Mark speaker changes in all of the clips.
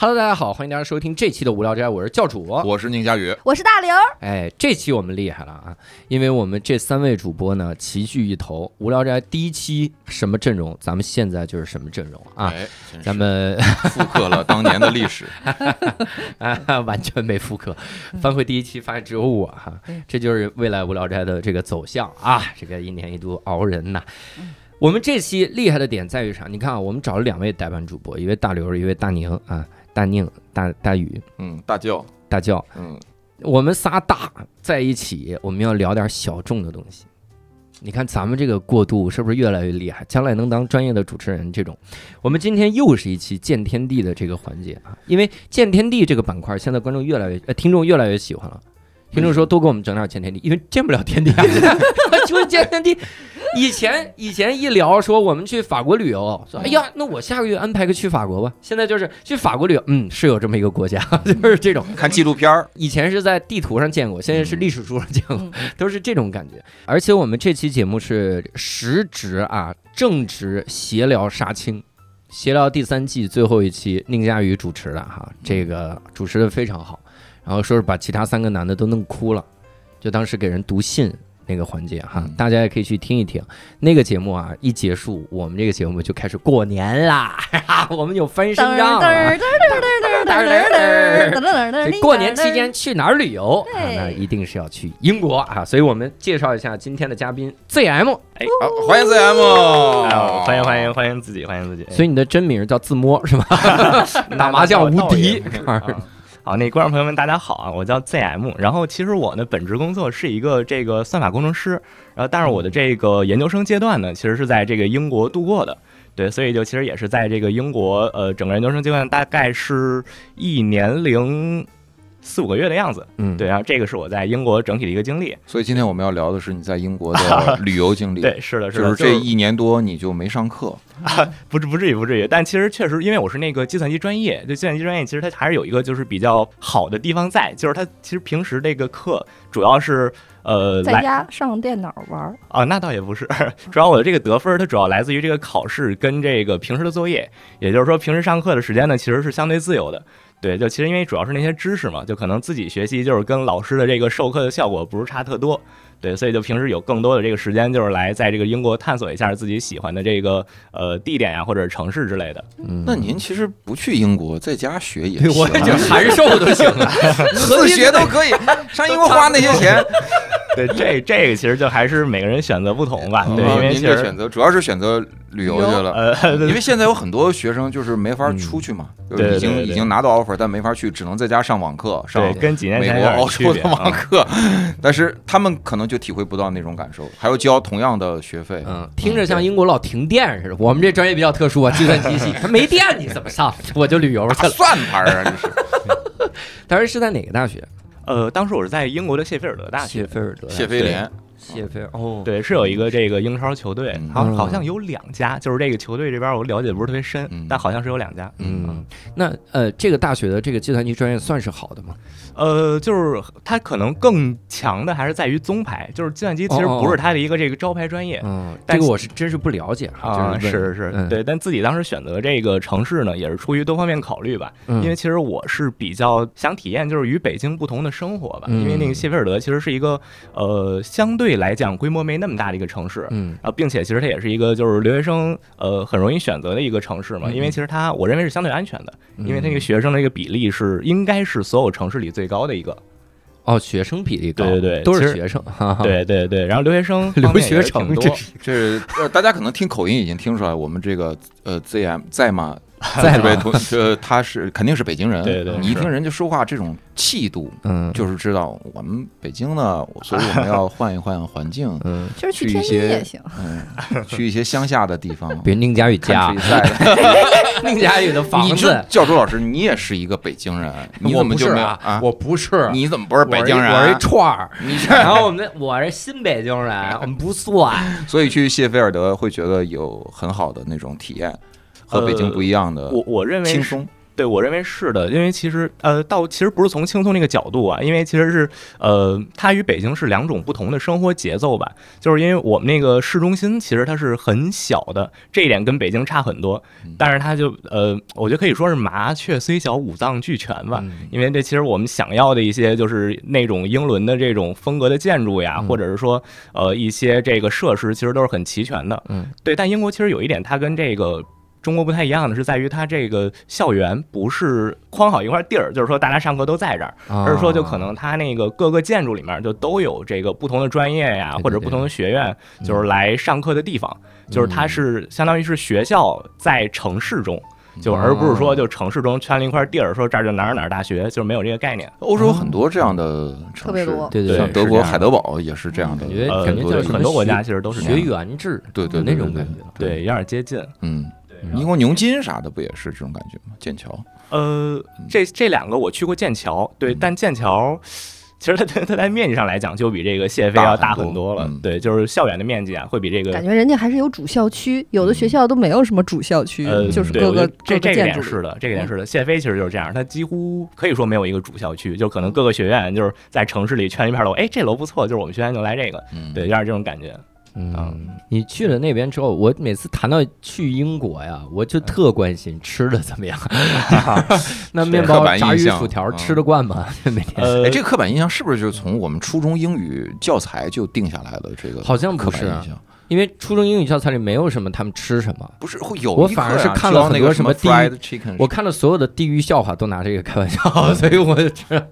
Speaker 1: Hello，大家好，欢迎大家收听这期的无聊斋，我是教主。
Speaker 2: 我是宁佳宇，
Speaker 3: 我是大刘，
Speaker 1: 哎，这期我们厉害了啊，因为我们这三位主播呢齐聚一头，无聊斋第一期什么阵容，咱们现在就是什么阵容啊。
Speaker 2: 哎，真是
Speaker 1: 咱们
Speaker 2: 复刻了当年的历 史，
Speaker 1: 啊，完全没复刻，翻回第一期发现只有我哈、这就是未来无聊斋的这个走向啊，这个一年一度熬人呐、我们这期厉害的点在于啥？你看啊，我们找了两位代班主播，一位大刘，一位大宁啊，大宁、大大宇、
Speaker 2: 嗯，大舅，
Speaker 1: 大叫，
Speaker 2: 嗯，
Speaker 1: 我们仨大在一起，我们要聊点小众的东西。你看咱们这个过渡是不是越来越厉害？将来能当专业的主持人这种，我们今天又是一期见天地的这个环节啊，因为见天地这个板块现在观众越来越呃听众越来越喜欢了。听众说多给我们整点见天地，因为见不了天地啊， 就是见天地。以前以前一聊说我们去法国旅游，说哎呀，那我下个月安排个去法国吧。现在就是去法国旅游，嗯，是有这么一个国家， 就是这种。
Speaker 2: 看纪录片儿，
Speaker 1: 以前是在地图上见过，现在是历史书上见过，
Speaker 3: 嗯
Speaker 1: 都是这种感觉。而且我们这期节目是实值啊，正值闲聊杀青，闲聊第三季最后一期，宁佳宇主持的
Speaker 3: 嗯
Speaker 1: 哈，这个主持的非常好，然后说是把其他三个男的都弄哭了，就当时给人读信。那个环节哈
Speaker 2: 嗯，
Speaker 1: 大家也可以去听一听。那个节目啊，一结束，我们这个节目就开始过年啦， 哈哈，我们有翻身
Speaker 3: 噔儿
Speaker 1: 仗
Speaker 3: 噔
Speaker 1: 了
Speaker 3: 儿。噔儿噔儿噔儿噔儿噔儿噔儿噔儿噔儿噔
Speaker 1: 这
Speaker 3: 儿。
Speaker 1: 过年期间去哪儿旅游啊？
Speaker 3: 对
Speaker 1: 那一定是要去英国啊！所以我们介绍一下今天的嘉宾 ZM，
Speaker 2: 好，欢迎 ZM，
Speaker 4: 哦啊欢迎欢迎，欢迎自己，欢迎自己。
Speaker 1: 所以你的真名叫自摸 是吧？打麻将无敌，
Speaker 4: 哎好，那观众朋友们，大家好啊，我叫 ZM。然后其实我呢，本职工作是一个这个算法工程师，然后但是我的这个研究生阶段呢，其实是在这个英国度过的。对，所以就其实也是在这个英国，呃，整个研究生阶段大概是一年零四五个月的样子。
Speaker 1: 嗯，
Speaker 4: 对，然后这个是我在英国整体的一个经历。
Speaker 2: 所以今天我们要聊的是你在英国的旅游经历，
Speaker 4: 对，，是的，嗯是
Speaker 2: 就
Speaker 4: 的，
Speaker 2: 是这一年多你就没上课，
Speaker 4: 不至不至于不至于，但其实确实，因为我是那个计算机专业，就计算机专业其实它还是有一个就是比较好的地方在，就是它其实平时这个课主要是呃
Speaker 3: 在
Speaker 4: 来
Speaker 3: 家上电脑玩儿，
Speaker 4: 啊、那倒也不是， 主要我的这个得分儿它主要来自于这个考试跟这个平时的作业，也就是说平时上课的时间呢其实是相对自由的。对，就其实因为主要是那些知识嘛，就可能自己学习就是跟老师的这个授课的效果不是差特多，对，所以就平时有更多的这个时间就是来在这个英国探索一下自己喜欢的这个呃地点呀、或者是城市之类的。
Speaker 1: 嗯
Speaker 2: 那您其实不去英国，在家学也
Speaker 1: 对
Speaker 2: 行，啊
Speaker 1: 我这函授都行了，
Speaker 2: 自学 都可以，上英国花那些钱，
Speaker 4: 对，这这个其实就还是每个人选择不同吧。对，
Speaker 2: 啊
Speaker 4: 因为
Speaker 2: 您
Speaker 4: 其
Speaker 2: 这
Speaker 4: 实
Speaker 2: 选择主要是选择旅游去了。
Speaker 4: 呃，
Speaker 2: 因为现在有很多学生就是没法
Speaker 1: 嗯
Speaker 2: 出去嘛，就
Speaker 4: 对
Speaker 2: 是
Speaker 4: 对
Speaker 2: 已经
Speaker 4: 对
Speaker 2: 已
Speaker 4: 对
Speaker 2: 经拿到 offer，但没法去，只能在家上网课，上
Speaker 4: 对，跟几年
Speaker 2: 美
Speaker 4: 前
Speaker 2: 国、
Speaker 4: 有点
Speaker 2: 澳
Speaker 4: 区
Speaker 2: 洲
Speaker 4: 别
Speaker 2: 的网
Speaker 4: 啊。
Speaker 2: 课，但是他们可能就体会不到那种感受，还要交同样的学费。
Speaker 1: 嗯，听着像英国老停电似的。我们这专业比较特殊啊，计算机系，它没电你怎么上？ 我就旅游去
Speaker 2: 大
Speaker 1: 了。
Speaker 2: 算盘啊，这是
Speaker 1: 当时是在哪个大学？
Speaker 4: 呃，当时我是在英国的谢菲尔德大学，
Speaker 1: 菲尔德大学
Speaker 2: 谢菲联，
Speaker 1: 谢菲尔哦，
Speaker 4: 对，是有一个这个英超球队
Speaker 2: 嗯，
Speaker 4: 好好像有两家，就是这个球队这边我了解的不是特别深
Speaker 2: 嗯，
Speaker 4: 但好像是有两家。
Speaker 1: 嗯，那呃，这个大学的这个计算机专业算是好的吗？
Speaker 4: 呃，就是它可能更强的还是在于综排，就是计算机其实
Speaker 1: 哦哦哦
Speaker 4: 不是它的一个这个招牌专业。
Speaker 1: 嗯，这
Speaker 4: 但
Speaker 1: 个
Speaker 4: 是
Speaker 1: 我是真是不了解哈，
Speaker 4: 啊，
Speaker 1: 就是问
Speaker 4: 是是，
Speaker 1: 嗯
Speaker 4: 对，但自己当时选择这个城市呢，也是出于多方面考虑吧。
Speaker 1: 嗯
Speaker 4: 因为其实我是比较想体验就是与北京不同的生活吧，
Speaker 1: 嗯
Speaker 4: 因为那个谢菲尔德其实是一个呃相对来讲规模没那么大的一个城市。
Speaker 1: 嗯
Speaker 4: 啊，并且其实它也是一个就是留学生呃很容易选择的一个城市嘛，
Speaker 1: 嗯
Speaker 4: 因为其实它我认为是相对安全的，因为它那
Speaker 1: 嗯
Speaker 4: 个学生的一个比例是应该是所有城市里最高的一个。
Speaker 1: 哦，学生比例高，
Speaker 4: 对对对
Speaker 1: 都
Speaker 4: 其
Speaker 1: 是
Speaker 4: 实
Speaker 1: 学生，哈哈，
Speaker 4: 对对对，然后留学生
Speaker 1: 留
Speaker 4: 方面也
Speaker 1: 学
Speaker 4: 是
Speaker 1: 生
Speaker 4: 挺多
Speaker 1: 这，
Speaker 2: 这是呃，大家可能听口音已经听出来，我们这个呃 ZM 在吗？
Speaker 1: 在
Speaker 2: 这位
Speaker 1: 吗？
Speaker 2: 同这他是肯定是北京人，
Speaker 4: 对对
Speaker 2: 你一
Speaker 4: 是
Speaker 2: 听人家说话这种气度，
Speaker 1: 嗯，，
Speaker 2: 就是知道我们北京呢，所以我们 要换一换环境
Speaker 1: 嗯，
Speaker 3: 就是去
Speaker 2: 去一
Speaker 3: 天津
Speaker 2: 些
Speaker 3: 也行。
Speaker 2: 嗯，去一些乡下的地方。
Speaker 1: 比如宁佳宇家
Speaker 2: 看，谁在的
Speaker 1: 宁佳宇的房
Speaker 2: 你
Speaker 1: 子
Speaker 2: 这，教主老师，你也是一个北京 人，你
Speaker 1: 我
Speaker 2: 怎么
Speaker 1: 不
Speaker 2: 就是没有
Speaker 1: 啊，我不是，
Speaker 2: 你怎么不是北京人？啊
Speaker 1: 我是一串儿，
Speaker 2: 你这
Speaker 1: 然后我们我是新北京人，我们不算，
Speaker 2: 所以去谢菲尔
Speaker 1: 呃
Speaker 2: 德会觉得有很好的那种体验，和北京不一样的
Speaker 4: 我我认为
Speaker 2: 轻
Speaker 4: 是
Speaker 2: 松。
Speaker 4: 对我认为是的，因为其实呃，到其实不是从轻松那个角度啊，因为其实是呃，它与北京是两种不同的生活节奏吧。就是因为我们那个市中心其实它是很小的，这一点跟北京差很多
Speaker 2: 嗯，
Speaker 4: 但是它就呃，我觉得可以说是麻雀虽小，五脏俱全吧。
Speaker 1: 嗯
Speaker 4: 因为这其实我们想要的一些就是那种英伦的这种风格的建筑呀，
Speaker 1: 嗯
Speaker 4: 或者是说呃一些这个设施，其实都是很齐全的。
Speaker 1: 嗯，
Speaker 4: 对。但英国其实有一点，它跟这个中国不太一样的是，在于它这个校园不是框好一块地儿，就是说大家上课都在这儿，
Speaker 1: 啊
Speaker 4: 而是说就可能它那个各个建筑里面就都有这个不同的专业呀
Speaker 1: 对对，
Speaker 4: 或者不同的学院，
Speaker 2: 嗯
Speaker 4: 就是来上课的地方，就是它是相当于是学校在城市中。就
Speaker 2: 哦
Speaker 4: 而不是说就城市中圈了一块地儿，说这儿就哪儿哪儿大学，就是没有这个概念。哦
Speaker 2: 欧洲很多这样的城市，
Speaker 3: 特别多
Speaker 1: 对
Speaker 4: 对
Speaker 2: 像
Speaker 4: 是
Speaker 2: 德
Speaker 4: 这
Speaker 2: 国
Speaker 4: 样
Speaker 2: 海德堡也是这样的，
Speaker 1: 感觉
Speaker 4: 呃，
Speaker 1: 嗯感觉
Speaker 4: 对
Speaker 1: 叫什么
Speaker 4: 很多国
Speaker 1: 学
Speaker 4: 家其实都是这
Speaker 1: 学
Speaker 4: 样
Speaker 1: 员制
Speaker 2: 对对
Speaker 1: 那
Speaker 2: 对
Speaker 1: 种
Speaker 2: 对
Speaker 1: 感觉了，
Speaker 4: 对，有点接近。
Speaker 2: 嗯，
Speaker 1: 嗯
Speaker 2: 英国牛津啥的不也是这种感觉吗？剑桥，
Speaker 4: 呃，这这两个我去过剑桥，对，
Speaker 2: 嗯
Speaker 4: 但剑桥其实它它它在面积上来讲，就比这个谢菲要
Speaker 2: 大
Speaker 4: 大
Speaker 2: 很
Speaker 4: 很多
Speaker 2: 多
Speaker 4: 了
Speaker 2: 嗯。
Speaker 4: 对，就是校园的面积啊，会比这
Speaker 3: 感
Speaker 4: 个
Speaker 3: 觉人家还是有主校区，有的学校都没有什么主校区
Speaker 4: 呃，，
Speaker 3: 就是
Speaker 4: 对
Speaker 3: 各
Speaker 4: 我觉
Speaker 3: 个
Speaker 4: 得
Speaker 3: 各
Speaker 4: 这
Speaker 3: 个
Speaker 4: 这个
Speaker 3: 建
Speaker 4: 点
Speaker 3: 筑嗯
Speaker 4: 是
Speaker 3: 里。
Speaker 4: 的，这个点是的。谢菲其实就是这样，它几乎可以说没有一个主校区，就可能各个学院就是在城市里圈一片楼，哎，这楼不错，就是我们学院就来这个，
Speaker 2: 嗯，
Speaker 4: 对，有，点这种感觉。
Speaker 1: 嗯，你去了那边之后，我每次谈到去英国呀，我就特关心吃的怎么样。
Speaker 4: 呃
Speaker 1: 那面包
Speaker 2: 刻、板印
Speaker 1: 炸鱼、
Speaker 2: 象
Speaker 1: 薯条
Speaker 2: 嗯
Speaker 1: 吃得惯吗？每天
Speaker 4: 呃
Speaker 2: 哎，，这个刻板印象是不是就是从我们初中英语教材就定下来的？这个
Speaker 1: 好像不
Speaker 2: 刻
Speaker 1: 是啊
Speaker 2: 板印象
Speaker 1: 因为初中英语教材里没有什么他们吃什么，
Speaker 2: 不是会有一课呀，
Speaker 1: 我反而是看了
Speaker 2: 教那
Speaker 1: 很多
Speaker 2: 个
Speaker 1: 什
Speaker 2: 什
Speaker 1: 么地
Speaker 2: fried chicken，
Speaker 1: 我看了所有的地狱笑话都拿这个开玩 笑，所以我就知道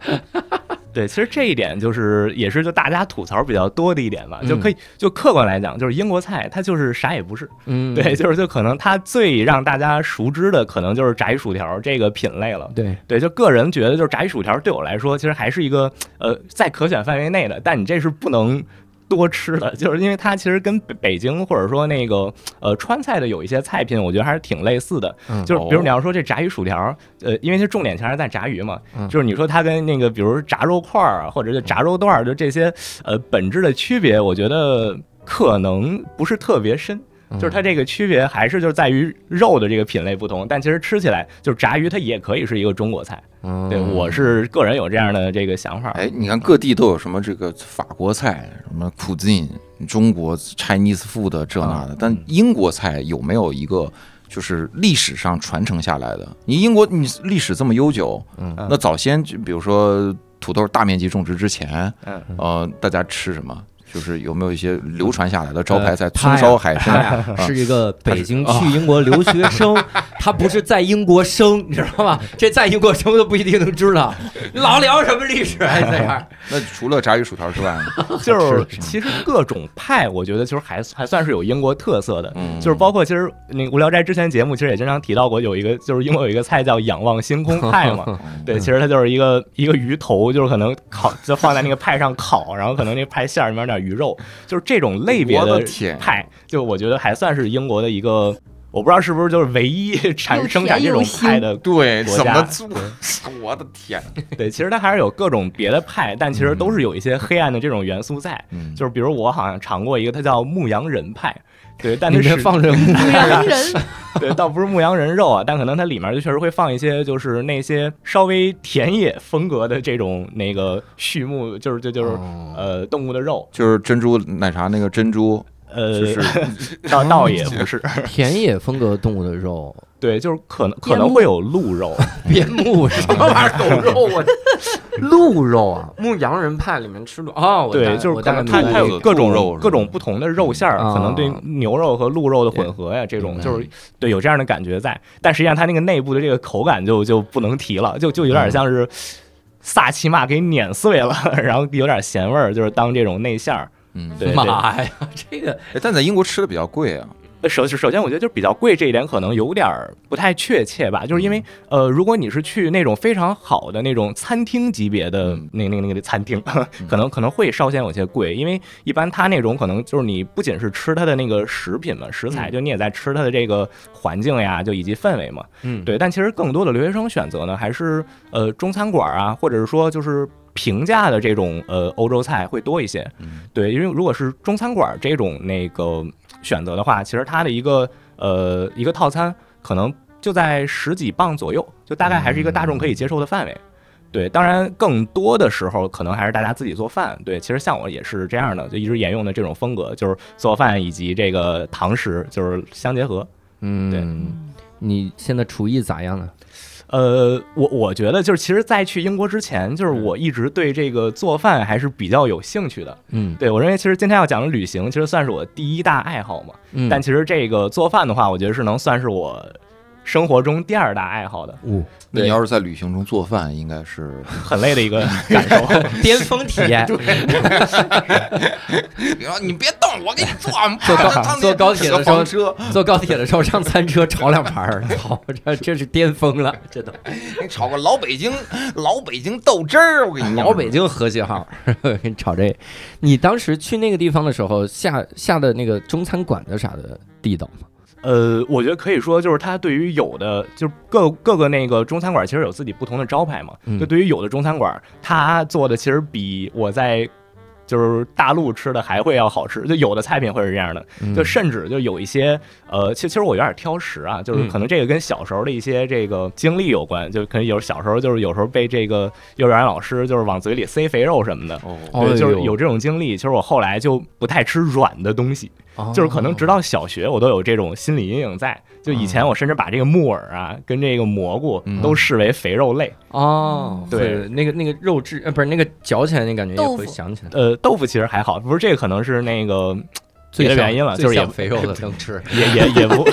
Speaker 4: 对，其实这一点就是也是就大家吐槽比较多的一点吧，
Speaker 1: 嗯
Speaker 4: 就可以就客观来讲，就是英国菜它就是啥也不是，
Speaker 1: 嗯，
Speaker 4: 对，就是就可能它最让大家熟知的可能就是炸鱼薯条这个品类了。
Speaker 1: 对，
Speaker 4: 对，就个人觉得就是炸鱼薯条对我来说其实还是一个呃在可选范围内的，但你这是不能。多吃的，就是因为它其实跟北北京或者说那个呃川菜的有一些菜品，我觉得还是挺类似的。
Speaker 1: 嗯
Speaker 4: 就是比如
Speaker 2: 哦
Speaker 4: 你要说这炸鱼薯条，呃，因为它重点全是在炸鱼嘛，
Speaker 1: 嗯
Speaker 4: 就是你说它跟那个比如炸肉块儿啊，或者是炸肉段儿，就这些呃本质的区别，我觉得可能不是特别深。就是它这个区别还是就是在于肉的这个品类不同，但其实吃起来就是炸鱼，它也可以是一个中国菜。
Speaker 1: 嗯，
Speaker 4: 对，我是个人有这样的这个想法。
Speaker 2: 哎，你看各地都有什么这个法国菜，什么 cuisine，中国 Chinese food 这那
Speaker 4: 啊
Speaker 2: 的，
Speaker 4: 嗯
Speaker 2: 但英国菜有没有一个就是历史上传承下来的？你英国你历史这么悠久，
Speaker 1: 嗯
Speaker 2: 那早先就比如说土豆大面积种植之前，
Speaker 4: 嗯，
Speaker 2: 呃，大家吃什么？就是有没有一些流传下来的
Speaker 4: 嗯
Speaker 2: 招牌菜，
Speaker 1: 呃
Speaker 2: 葱烧海参
Speaker 1: 他呀
Speaker 2: 啊
Speaker 1: 是一个北京去英国留学 生，他不是在英国生，你知道吗？这在英国生都不一定能知 道。老聊什么历史还这 样？
Speaker 2: 那除了炸鱼薯条之 外，
Speaker 4: 就是其实各种派，我觉得其实还还算是有英国特色的。
Speaker 2: 嗯，
Speaker 4: 就是包括其实那个无聊斋之前节目其实也经常提到过，有一个就是英国有一个菜叫仰望星空派嘛，
Speaker 2: 嗯
Speaker 4: 对，其实它就是一个一个鱼头，就是可能烤就放在那个派上烤，然后可能那个派馅儿里面有点鱼肉，就是这种类别
Speaker 2: 我的天
Speaker 4: 派，就我觉得还算是英国的一个，我不知道是不是就是唯一产
Speaker 3: 又
Speaker 4: 生产这
Speaker 3: 甜又
Speaker 4: 种派的。
Speaker 2: 对，
Speaker 4: 国
Speaker 2: 怎
Speaker 4: 家
Speaker 2: 么做？ 我的天，
Speaker 4: 对，其实它还是有各种别的派，但其实都是有一些黑暗的这种元素在。
Speaker 2: 嗯
Speaker 4: 就是比如我好像尝过一个，它叫牧羊人派。对，但
Speaker 1: 里
Speaker 4: 它
Speaker 1: 面
Speaker 4: 是
Speaker 1: 哎放着牧
Speaker 3: 洋人
Speaker 4: 对，倒不是牧羊人肉啊， 但可能它里面就确实会放一些，就是那些稍微田野风格的这种那个畜牧，就是就就是
Speaker 2: 哦
Speaker 4: 呃动物的肉，
Speaker 2: 就是珍珠奶茶那个珍珠，
Speaker 4: 呃，
Speaker 2: 就是
Speaker 4: 倒倒也不 是，
Speaker 1: 田野风格动物的肉，
Speaker 4: 对，就是可能可能会有鹿肉，
Speaker 1: 边牧什么 玩意儿？狗肉我鹿肉啊，牧羊人派里面吃鹿哦，我大
Speaker 4: 对，就是
Speaker 1: 我
Speaker 4: 可
Speaker 1: 大概
Speaker 4: 能它
Speaker 1: 明白
Speaker 4: 它
Speaker 1: 这
Speaker 4: 有
Speaker 1: 个
Speaker 4: 各种
Speaker 2: 兔肉是啊吧
Speaker 4: 各种不同的肉馅儿，
Speaker 1: 嗯
Speaker 4: 可能对牛肉和鹿肉的混合呀，这
Speaker 1: 明
Speaker 4: 种
Speaker 1: 白
Speaker 4: 就是对有这样的感觉在，但实际上它那个内部的这个口感就就不能提了，就就有
Speaker 2: 嗯
Speaker 4: 点像是萨其马给碾碎了， 然后有点咸味儿，就是当这种内馅儿。
Speaker 2: 嗯，
Speaker 4: 对
Speaker 1: 妈呀，这个
Speaker 2: 哎但在英国吃的比较贵啊，
Speaker 4: 呃首首先，我觉得就是比较贵这一点可能有点儿不太确切吧，就是因为呃，如果你是去那种非常好的那种餐厅级别的
Speaker 2: 嗯
Speaker 4: 那那那个餐厅， 可能可能会稍显有些贵，因为一般它那种可能就是你不仅是吃它的那个食品嘛，食材，就你也在吃它的这个环境呀，就以及氛围嘛，
Speaker 1: 嗯，
Speaker 4: 对。但其实更多的留学生选择呢，还是呃中餐馆啊，或者是说就是。平价的这种呃欧洲菜会多一些，对，因为如果是中餐馆这种那个选择的话，其实它的一个呃一个套餐可能就在十几磅左右，就大概还是一个大众可以接受的范围。对，当然更多的时候可能还是大家自己做饭。对，其实像我也是这样的，就一直沿用的这种风格，就是做饭以及这个堂食就是相结合。
Speaker 1: 嗯，
Speaker 4: 对
Speaker 1: 你现在厨艺咋样了？
Speaker 4: 呃，我我觉得就是，其实，在去英国之前，就是
Speaker 1: 嗯
Speaker 4: 我一直对这个做饭还是比较有兴趣的。
Speaker 1: 嗯，
Speaker 4: 对我认为，其实今天要讲的旅行，其实算是我第一大爱好嘛。
Speaker 1: 嗯
Speaker 4: 但其实这个做饭的话，我觉得是能算是我生活中第二大爱好的，
Speaker 1: 五
Speaker 2: 那你
Speaker 4: 对
Speaker 2: 要是在旅行中做饭，应该是
Speaker 4: 很累 的一个感受。
Speaker 1: 巅峰体 验，
Speaker 2: 你别动，我给你做。啊
Speaker 1: 坐 高坐高铁的时候
Speaker 2: 房，车，
Speaker 1: 坐高铁的时候上餐车炒两盘儿， 好，这这是巅峰 了，这都
Speaker 2: 你炒个老北京老北京豆汁儿，我给你弄
Speaker 1: 老北京和谐号，给你 炒这。你当时去那个地方的时候，下下的那个中餐馆子啥的地道吗？
Speaker 4: 呃，我觉得可以说，就是它对于有的，就是各各个那个中餐馆，其实有自己不同的招牌嘛。
Speaker 1: 嗯
Speaker 4: 就对于有的中餐馆，它做的其实比我在就是大陆吃的还会要好吃。就有的菜品会是这样的，
Speaker 1: 嗯
Speaker 4: 就甚至就有一些呃，其其实我有点挑食啊，就是
Speaker 1: 嗯
Speaker 4: 可能这个跟小时候的一些这个经历有关，就可能有小时候就是有时候被这个幼儿园老师就是往嘴里塞肥肉什么的。
Speaker 2: 哦，
Speaker 1: 哎呦
Speaker 4: 对，就是有这种经历。其实我后来就不太吃软的东西，
Speaker 1: 哦
Speaker 4: 就是可能直到小学，我都有这种心理阴影在。就以前我甚至把这个木耳啊，跟这个蘑菇
Speaker 2: 嗯
Speaker 4: 都视为肥肉类。
Speaker 1: 哦，
Speaker 4: 对
Speaker 1: 会，那个那个肉质，呃，不是那个嚼起来那感觉也
Speaker 3: 豆
Speaker 1: 会
Speaker 3: 腐
Speaker 1: 想起来，
Speaker 4: 呃，豆腐其实还好，不是这个可能是那个别的
Speaker 1: 像
Speaker 4: 原因了，
Speaker 1: 最
Speaker 4: 就是也
Speaker 1: 像肥肉的 能吃，
Speaker 4: 也也也不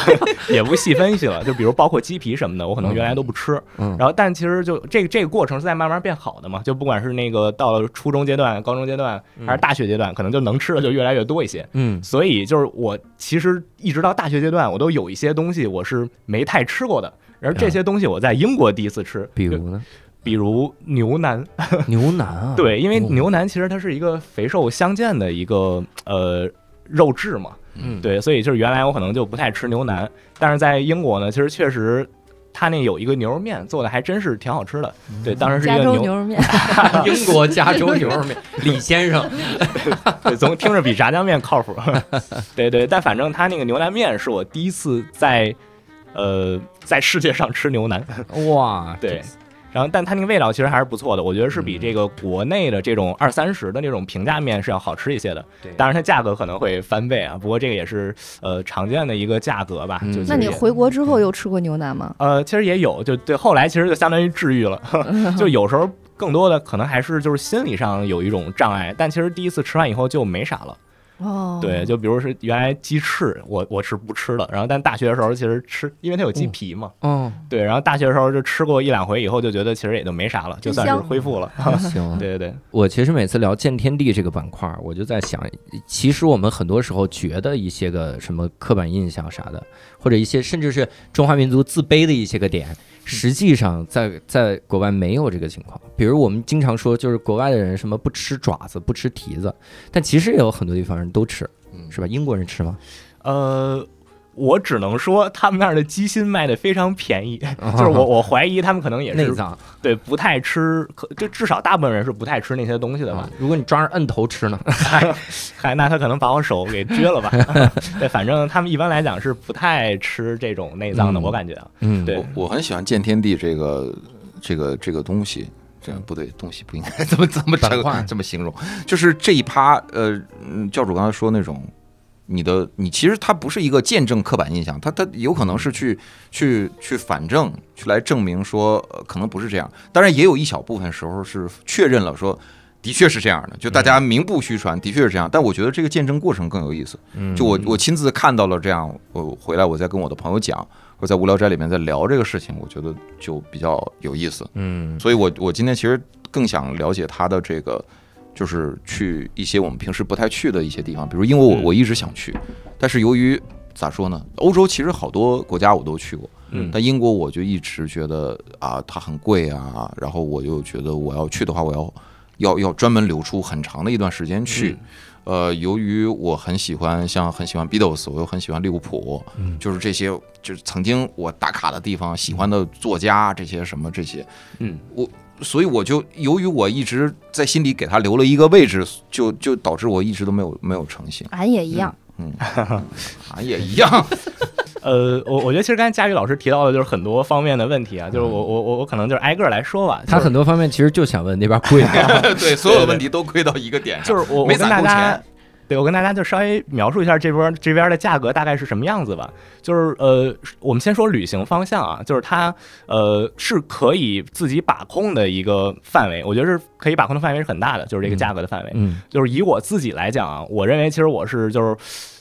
Speaker 4: 也不细分析了。就比如包括鸡皮什么的，我可能原来都不吃。
Speaker 1: 嗯
Speaker 4: 然后，但其实就这个这个过程是在慢慢变好的嘛。就不管是那个到了初中阶段、高中阶段，还是大学阶段，可能就能吃的就越来越多一些。
Speaker 1: 嗯
Speaker 4: 所以就是我其实一直到大学阶段，我都有一些东西我是没太吃过的。而这些东西我在英国第一次吃，
Speaker 1: 啊比
Speaker 4: 就
Speaker 1: 如呢，
Speaker 4: 比如牛腩，
Speaker 1: 牛腩啊，
Speaker 4: 对，因为
Speaker 1: 哦
Speaker 4: 牛腩其实它是一个肥瘦相间的一个呃肉质嘛，
Speaker 1: 嗯，
Speaker 4: 对，所以就是原来我可能就不太吃牛腩，但是在英国呢，其实确实它那有一个牛肉面做的还真是挺好吃的，
Speaker 1: 嗯
Speaker 4: 对，当时是一
Speaker 3: 加
Speaker 4: 个
Speaker 3: 州
Speaker 4: 牛，
Speaker 3: 牛肉面，
Speaker 1: 英国加州牛 肉面，李先生，
Speaker 4: 对，总听着比炸酱面靠谱， 对对，但反正它那个牛腩面是我第一次在呃在世界上吃牛腩，
Speaker 1: 哇，
Speaker 4: 对。然后，但它那个味道其实还是不错的，我觉得是
Speaker 1: 嗯
Speaker 4: 比这个国内的这种二三十的那种平价面是要好吃一些的。
Speaker 1: 对
Speaker 4: 当然它价格可能会翻倍啊，不过这个也是呃常见的一个价格吧。
Speaker 1: 嗯
Speaker 4: 就
Speaker 3: 那
Speaker 4: 是
Speaker 3: 你
Speaker 4: 也
Speaker 3: 回国之后又吃过牛腩吗？
Speaker 4: 呃，其实也有，就对，后来其实就相当于治愈了，就有时候更多的可能还是就是心理上有一种障碍，但其实第一次吃完以后就没啥了。
Speaker 3: 哦，
Speaker 4: 对，，就比如是原来鸡翅，我我是不吃的，然后但大学的时候其实吃，因为它有鸡皮嘛，
Speaker 1: 哦，
Speaker 4: 对，然后大学的时候就吃过一两回以后就觉得其实也就没啥了，就
Speaker 3: 真
Speaker 4: 算是
Speaker 3: 香
Speaker 4: 恢复了。
Speaker 1: 行，啊
Speaker 4: 对对对，
Speaker 1: 我其实每次聊见天地这个板块儿，我就在想，其实我们很多时候觉得一些个什么刻板印象啥的，或者一些甚至是中华民族自卑的一些个点，实际上在在国外没有这个情况。比如我们经常说，就是国外的人什么不吃爪子、不吃蹄子，但其实也有很多地方人都吃，是吧？英国人吃吗？
Speaker 4: 呃。我只能说，他们那儿的鸡心卖的非常便宜，就是我我怀疑他们可能也
Speaker 1: 哦 内
Speaker 4: 是
Speaker 1: 脏，
Speaker 4: 对不太吃，可就至少大部分人是不太吃那些东西的吧
Speaker 1: 啊。如果你抓着摁头吃呢？
Speaker 4: 嗨，那他可能把我手给 撅了吧？对，反正他们一般来讲是不太吃这种内脏的，
Speaker 1: 嗯
Speaker 4: 我感觉啊。
Speaker 1: 嗯，
Speaker 4: 对
Speaker 2: 我我很喜欢见天地这个这个这个东西。这样不对，东西不应该 怎么怎么
Speaker 1: 板块
Speaker 2: 这这么形容，就是这一趴，呃，嗯教主刚才说那种，你的你其实它不是一个见证刻板印象，它它有可能是去去去反证，去来证明说、呃可能不是这样。当然也有一小部分时候是确认了说的确是这样的，就大家
Speaker 1: 嗯
Speaker 2: 名不虚传，的确是这样。但我觉得这个见证过程更有意思，
Speaker 1: 嗯
Speaker 2: 就我我亲自看到了这样，我回来我再跟我的朋友讲，或者在无聊斋里面在聊这个事情，我觉得就比较有意思。
Speaker 1: 嗯
Speaker 2: 所以我我今天其实更想了解他的这个，就是去一些我们平时不太去的一些地方，比如英国我
Speaker 4: 嗯
Speaker 2: 我一直想去，但是由于咋说呢，欧洲其实好多国家我都去过，
Speaker 4: 嗯
Speaker 2: 但英国我就一直觉得啊它很贵啊，然后我就觉得我要去的话，我要要要专门留出很长的一段时间去。呃，由于我很喜欢，像很喜欢 Beatles，我又很喜欢利物浦，
Speaker 1: 嗯
Speaker 2: 就是这些，就是曾经我打卡的地方，喜欢的作家这些什么这些，
Speaker 4: 嗯，
Speaker 2: 我所以我就由于我一直在心里给他留了一个位置，就就导致我一直都没有没有成型，
Speaker 3: 俺也一样，
Speaker 2: 啊也一样，
Speaker 4: 呃，我我觉得其实刚才佳宇老师提到的就是很多方面的问题啊，就是我我我我可能就是挨个儿来说吧。
Speaker 1: 嗯他
Speaker 4: 就是
Speaker 1: 很多方面其实就想问那边贵 吗？
Speaker 2: 对，所有的问题都归到一个点上，
Speaker 4: 就是我我
Speaker 2: 没
Speaker 4: 跟
Speaker 2: 攒
Speaker 4: 大
Speaker 2: 够
Speaker 4: 家
Speaker 2: 钱，。
Speaker 4: 对，我跟大家就稍微描述一下这波这边的价格大概是什么样子吧。就是呃，我们先说旅行方向啊，就是它呃是可以自己把控的一个范围，我觉得是可以把控的范围是很大的，就是这个
Speaker 1: 嗯
Speaker 4: 价格的范围。
Speaker 1: 嗯，
Speaker 4: 就是以我自己来讲啊，我认为其实我是就是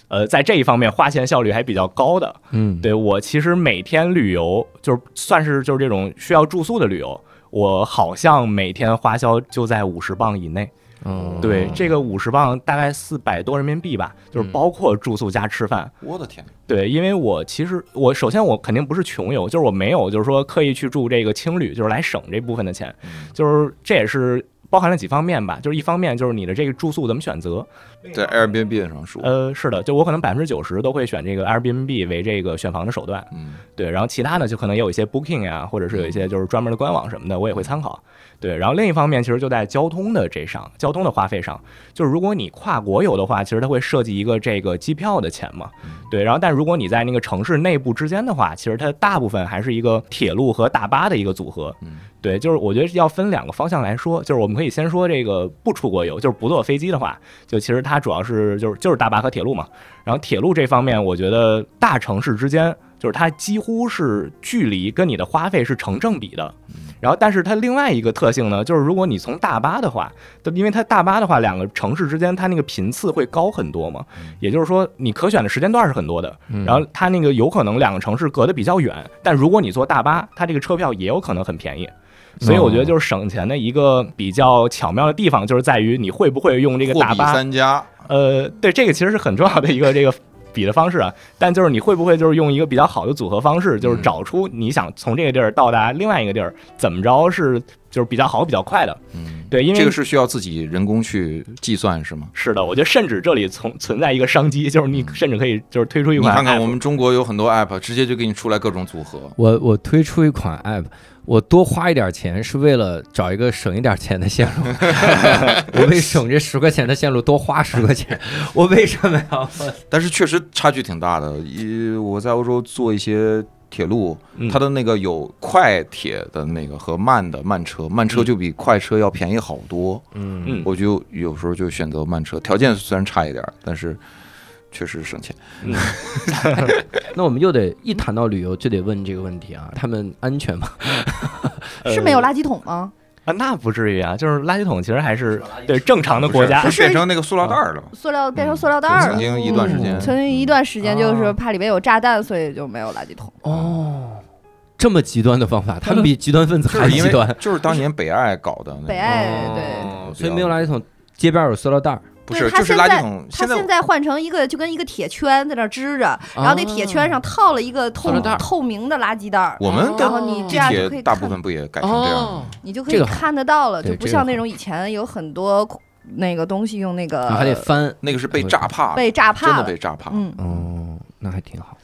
Speaker 4: 呃在这一方面花钱效率还比较高的。
Speaker 1: 嗯，
Speaker 4: 对我其实每天旅游，就是算是就是这种需要住宿的旅游，我好像每天花销就在五十磅以内。
Speaker 1: 哦，
Speaker 4: 对，这个五十磅大概四百多人民币吧，就是包括住宿加吃饭。
Speaker 2: 我的天，
Speaker 4: 对，因为我其实我首先我肯定不是穷游，就是我没有就是说刻意去住这个青旅，就是来省这部分的钱，就是这也是包含了几方面吧，就是一方面就是你的这个住宿怎么选择，
Speaker 2: 在 Airbnb 上说，
Speaker 4: 呃，是的，就我可能百分之九十都会选这个 Airbnb 为这个选房的手段，
Speaker 2: 嗯，
Speaker 4: 对，然后其他的就可能也有一些 Booking 啊，或者是有一些就是专门的官网什么的，我也会参考。对，然后另一方面其实就在交通的这上，交通的花费上，就是如果你跨国游的话，其实它会设计一个这个机票的钱嘛，对。然后但如果你在那个城市内部之间的话，其实它大部分还是一个铁路和大巴的一个组合
Speaker 2: 嗯，
Speaker 4: 对。就是我觉得要分两个方向来说，就是我们可以先说这个不出国游，就是不坐飞机的话，就其实它主要是就是就是大巴和铁路嘛。然后铁路这方面，我觉得大城市之间就是它几乎是距离跟你的花费是成正比的。然后，但是它另外一个特性呢，就是如果你从大巴的话，就因为它大巴的话，两个城市之间它那个频次会高很多嘛，也就是说你可选的时间段是很多的。然后它那个有可能两个城市隔得比较远，但如果你坐大巴，它这个车票也有可能很便宜。所以我觉得就是省钱的一个比较巧妙的地方，就是在于你会不会用这个
Speaker 2: 货
Speaker 4: 大
Speaker 2: 比
Speaker 4: 巴
Speaker 2: 三家，
Speaker 4: 呃，对，这个其实是很重要的一个这个比的方式啊。但就是你会不会就是用一个比较好的组合方式，就是
Speaker 2: 嗯
Speaker 4: 找出你想从这个地儿到达另外一个地儿，怎么着是就是比较好、比较快的？
Speaker 2: 嗯，
Speaker 4: 对，因为
Speaker 2: 这个是需要自己人工去计算是吗？
Speaker 4: 是的，我觉得甚至这里存存在一个商机，就是你甚至可以就是推出一
Speaker 2: 嗯你
Speaker 4: 款 app，
Speaker 2: 看看我们中国有很多 app，直接就给你出来各种组合，
Speaker 1: 我我推出一款 app，我多花一点钱是为了找一个省一点钱的线 路， 我为省这十块钱的线路多花十块 钱，我为什么要？
Speaker 2: 但是确实差距挺大的。一我在欧洲坐一些铁路，
Speaker 4: 嗯
Speaker 2: 它的那个有快铁的那个和慢的慢车，慢车就比快车要便宜好多。
Speaker 1: 嗯，
Speaker 4: 嗯
Speaker 2: 我就有时候就选择慢车，条件虽然差一点，但是确实省钱。
Speaker 1: 那我们又得一谈到旅游就得问这个问题啊，他们安全吗？
Speaker 3: 是没有垃圾桶吗？
Speaker 4: 啊，那不至于啊，就是垃圾桶其实还是对正常的国家
Speaker 2: 不
Speaker 3: 不
Speaker 2: 是
Speaker 3: 是
Speaker 2: 变成那个塑料袋儿了。
Speaker 3: 塑料变成塑料袋
Speaker 2: 就
Speaker 3: 儿
Speaker 2: 曾
Speaker 3: 了。嗯
Speaker 2: 经一段时间，
Speaker 3: 曾经一段时间就是
Speaker 1: 啊
Speaker 3: 怕里面有炸弹，所以就没有垃圾桶。
Speaker 1: 哦，这么极端的方法，他们比极端分子
Speaker 2: 就
Speaker 1: 还
Speaker 2: 是因
Speaker 1: 极端
Speaker 2: 为。就是当年北爱搞的那个，
Speaker 3: 北爱对，
Speaker 1: 哦所以没有垃圾桶，街边有塑料袋儿，
Speaker 2: 不是
Speaker 3: 对它
Speaker 2: 就是
Speaker 3: 现
Speaker 2: 垃圾
Speaker 3: 在
Speaker 2: 桶。
Speaker 3: 它
Speaker 2: 在
Speaker 3: 现在换成一个就跟一个铁圈在那儿支着，然后那铁圈
Speaker 2: 哦
Speaker 3: 上套了一个透
Speaker 1: 塑料袋儿
Speaker 3: 透明的垃圾袋儿，
Speaker 2: 我们
Speaker 3: 然
Speaker 2: 的
Speaker 3: 后你哦
Speaker 2: 地
Speaker 3: 这样就可以
Speaker 2: 铁大
Speaker 3: 看
Speaker 2: 部分不也改成这样吗
Speaker 1: 哦，
Speaker 3: 你就可
Speaker 1: 这
Speaker 3: 以
Speaker 1: 个好
Speaker 3: 看得到了，
Speaker 1: 对
Speaker 3: 就不
Speaker 1: 这个
Speaker 3: 像
Speaker 1: 好
Speaker 3: 那种以前有很多那个东西用那个
Speaker 1: 然后啊还得翻。
Speaker 2: 那个是被炸怕的，
Speaker 3: 被炸
Speaker 2: 真
Speaker 3: 怕
Speaker 2: 的
Speaker 3: 了
Speaker 2: 被，炸怕。
Speaker 3: 嗯，
Speaker 1: 哦，那还挺好。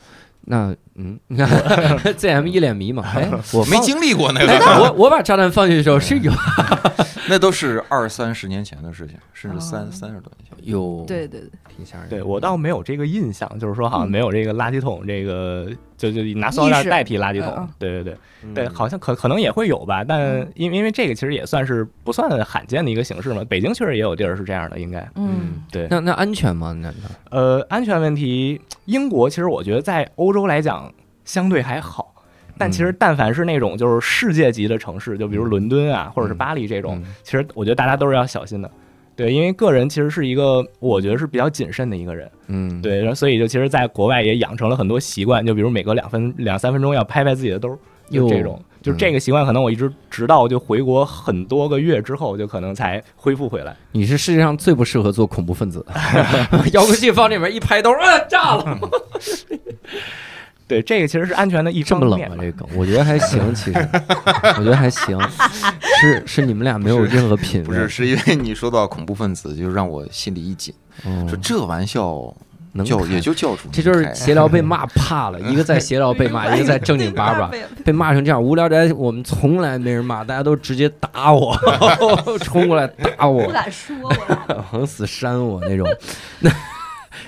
Speaker 1: 那 嗯，那 ZM 一脸迷茫。哎，我
Speaker 2: 我没
Speaker 1: 放
Speaker 2: 经历过那
Speaker 1: 哎
Speaker 2: 个，
Speaker 1: 我我把炸弹放进去的时候是有
Speaker 2: 那都是二三十年前的事情，甚
Speaker 3: 哦
Speaker 2: 至三三十多年前。
Speaker 1: 有，
Speaker 3: 对，
Speaker 2: 嗯
Speaker 3: 对对，
Speaker 1: 挺吓人的。
Speaker 4: 对我倒没有这个印象，就是说好像没有这个垃圾桶，这个就就拿塑料
Speaker 3: 意
Speaker 4: 袋
Speaker 3: 识
Speaker 4: 代替垃圾
Speaker 3: 嗯
Speaker 4: 桶
Speaker 3: 嗯。
Speaker 4: 对对对，对，好像可可能也会有吧，但
Speaker 1: 嗯
Speaker 4: 因因为这个其实也算是不算罕见的一个形式嘛。北京确实也有地儿是这样的，应该
Speaker 1: 嗯
Speaker 3: 嗯，
Speaker 4: 对。
Speaker 1: 那那安全吗？那那
Speaker 4: 呃，安全问题，英国其实我觉得在欧洲来讲相对还好，但
Speaker 1: 嗯
Speaker 4: 其实但凡是那种就是世界级的城市，就比如伦敦啊，或者是巴黎这种，
Speaker 1: 嗯
Speaker 4: 其实我觉得大家都是要小心的。对，因为个人其实是一个，我觉得是比较谨慎的一个人，
Speaker 1: 嗯，
Speaker 4: 对，然后所以就其实，在国外也养成了很多习惯，就比如每隔两分两三分钟要拍拍自己的兜儿，
Speaker 1: 哟
Speaker 4: 就这种，就这
Speaker 1: 嗯
Speaker 4: 个习惯，可能我一直直到就回国很多个月之后，就可能才恢复回来。
Speaker 1: 你是世界上最不适合做恐怖分子的。 遥控器放里面一拍兜，啊，炸了！
Speaker 4: 对，这个其实是安全的一
Speaker 1: 这
Speaker 4: 方
Speaker 1: 么冷
Speaker 4: 面
Speaker 1: 吗？
Speaker 4: 吧。
Speaker 1: 这个梗，我觉得还行，其实我觉得还行。是是你们俩没有任何品味，
Speaker 2: 不是，是因为你说到恐怖分子，就让我心里一紧。
Speaker 1: 嗯
Speaker 2: 说这玩笑
Speaker 1: 能
Speaker 2: 教
Speaker 1: 开
Speaker 2: 也就教主能开，
Speaker 1: 这就是闲聊被骂怕了，一个在闲聊被骂，一个在正经八百。被骂成这样，无聊斋我们从来没人骂，大家都直接打我， 冲过来打
Speaker 3: 不
Speaker 1: 我，
Speaker 3: 敢说，我俩
Speaker 1: 往死扇我那种。那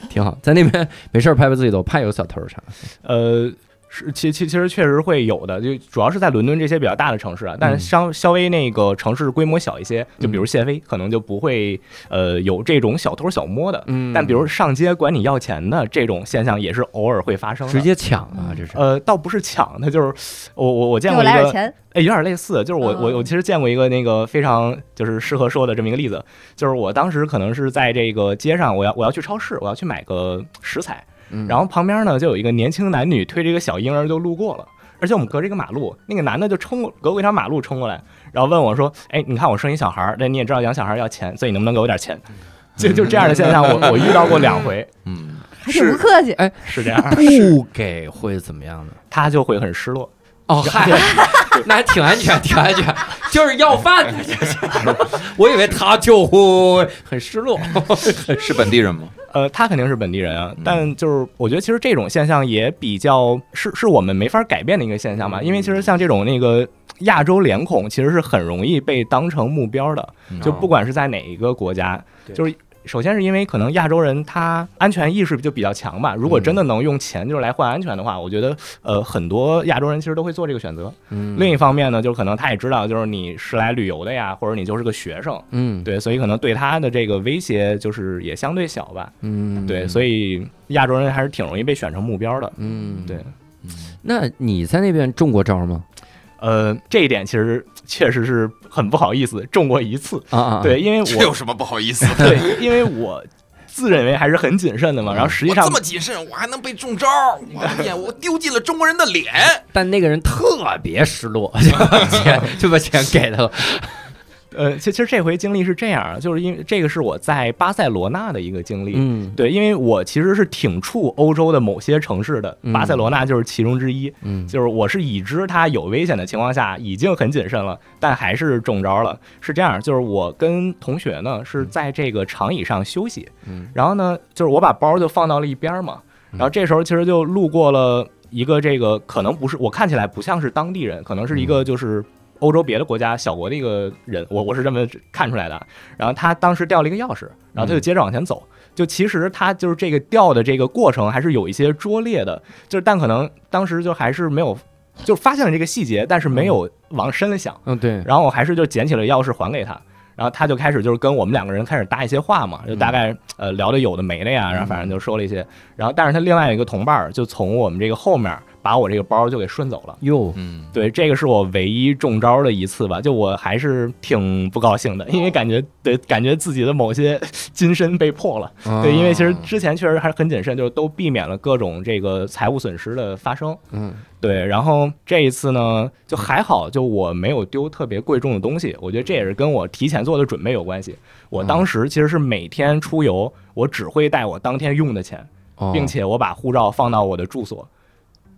Speaker 1: 挺好。在那边没事儿拍拍自己头，怕有小偷啥。
Speaker 4: 呃，是其其其实确实会有的，就主要是在伦敦这些比较大的城市啊，
Speaker 1: 嗯
Speaker 4: 但是稍稍微那个城市规模小一些，就比如谢菲，可能就不会呃有这种小偷小摸的。
Speaker 1: 嗯
Speaker 4: 但比如上街管你要钱的这种现象，也是偶尔会发生的。
Speaker 1: 直接抢啊，这是。
Speaker 4: 呃，倒不是抢，他就是我我我见
Speaker 3: 给
Speaker 4: 过
Speaker 3: 我
Speaker 4: 一
Speaker 3: 来点
Speaker 4: 个，
Speaker 3: 钱，
Speaker 4: 哎，有点类似，就是我我
Speaker 3: 嗯
Speaker 4: 我其实见过一个那个非常就是适合说的这么一个例子，就是我当时可能是在这个街上，我要我要去超市，我要去买个食材，
Speaker 1: 嗯
Speaker 4: 然后旁边呢就有一个年轻男女推着一个小婴儿就路过了。而且我们隔着一个马路，那个男的就冲过隔过一条马路冲过来，然后问我说：“哎，你看我生一小孩儿，那你也知道养小孩儿要钱，所以你能不能给我点钱？” 就就这样的现象我，我遇到过两回，
Speaker 2: 嗯，
Speaker 3: 还挺不 客气。
Speaker 4: 是这样，
Speaker 1: 不给会怎么样呢？
Speaker 4: 他就会很失落。
Speaker 1: 哦，嗨， 那还挺安全，挺安 全，就是要饭。 我以为他就会很失落。
Speaker 2: 是本地人吗？
Speaker 4: 呃，他肯定是本地人啊
Speaker 2: 嗯，
Speaker 4: 但就是我觉得其实这种现象也比较是是我们没法改变的一个现象吧，因为其
Speaker 1: 嗯
Speaker 4: 实像这种那个亚洲脸孔，其实是很容易被当成目标的，就
Speaker 2: 嗯
Speaker 4: 不管是在哪一个国家，
Speaker 1: 哦对
Speaker 4: 就是。首先是因为可能亚洲人他安全意识就比较强吧，如果
Speaker 1: 嗯
Speaker 4: 真的能用钱就是来换安全的话，我觉得呃很多亚洲人其实都会做这个选择。
Speaker 1: 嗯
Speaker 4: 另一方面呢，就是可能他也知道就是你是来旅游的呀，或者你就是个学生，
Speaker 1: 嗯
Speaker 4: 对，所以可能对他的这个威胁就是也相对小吧。
Speaker 1: 嗯
Speaker 4: 对，所
Speaker 1: 以
Speaker 4: 以亚洲人还是挺容易被选成目标的。
Speaker 1: 嗯
Speaker 4: 对。
Speaker 1: 那你在那边中过招吗？
Speaker 4: 呃，这一点其实确实是很不好意思，中过一次。
Speaker 1: 啊啊，啊
Speaker 4: 对，，因为
Speaker 2: 这有
Speaker 4: 我
Speaker 2: 什么不好意思？
Speaker 4: 对，因为我自认为还是很谨慎
Speaker 1: 嗯
Speaker 4: 的嘛。然后实际
Speaker 2: 我
Speaker 4: 上
Speaker 2: 这么谨慎，我还能被中招？我的天，我丢尽了中国人的 脸！
Speaker 1: 但那个人特别失落， 就把钱就把钱给他了。
Speaker 4: 呃，其其实这回经历是这样啊，就是因为这个是我在巴塞罗那的一个经历。
Speaker 1: 嗯
Speaker 4: 对，因为我其实是挺怵欧洲的某些城市的，
Speaker 1: 嗯
Speaker 4: 巴塞罗那就是其中之一。
Speaker 1: 嗯
Speaker 4: 就是我是已知它有危险的情况下，已经很谨慎了，但还是中招了。是这样，就是我跟同学呢是在这个长椅上休息，
Speaker 1: 嗯
Speaker 4: 然后呢，就是我把包就放到了一边儿嘛，然后这时候其实就路过了一个这个可能不是我看起来不像是当地人，可能是一
Speaker 1: 嗯
Speaker 4: 个就是。欧洲别的国家小国的一个人，我我是这么看出来的。然后他当时掉了一个钥匙，然后
Speaker 1: 嗯
Speaker 4: 他就接着往前走。就其实他就是这个掉的这个过程还是有一些拙劣的，就是但可能当时就还是没有，就发现了这个细节，但是没有往深了想。
Speaker 1: 嗯，对，
Speaker 4: 然后我还是就捡起了钥匙还给他，然后他就开始就是跟我们两个人开始搭一些话嘛，就大概呃聊的有的没的呀，然后反正就说了一些。然后但是他另外一个同伴儿就从我们这个后面把我这个包就给顺走了。
Speaker 1: 哟，
Speaker 2: 嗯，
Speaker 4: 对，这个是我唯一中招的一次吧，就我还是挺不高兴的，因为感觉对，感觉自己的某些 金身被破了。
Speaker 1: 啊
Speaker 4: 对，因为其实之前确实还是很谨慎，就是都避免了各种这个财务损失的发生。
Speaker 1: 嗯
Speaker 4: 对，然后这一次呢，就还好，就我没有丢特别贵重的东西，我觉得这也是跟我提前做的准备有关系。
Speaker 1: 嗯
Speaker 4: 我当时其实是每天出游，我只会带我当天用的钱，
Speaker 1: 哦
Speaker 4: 并且我把护照放到我的住所。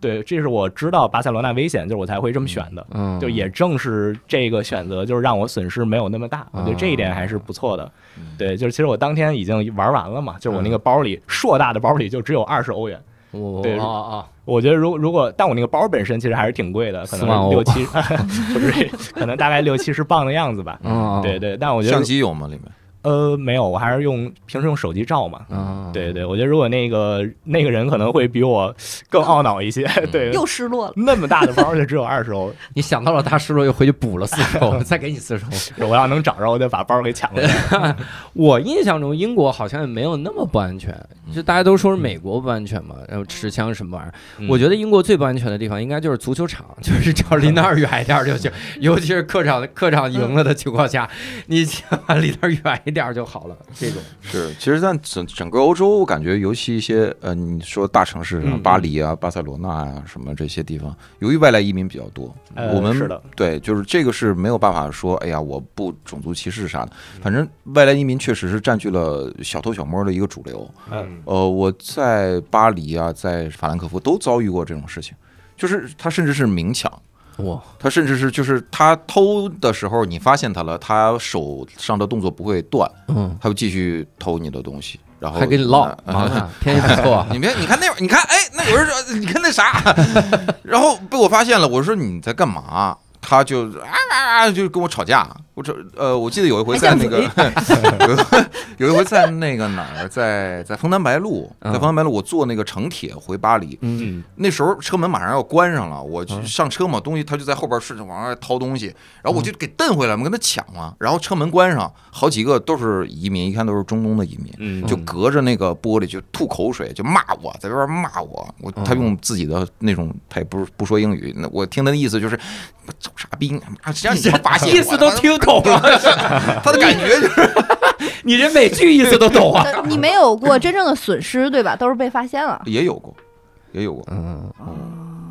Speaker 4: 对，这是我知道巴塞罗那危险，就是我才会这么选的。
Speaker 1: 嗯，
Speaker 4: 就也正是这个选择，就是让我损失没有那么大，
Speaker 1: 啊
Speaker 4: 我觉得这一点还是不错的。
Speaker 1: 嗯
Speaker 4: 对，就是其实我当天已经玩完了嘛，就是我那个包里硕大的包里就只有二十欧元。
Speaker 1: 我
Speaker 4: 对
Speaker 1: 哦哦
Speaker 4: 我觉得如如果，但我那个包本身其实还是挺贵的，可
Speaker 1: 四万
Speaker 4: 能
Speaker 1: 欧
Speaker 4: 六七， 不是，可能大概六七十磅的样子
Speaker 2: 嗯
Speaker 4: 吧。
Speaker 1: 哦，
Speaker 4: 对对，但我觉
Speaker 2: 相
Speaker 4: 得
Speaker 2: 机有吗？里面
Speaker 4: 呃没有，我还是用平时用手机照嘛。
Speaker 1: 啊，
Speaker 4: 对对，我觉得如果那个那个人可能会比我更懊恼一些，
Speaker 1: 嗯
Speaker 4: 对，
Speaker 3: 又失落了。
Speaker 4: 那么大的包就只有二十欧，
Speaker 1: 你想到了大失落，又回去补了四十欧， 再给你四十欧。
Speaker 4: 我要能找着，我得把包给抢 过来。
Speaker 1: 我印象中英国好像也没有那么不安全，嗯就大家都说是美国不安全嘛，然后持枪什么玩意儿。我觉得英国最不安全的地方应该就是足球场， 就是只要离那儿远一点儿就行，尤其是客场客场赢了的情况下，你起码离那儿远一点儿就好了。这种
Speaker 2: 是，其实但整整个欧洲，我感觉尤其一些呃，你说大城市，
Speaker 4: 嗯
Speaker 2: 巴黎啊、巴塞罗那啊什么这些地方，由于外来移民比较多，
Speaker 4: 呃
Speaker 2: 我们
Speaker 4: 是的
Speaker 2: 对，就是这个是没有办法说，哎呀，我不种族歧视啥的，
Speaker 4: 嗯
Speaker 2: 反正外来移民确实是占据了小偷小摸的一个主流。
Speaker 4: 嗯
Speaker 2: 呃，我在巴黎啊，在法兰克福都遭遇过这种事情，就是他甚至是明抢。
Speaker 1: 哇，
Speaker 2: 他甚至是就是他偷的时候，你发现他了，他手上的动作不会断，
Speaker 1: 嗯，
Speaker 2: 他会继续偷你的东西，然后
Speaker 1: 还给你唠，
Speaker 2: 呃
Speaker 1: 忙呢，天气不错啊。
Speaker 2: 你别，你看那会儿，你看，哎，那有人说，你看那啥， 然后被我发现了，我说你在干嘛？他就啊啊啊，就跟我吵架，我这呃，我记得有一回
Speaker 3: 哎
Speaker 2: 在
Speaker 3: 这样
Speaker 2: 那
Speaker 3: 子
Speaker 2: 个有一回有一回在那个哪儿，在在枫丹白露，在
Speaker 1: 嗯
Speaker 2: 枫丹白露，我坐那个城铁回巴黎，
Speaker 1: 嗯，
Speaker 2: 那时候车门马上要关上了，我就上车嘛，东西他就在后边顺着往外掏东西，然后
Speaker 1: 嗯
Speaker 2: 我就给蹬回来嘛，跟他抢嘛，然后车门关上，好几个都是移民，一看都是中东的移民。
Speaker 4: 嗯
Speaker 2: 就隔着那个玻璃就吐口水，就骂我，在外边骂我。我
Speaker 1: 嗯
Speaker 2: 他用自己的那种，他也不是不说英语，那我听他的意思就是，臭傻逼，你妈谁让你他妈发现 我
Speaker 1: 意思都听懂了，
Speaker 2: 他的感觉就是
Speaker 1: 你这美剧意思都懂啊？
Speaker 3: 呃但你没有过真正的损失，对吧？都是被发现了。
Speaker 2: 也有过，也有过。
Speaker 1: 嗯，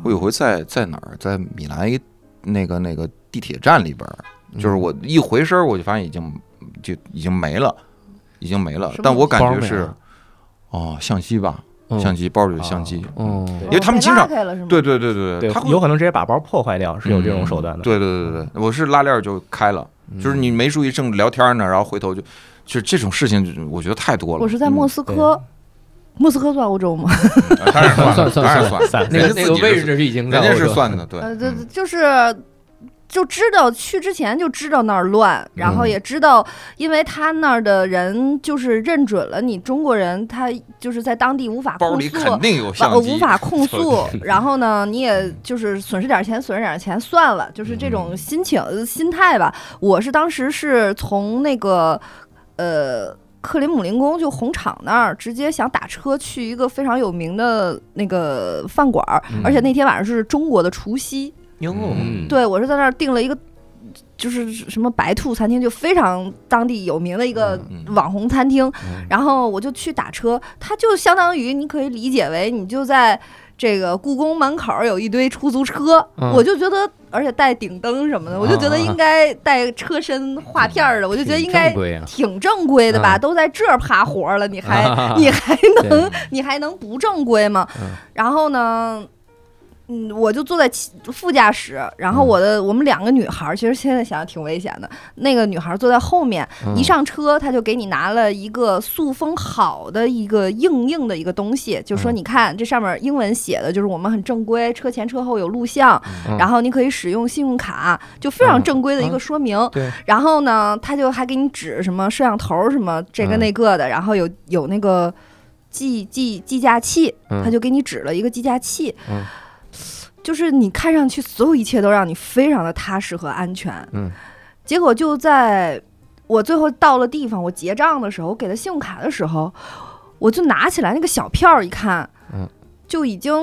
Speaker 2: 我有回在在哪儿，在米兰一那个那个地铁站里边儿，
Speaker 1: 嗯
Speaker 2: 就是我一回身儿我就发现已经就已经没了，已经没了
Speaker 3: 什。么
Speaker 2: 但我感
Speaker 1: 包
Speaker 2: 觉
Speaker 1: 没
Speaker 2: 是
Speaker 1: 了
Speaker 2: 哦，相机吧，
Speaker 1: 嗯
Speaker 2: 相机包里有相机。
Speaker 1: 哦，
Speaker 2: 因为他们经常
Speaker 3: 被拉开了是吗？
Speaker 2: 对对对对
Speaker 4: 对
Speaker 2: 他，会
Speaker 4: 有可能直接把包破坏掉，是有这种手段的。
Speaker 2: 嗯
Speaker 4: 嗯
Speaker 2: 对对对对对，我是拉链儿就开了，就是你没注意正聊天儿呢，然后回头就。就这种事情就，我觉得太多了。
Speaker 3: 我是在莫
Speaker 1: 嗯
Speaker 3: 斯科，莫斯科算欧洲吗？
Speaker 2: 嗯当然
Speaker 1: 算
Speaker 2: 算了，当
Speaker 1: 算
Speaker 2: 然
Speaker 1: 算
Speaker 2: 了
Speaker 4: 算
Speaker 1: 那个
Speaker 2: 人家
Speaker 1: 那
Speaker 2: 自
Speaker 1: 个
Speaker 2: 己是
Speaker 1: 位置是已经在
Speaker 2: 人家是
Speaker 1: 欧洲
Speaker 2: 算的，对。
Speaker 3: 呃，
Speaker 2: 嗯
Speaker 3: 就就是就知道去之前就知道那儿乱，然后
Speaker 1: 嗯
Speaker 3: 也知道，因为他那儿的人就是认准了你中国人，他就是在当地无法
Speaker 2: 包
Speaker 3: 控
Speaker 2: 里
Speaker 3: 诉。
Speaker 2: 肯定有
Speaker 3: 完
Speaker 2: 相机，
Speaker 3: 无
Speaker 4: 嗯
Speaker 3: 法控诉， 然后呢，你也就是损失点钱，损失点钱算了，就是这
Speaker 2: 嗯
Speaker 3: 种心情、呃心态吧。我是当时是从那个呃克林姆林宫就红场那儿直接想打车去一个非常有名的那个饭馆儿，
Speaker 1: 嗯
Speaker 3: 而且那天晚上是中国的除夕，
Speaker 4: 哟
Speaker 1: 嗯，
Speaker 3: 对我是在那儿订了一个。就是什么白兔餐厅，就非常当地有名的一个
Speaker 2: 嗯
Speaker 3: 网红餐厅，
Speaker 1: 嗯
Speaker 3: 然后我就去打车，它就相当于你可以理解为你就在这个故宫门口儿有一堆出租车，
Speaker 1: 嗯
Speaker 3: 我就觉得，而且带顶灯什么的，我就觉得应该带车身画片儿的，我就觉得应该
Speaker 1: 挺正规啊
Speaker 3: 挺正规的吧，
Speaker 1: 啊
Speaker 3: 都在这儿趴活儿了，你还、
Speaker 1: 啊
Speaker 3: 你还能
Speaker 1: 对
Speaker 3: 你还能不正规吗？
Speaker 1: 嗯
Speaker 3: 然后呢？嗯，我就坐在其副驾驶，然后
Speaker 1: 嗯
Speaker 3: 我的、我们两个女孩儿，其实现在想想挺危险的。那个女孩儿坐在后面，
Speaker 1: 嗯
Speaker 3: 一上车，他就给你拿了一个塑封好的一个硬硬的一个东西，就说
Speaker 1: 嗯
Speaker 3: 你看这上面英文写的就是我们很正规，车前车后有录像，
Speaker 1: 嗯
Speaker 3: 然后你可以使用信用卡，就非常
Speaker 1: 嗯
Speaker 3: 正规的一
Speaker 1: 啊
Speaker 3: 个说明。
Speaker 1: 对
Speaker 3: 然后呢，他就还给你指什么摄像头什么这个
Speaker 1: 嗯
Speaker 3: 那个的，然后有有那个计计计价器，
Speaker 1: 嗯
Speaker 3: 他就给你指了一个计价器。
Speaker 1: 嗯
Speaker 3: 就是你看上去所有一切都让你非常的踏实和安全，
Speaker 1: 嗯，
Speaker 3: 结果就在我最后到了地方，我结账的时候，我给他信用卡的时候，我就拿起来那个小票儿一看，
Speaker 1: 嗯，
Speaker 3: 就已经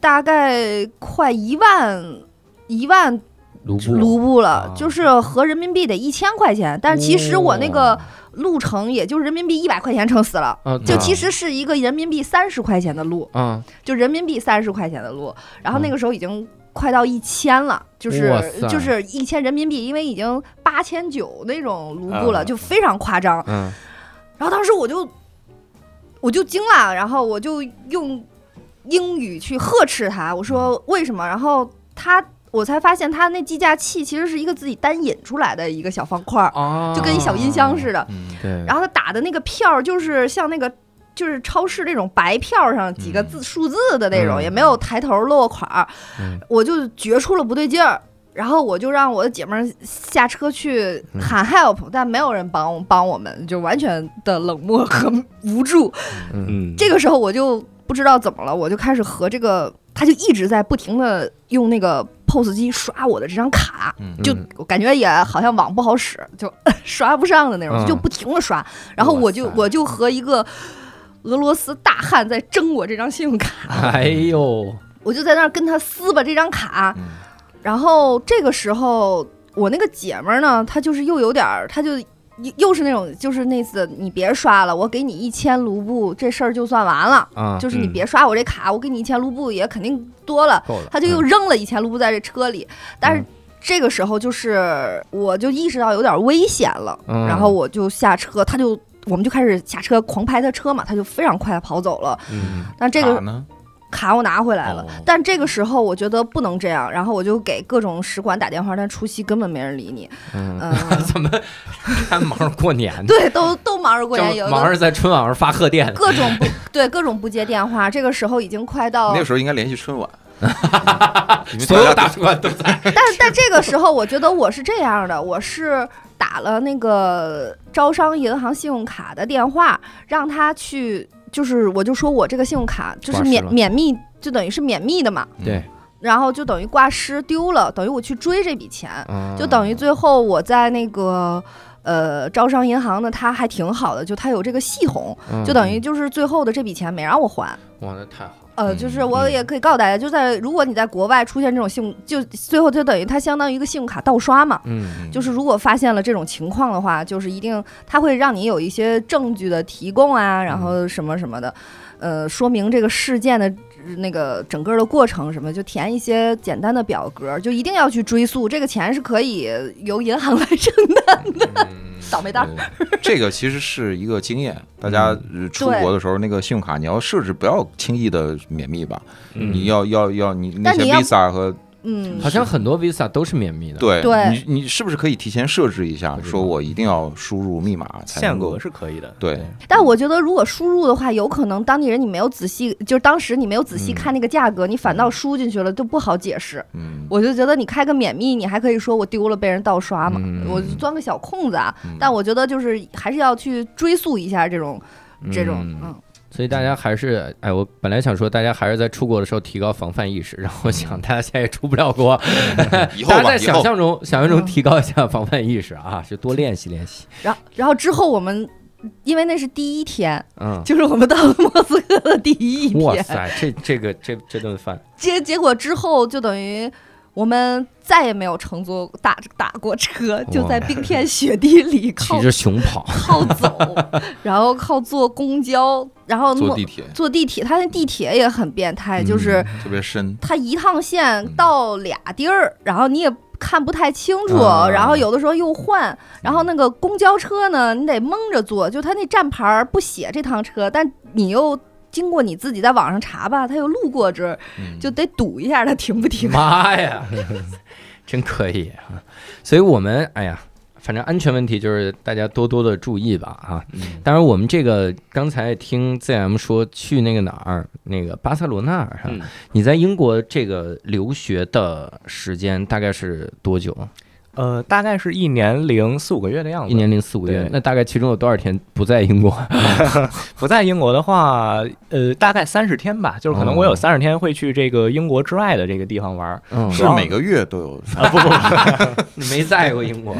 Speaker 3: 大概快一万一万
Speaker 1: 卢布
Speaker 3: 卢布了
Speaker 1: 啊，
Speaker 3: 就是合人民币得一千块钱，但是其实我那个路程也就人民币一百块钱撑死了。
Speaker 1: 啊，
Speaker 3: 就
Speaker 1: 对
Speaker 3: 其实是一个人民币三十块钱的路，
Speaker 1: 啊，
Speaker 3: 就人民币三十块钱的路，然后那个时候已经快到一千了，就
Speaker 1: 嗯
Speaker 3: 是
Speaker 1: 哇塞
Speaker 3: 就是一千人民币，因为已经八千九那种卢布
Speaker 1: 啊
Speaker 3: 了，
Speaker 4: 嗯
Speaker 3: 就非常夸张。
Speaker 1: 嗯
Speaker 3: 然后当时我就我就惊了，然后我就用英语去呵斥他，我说为什么？然后他我才发现他那计价器其实是一个自己单引出来的一个小方块儿，
Speaker 1: 啊，
Speaker 3: 就跟一小音箱似的。
Speaker 2: 嗯，
Speaker 1: 对，
Speaker 3: 然后他打的那个票儿就是像那个。就是超市那种白票儿上几个字、数字的那种，
Speaker 1: 嗯
Speaker 3: 也没有抬头落款儿，
Speaker 1: 嗯
Speaker 3: 我就觉出了不对劲儿，然后我就让我的姐妹儿下车去
Speaker 1: 嗯
Speaker 3: 喊 help，、但没有人帮我帮我们，就完全的冷漠和无助。
Speaker 4: 嗯，
Speaker 3: 这个时候我就不知道怎么了，我就开始和这个，他就一直在不停的用那个 POS 机刷我的这张卡，
Speaker 2: 嗯
Speaker 3: 就
Speaker 1: 嗯
Speaker 3: 我感觉也好像网不好使，就 刷不上的那种，
Speaker 1: 嗯
Speaker 3: 就不停的刷。然后我就
Speaker 1: 哇塞
Speaker 3: 我就和一个俄罗斯大汉在争我这张信用卡，
Speaker 1: 哎呦，
Speaker 3: 我就在那儿跟他撕吧这张卡。
Speaker 2: 嗯
Speaker 3: 然后这个时候我那个姐们儿呢，她就是又有点儿，她就。又又是那种，就是那次你别刷了，我给你一千卢布，这事儿就算完了。
Speaker 1: 啊，
Speaker 3: 就是你
Speaker 4: 嗯
Speaker 3: 别刷我这卡，我给你一千卢布也肯定多了。
Speaker 1: 够了，
Speaker 3: 他就又扔了一千卢布在这车里，但是
Speaker 1: 嗯
Speaker 3: 这个时候就是我就意识到有点危险了，
Speaker 1: 嗯，
Speaker 3: 然后我就下车，他就我们就开始下车狂拍他车嘛，他就非常快的跑走了。
Speaker 1: 嗯
Speaker 3: 但这个
Speaker 2: 卡啊呢？
Speaker 3: 卡我拿回来了。
Speaker 2: 哦
Speaker 3: 但这个时候，我觉得不能这样，然后我就给各种使馆打电话，但除夕根本没人理你。
Speaker 1: 嗯，
Speaker 3: 嗯，
Speaker 1: 怎么还忙着过年呢？
Speaker 3: 对，都都忙着过年，有
Speaker 1: 就
Speaker 3: 一
Speaker 1: 忙
Speaker 3: 个
Speaker 1: 着在春晚上发贺电，
Speaker 3: 各种不对各种不接电话，这个时候已经快 到
Speaker 2: 那个时候应该联系春晚，你们
Speaker 1: 所有大使馆都
Speaker 3: 但但这个时候，我觉得我是这样的，我是打了那个招商银行信用卡的电话，让他去，就是我就说我这个信用卡就是
Speaker 1: 挂失
Speaker 3: 免
Speaker 1: 了嗯
Speaker 3: 免密，就等于是免密的嘛，
Speaker 1: 对，
Speaker 3: 然后就等于挂失丢了，等于我去追这笔钱，
Speaker 1: 嗯
Speaker 3: 就等于最后我在那个。呃，招商银行呢，它还挺好的，就它有这个系统，
Speaker 1: 嗯
Speaker 3: 就等于就是最后的这笔钱没让我还。
Speaker 1: 哇，那太好了，
Speaker 3: 呃，
Speaker 2: 嗯
Speaker 3: 就是我也可以告诉大家，就在如果你在国外出现这种信用，就最后就等于它相当于一个信用卡盗刷嘛。
Speaker 1: 嗯，
Speaker 3: 就是如果发现了这种情况的话，就是一定它会让你有一些证据的提供啊，然后
Speaker 2: 嗯
Speaker 3: 什么什么的，呃，说明这个事件的呃那个整个的过程什么，就填一些简单的表格，就一定要去追溯，这个钱是可以由银行来 承担的。倒霉蛋儿，
Speaker 2: 嗯对这个其实是一个经验，
Speaker 4: 嗯
Speaker 2: 大家呃出
Speaker 3: 对
Speaker 2: 国的时候，那个信用卡你要设置不要轻易的免密吧，
Speaker 1: 嗯
Speaker 2: 你要要要你那
Speaker 3: 但
Speaker 2: 些
Speaker 3: 你要
Speaker 2: Visa 和
Speaker 3: 嗯，
Speaker 1: 好像很多 Visa 都是免密的，，
Speaker 2: 对，
Speaker 3: 对
Speaker 2: 你你是不是可以提前设置一下，
Speaker 1: 不知道
Speaker 2: 说我一定要输入密码才
Speaker 4: 限
Speaker 2: 能
Speaker 4: 额
Speaker 2: 够？
Speaker 4: 是可以的，
Speaker 2: 对，
Speaker 3: 但
Speaker 1: 嗯
Speaker 3: 我觉得如果输入的话，有可能当地人你没有仔细，就是当时你没有仔
Speaker 1: 嗯
Speaker 3: 细看那个价格，你反倒输进去了，就不好解释。
Speaker 2: 嗯，
Speaker 3: 我就觉得你开个免密，你还可以说我丢了被人盗刷嘛，
Speaker 1: 嗯
Speaker 3: 我就钻个小空子啊。
Speaker 2: 嗯
Speaker 3: 但我觉得就是还是要去追溯一下这种这种，嗯，
Speaker 1: 所以大家还是，哎，我本来想说，大家还是在出国的时候提高防范意识，然后我想大家现在也出不了 国，
Speaker 2: 以后
Speaker 1: 大家
Speaker 2: 吧，
Speaker 1: 在
Speaker 2: 以
Speaker 1: 想
Speaker 2: 后
Speaker 1: 象中想象中提高一下防范意识啊，就多练习练习，
Speaker 3: 然后然后之后我们。因为那是第一天，
Speaker 1: 嗯，
Speaker 3: 就是我们到了莫斯科的第一
Speaker 1: 哇
Speaker 3: 天。
Speaker 1: 塞，这这个这这顿饭，
Speaker 3: 结结果之后就等于我们再也没有乘坐打打过车，就在冰天雪地里 靠
Speaker 1: 骑着熊跑，
Speaker 3: 靠走，然后靠坐公交，然后
Speaker 2: 坐
Speaker 3: 莫
Speaker 2: 地铁
Speaker 3: 坐地铁，它那地铁也很变态，
Speaker 1: 嗯
Speaker 3: 就是
Speaker 2: 特别深，
Speaker 3: 它一趟线到俩地儿，然后你也。看不太清楚，
Speaker 1: 啊嗯
Speaker 3: 然后有的时候又换，然后那个公交车呢，你得蒙着坐，就它那站牌儿不写这趟车，但你又经过你自己在网上查吧，它又路过这儿，
Speaker 2: 嗯
Speaker 3: 就得赌一下它停不停。
Speaker 1: 妈 呀， 真可以啊！所以我们哎呀，反正安全问题就是大家多多的注意吧啊。
Speaker 2: 嗯
Speaker 1: 当然，我们这个刚才听 ZM 说去那个哪儿，那个巴塞罗那啊，
Speaker 4: 嗯
Speaker 1: 你在英国这个留学的时间大概是多久？
Speaker 4: 呃，大概是一年零四五个月的样子。
Speaker 1: 一年零四五个月
Speaker 4: 对。
Speaker 1: 那大概其中有多少天不在英国？
Speaker 4: 不在英国的话，呃，大概三十天吧，就是可能我
Speaker 2: 哦
Speaker 4: 有三十天会去这个英国之外的这个地方玩儿。
Speaker 1: 嗯
Speaker 2: 是每个月都有
Speaker 4: 啊，不不不，
Speaker 1: 没在过英国。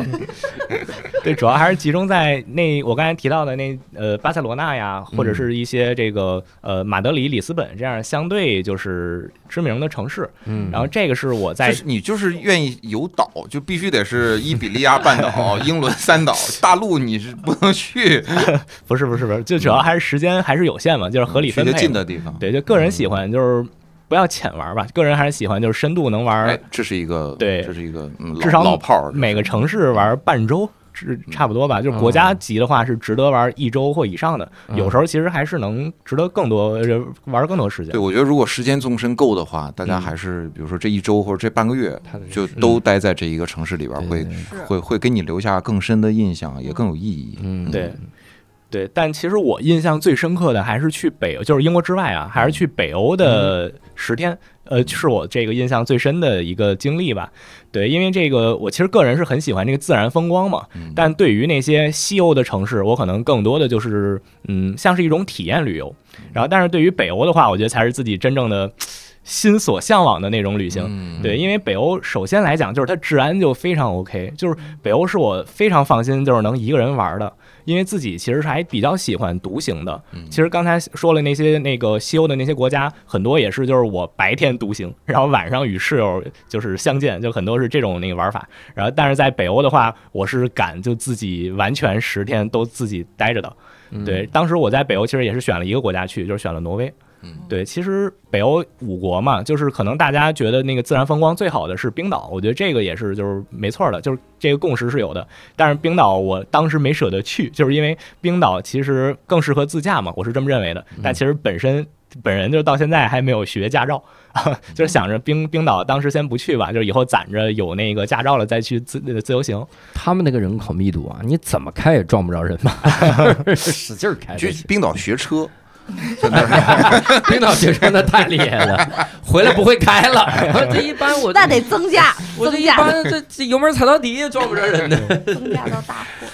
Speaker 4: 对，主要还是集中在那我刚才提到的那呃巴塞罗那呀，或
Speaker 2: 嗯
Speaker 4: 者是一些这个呃马德里、里斯本这样相对就是知名的城市。
Speaker 1: 嗯，
Speaker 4: 然后这个是我在
Speaker 2: 就是你就是愿意游岛，就必须得是伊比利亚半岛、英伦三岛，大陆你是不能去，
Speaker 4: 不是不是不是，就主要还是时间还是有限嘛，就是合理
Speaker 2: 嗯去
Speaker 4: 分
Speaker 2: 些
Speaker 4: 配
Speaker 2: 近
Speaker 4: 嘛。
Speaker 2: 的地方。
Speaker 4: 对，就个人喜
Speaker 2: 嗯
Speaker 4: 欢就是不要浅玩吧，个人还是喜欢就是深度能玩
Speaker 2: 哎，这是一个，
Speaker 4: 对
Speaker 2: 这是一个，嗯，老
Speaker 4: 至少
Speaker 2: 老炮儿，
Speaker 4: 每个城市玩半周。是
Speaker 2: 嗯
Speaker 4: 差不多吧，就是国家级的话是值得玩一周或以上的，
Speaker 1: 哦嗯
Speaker 4: 有时候其实还是能值得更多呃玩更多时间
Speaker 2: 对，。我觉得如果时间纵深够的话，大家还是比如说这一周或者这半个月，就都待在这一个城市里边儿，会
Speaker 3: 是
Speaker 2: 会会给你留下更深的印象，也更有意义。
Speaker 1: 嗯，
Speaker 4: 对，对，但其实我印象最深刻的还是去北欧，就是英国之外啊，
Speaker 1: 嗯
Speaker 4: 还是去北欧的十天，呃，是我这个印象最深的一个经历吧。对，因为这个我其实个人是很喜欢这个自然风光嘛，
Speaker 2: 嗯
Speaker 4: 但对于那些西欧的城市，我可能更多的就是嗯，像是一种体验旅游。然后，但是对于北欧的话，我觉得才是自己真正的心所向往的那种旅行。
Speaker 2: 嗯，
Speaker 4: 对，因为北欧首先来讲，就是它治安就非常 OK，就是北欧是我非常放心，就是能一个人玩的，因为自己其实是还比较喜欢独行的。
Speaker 2: 嗯
Speaker 4: 其实刚才说了那些那个西欧的那些国家，很多也是就是我白天独行，然后晚上与室友就是相见，就很多是这种那个玩法。然后但是在北欧的话，我是敢就自己完全十天都自己待着的。
Speaker 1: 嗯
Speaker 4: 对，当时我在北欧其实也是选了一个国家去，就是选了挪威。对，其实北欧五国嘛，就是可能大家觉得那个自然风光最好的是冰岛，我觉得这个也是就是没错的，就是这个共识是有的。但是冰岛我当时没舍得去，就是因为冰岛其实更适合自驾嘛，我是这么认为的。但其实本身本人就到现在还没有学驾照， 就是想着冰冰岛当时先不去吧，就是以后攒着有那个驾照了再去自呃自由行。
Speaker 1: 他们那个人口密度啊，你怎么开也撞不着人吧，使劲儿开
Speaker 2: 去
Speaker 1: 就行。
Speaker 2: 冰岛学车，
Speaker 1: 真的 是冰岛学生那太厉害了，回来不会开了。这一般我
Speaker 3: 那得增加，
Speaker 1: 我这
Speaker 3: 增
Speaker 1: 一
Speaker 3: 加，
Speaker 1: 般这这油门踩到底也撞不着人的。
Speaker 3: 增加到大货。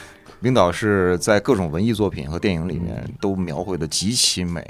Speaker 2: 冰岛是在各种文艺作品和电影里面都描绘的极其美，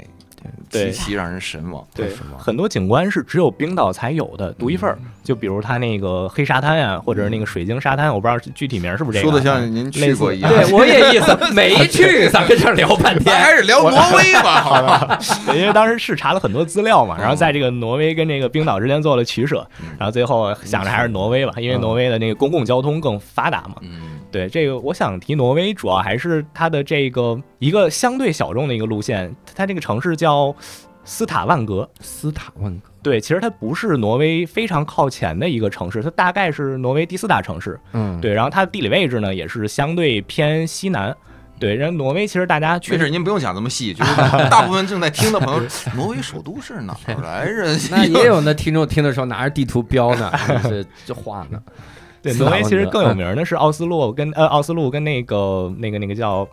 Speaker 4: 对
Speaker 2: 极其让人神往。
Speaker 4: 对
Speaker 2: 神往
Speaker 4: 很多景观是只有冰岛才有的，独一份
Speaker 2: 嗯
Speaker 4: 儿。就比如它那个黑沙滩啊，或者那个水晶沙滩，我不知道具体名儿是不是这个
Speaker 2: 说
Speaker 4: 啊。
Speaker 2: 的像您去
Speaker 4: 类似
Speaker 2: 过一样。
Speaker 1: 对， 我也意思 没去，咱跟这儿聊半
Speaker 2: 咱
Speaker 1: 天。
Speaker 2: 还是聊挪威吧，好吧？
Speaker 4: 对，因为当时是查了很多资料嘛，
Speaker 2: 嗯
Speaker 4: 然后在这个挪威跟这个冰岛之间做了取舍，然后最
Speaker 2: 嗯
Speaker 4: 后想着还是挪威吧，因为挪威的那个公共交通更发达嘛。
Speaker 2: 嗯，
Speaker 4: 对这个，我想提挪威，主要还是它的这个一个相对小众的一个路线，它这个城市叫斯塔万格。
Speaker 1: 斯塔万格，
Speaker 4: 对，其实它不是挪威非常靠前的一个城市，它大概是挪威第四大城市。
Speaker 1: 嗯，
Speaker 4: 对，然后它的地理位置呢也是相对偏西南。对，然后挪威其实大家
Speaker 2: 没
Speaker 4: 确实
Speaker 2: 事，您不用讲这么细，就是大部分正在听的朋友，挪威首都是哪儿来着？
Speaker 1: 那也有那听众听的时候拿着地图标呢，这这画呢。
Speaker 4: 对，
Speaker 1: 斯
Speaker 4: 挪
Speaker 1: 塔
Speaker 4: 威
Speaker 1: 万
Speaker 4: 其实
Speaker 1: 格
Speaker 4: 更有名儿的是奥斯陆跟呃奥斯陆跟那个那个那个叫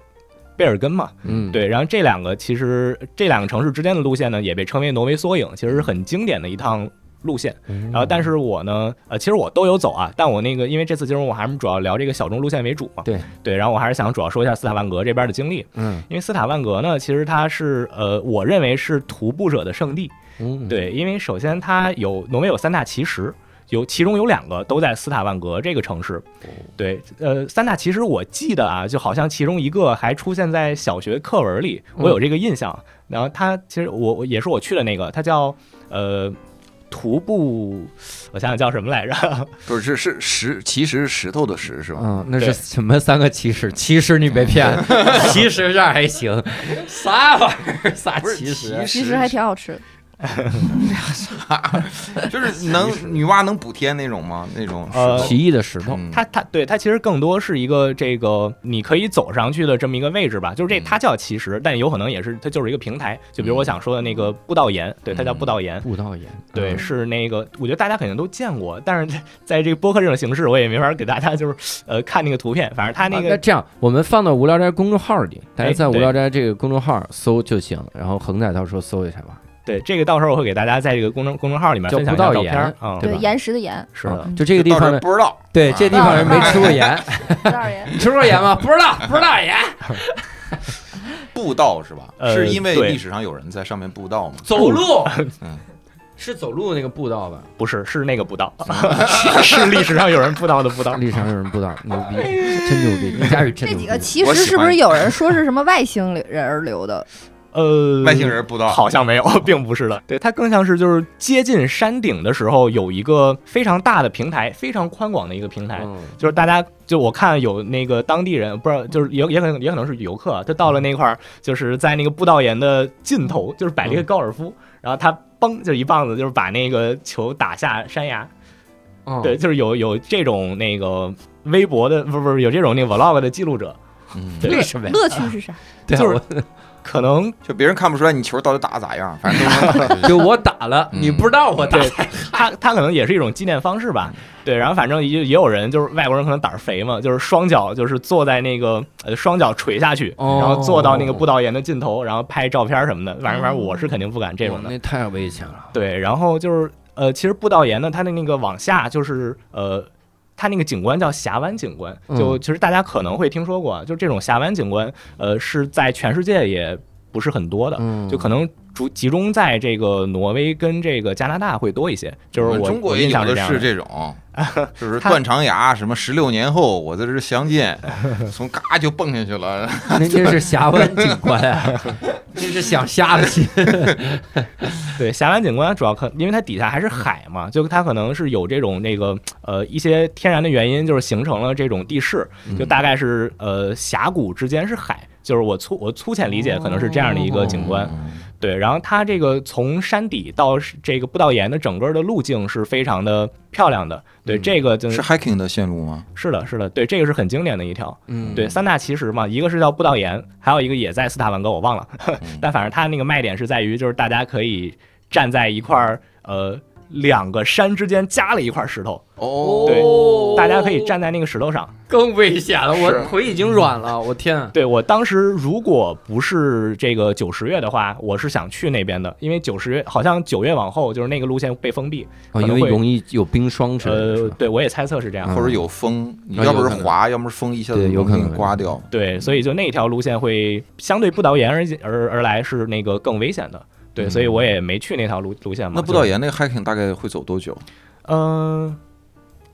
Speaker 4: 贝尔根嘛，
Speaker 1: 嗯，，
Speaker 4: 对，然后这两个其实这两个城市之间的路线呢，也被称为挪威缩影，其实是很经典的一趟路线。
Speaker 1: 嗯
Speaker 4: 然后，但是我呢，呃，其实我都有走啊，但我那个因为这次节目我还是主要聊这个小众路线为主嘛。
Speaker 1: 对
Speaker 4: 对，然后我还是想主要说一下斯塔万格这边的经历，
Speaker 1: 嗯
Speaker 4: 因为斯塔万格呢，其实它是呃，我认为是徒步者的圣地。
Speaker 1: 嗯，
Speaker 4: 对，因为首先它有挪威有三大奇石，有其中有两个都在斯塔万格这个城市。对，呃，三大奇石我记得啊，就好像其中一个还出现在小学课文里，我有这个印象。然后它其实我我也是我去的那个，它叫呃徒步，我想想叫什么来着？
Speaker 2: 不是是石，其实是石头的石是吧？
Speaker 1: 嗯，那
Speaker 4: 对
Speaker 1: 是什么三个骑士？骑士你别骗，骑士这儿还行，啥 玩意儿？啥
Speaker 2: 不是
Speaker 1: 骑士？
Speaker 2: 其
Speaker 3: 其实还挺好吃的，
Speaker 2: 就是能女娲能补天那种吗？那种石
Speaker 4: 呃
Speaker 2: 头
Speaker 1: 奇异的石头，
Speaker 2: 嗯
Speaker 4: 它它对它其实更多是一个这个你可以走上去的这么一个位置吧，就是这
Speaker 2: 嗯
Speaker 4: 它叫奇石，但有可能也是它就是一个平台，就比如我想说的那个步道岩，对，它叫步道岩。
Speaker 1: 步道岩，
Speaker 4: 对，
Speaker 1: 嗯，
Speaker 4: 是那个，我觉得大家肯定都见过，但是在在这个播客这种形式，我也没法给大家就是呃看那个图片，反正他那
Speaker 1: 啊
Speaker 4: 个
Speaker 1: 这样，我们放到无聊斋公众号里，大家
Speaker 4: 哎
Speaker 1: 在无
Speaker 4: 对
Speaker 1: 聊斋这个公众号搜就行，然后恒仔到时候搜一下吧。
Speaker 4: 对这个到时候我会给大家在这个公众公众号里面
Speaker 1: 叫
Speaker 4: 分享一
Speaker 1: 不
Speaker 4: 下
Speaker 1: 到
Speaker 4: 照
Speaker 1: 眼
Speaker 4: 片儿啊，
Speaker 1: 对
Speaker 3: 对
Speaker 1: 吧
Speaker 3: 岩石的岩，
Speaker 4: 是啊的
Speaker 1: 啊，就这个地啊
Speaker 2: 到
Speaker 1: 方
Speaker 2: 这
Speaker 1: 呢，
Speaker 2: 儿不知道，
Speaker 1: 对，这地方人没吃过 盐，
Speaker 3: 多少人？
Speaker 1: 吃过盐吗？不知道，不知道盐，
Speaker 2: 步道是吧？
Speaker 4: 呃
Speaker 2: 是因为
Speaker 4: 对
Speaker 2: 历史上有人在上面步道吗？
Speaker 1: 走路
Speaker 2: 嗯，
Speaker 1: 是走路那个步道吧？
Speaker 4: 嗯不是是那个步道， 是历史上有人步道的 步道，
Speaker 1: 历史上有人步道，牛逼，真牛 逼，李佳宇真
Speaker 3: 这
Speaker 1: 牛逼
Speaker 3: 几个。其
Speaker 2: 我
Speaker 3: 实
Speaker 2: 喜
Speaker 3: 是不是
Speaker 2: 欢
Speaker 3: 有人说是什么外星人留的？
Speaker 4: 呃，
Speaker 2: 外星人步道，
Speaker 4: 好像没有，并不是的，对，它更像是就是接近山顶的时候有一个非常大的平台，非常宽广的一个平台，
Speaker 1: 嗯
Speaker 4: 就是大家就我看有那个当地人，不知道就是也也可能也可能是游客啊，他到了那块儿，就是在那个步道岩的尽头，就是摆
Speaker 1: 嗯
Speaker 4: 了一个高尔夫，然后他嘣就一棒子就是把那个球打下山崖。
Speaker 1: 嗯
Speaker 4: 对，就是有有这种那个微博的，不不是有这种那个 vlog 的记录者，
Speaker 2: 嗯，
Speaker 4: 对
Speaker 1: 为什么呀？
Speaker 3: 乐趣是啥？
Speaker 1: 对啊
Speaker 4: 就是
Speaker 1: 我
Speaker 4: 可能
Speaker 2: 就别人看不出来你球到底打得咋样，反正都 能看出去
Speaker 1: 就我打了，
Speaker 2: 嗯
Speaker 1: 你不知道我打
Speaker 4: 对。他他可能也是一种纪念方式吧。对，然后反正也也有人就是外国人可能胆儿肥嘛，就是双脚就是坐在那个呃双脚垂下去，
Speaker 1: 哦
Speaker 4: 然后坐到那个步道岩的尽头，然后拍照片什么的。反正反正我是肯定不敢这种的。
Speaker 1: 那太危险了。
Speaker 4: 对，然后就是呃，其实步道岩呢，它的那个往下就是呃。它那个景观叫峡湾景观，就
Speaker 1: 嗯
Speaker 4: 其实大家可能会听说过，啊，就这种峡湾景观，呃，是在全世界也不是很多的，
Speaker 1: 嗯
Speaker 4: 就可能主集中在这个挪威跟这个加拿大会多一些。就是我
Speaker 2: 嗯中国
Speaker 4: 我
Speaker 2: 也
Speaker 4: 印象
Speaker 2: 有的
Speaker 4: 这样
Speaker 2: 是这种，就是断肠崖，什么十六年后我在这儿相见，从嘎就蹦下去了，
Speaker 1: 那那是峡湾景观啊，那是想瞎 了心。
Speaker 4: 对，峡湾景观主要可，因为它底下还是海嘛，就它可能是有这种那个呃一些天然的原因，就是形成了这种地势，
Speaker 2: 嗯
Speaker 4: 就大概是呃峡谷之间是海，就是我粗我粗浅理解可能是这样的一个景
Speaker 2: 哦
Speaker 4: 观。
Speaker 2: 嗯
Speaker 4: 对，然后它这个从山底到是这个步道岩的整个的路径是非常的漂亮的。对，
Speaker 1: 嗯
Speaker 4: 这个就是
Speaker 2: hiking 的线路吗？
Speaker 4: 是的，是的，对，这个是很经典的一条。
Speaker 1: 嗯，
Speaker 4: 对，三大奇石嘛，一个是叫步道岩，还有一个也在斯塔万格，我忘了。
Speaker 1: 嗯
Speaker 4: 但反正它那个卖点是在于，就是大家可以站在一块儿，呃，两个山之间加了一块石头。
Speaker 2: 哦
Speaker 4: 对大家可以站在那个石头上。
Speaker 1: 更危险了，
Speaker 2: 是
Speaker 1: 我腿已经软了，我天！啊
Speaker 4: 对我当时如果不是这个九十月的话，我是想去那边的，因为九十月好像九月往后就是那个路线被封闭。
Speaker 1: 哦，
Speaker 4: 可能
Speaker 1: 因为
Speaker 4: 会
Speaker 1: 容易有冰霜之类的嗯是
Speaker 4: 呃，
Speaker 1: 吧，
Speaker 4: 对我也猜测是这样。
Speaker 2: 或者有风，你
Speaker 1: 啊
Speaker 2: 要不
Speaker 1: 有
Speaker 2: 是
Speaker 1: 可能
Speaker 2: 滑，要么是风一下子
Speaker 1: 对有可
Speaker 2: 给你
Speaker 1: 能
Speaker 2: 刮掉。
Speaker 4: 对，所以就那条路线会相对不导岩而而而来是那个更危险的。对，
Speaker 1: 嗯
Speaker 4: 所以我也没去那条路路线嘛。
Speaker 2: 那不
Speaker 4: 就
Speaker 2: 导岩那个 hiking 大概会走多久？
Speaker 4: 嗯、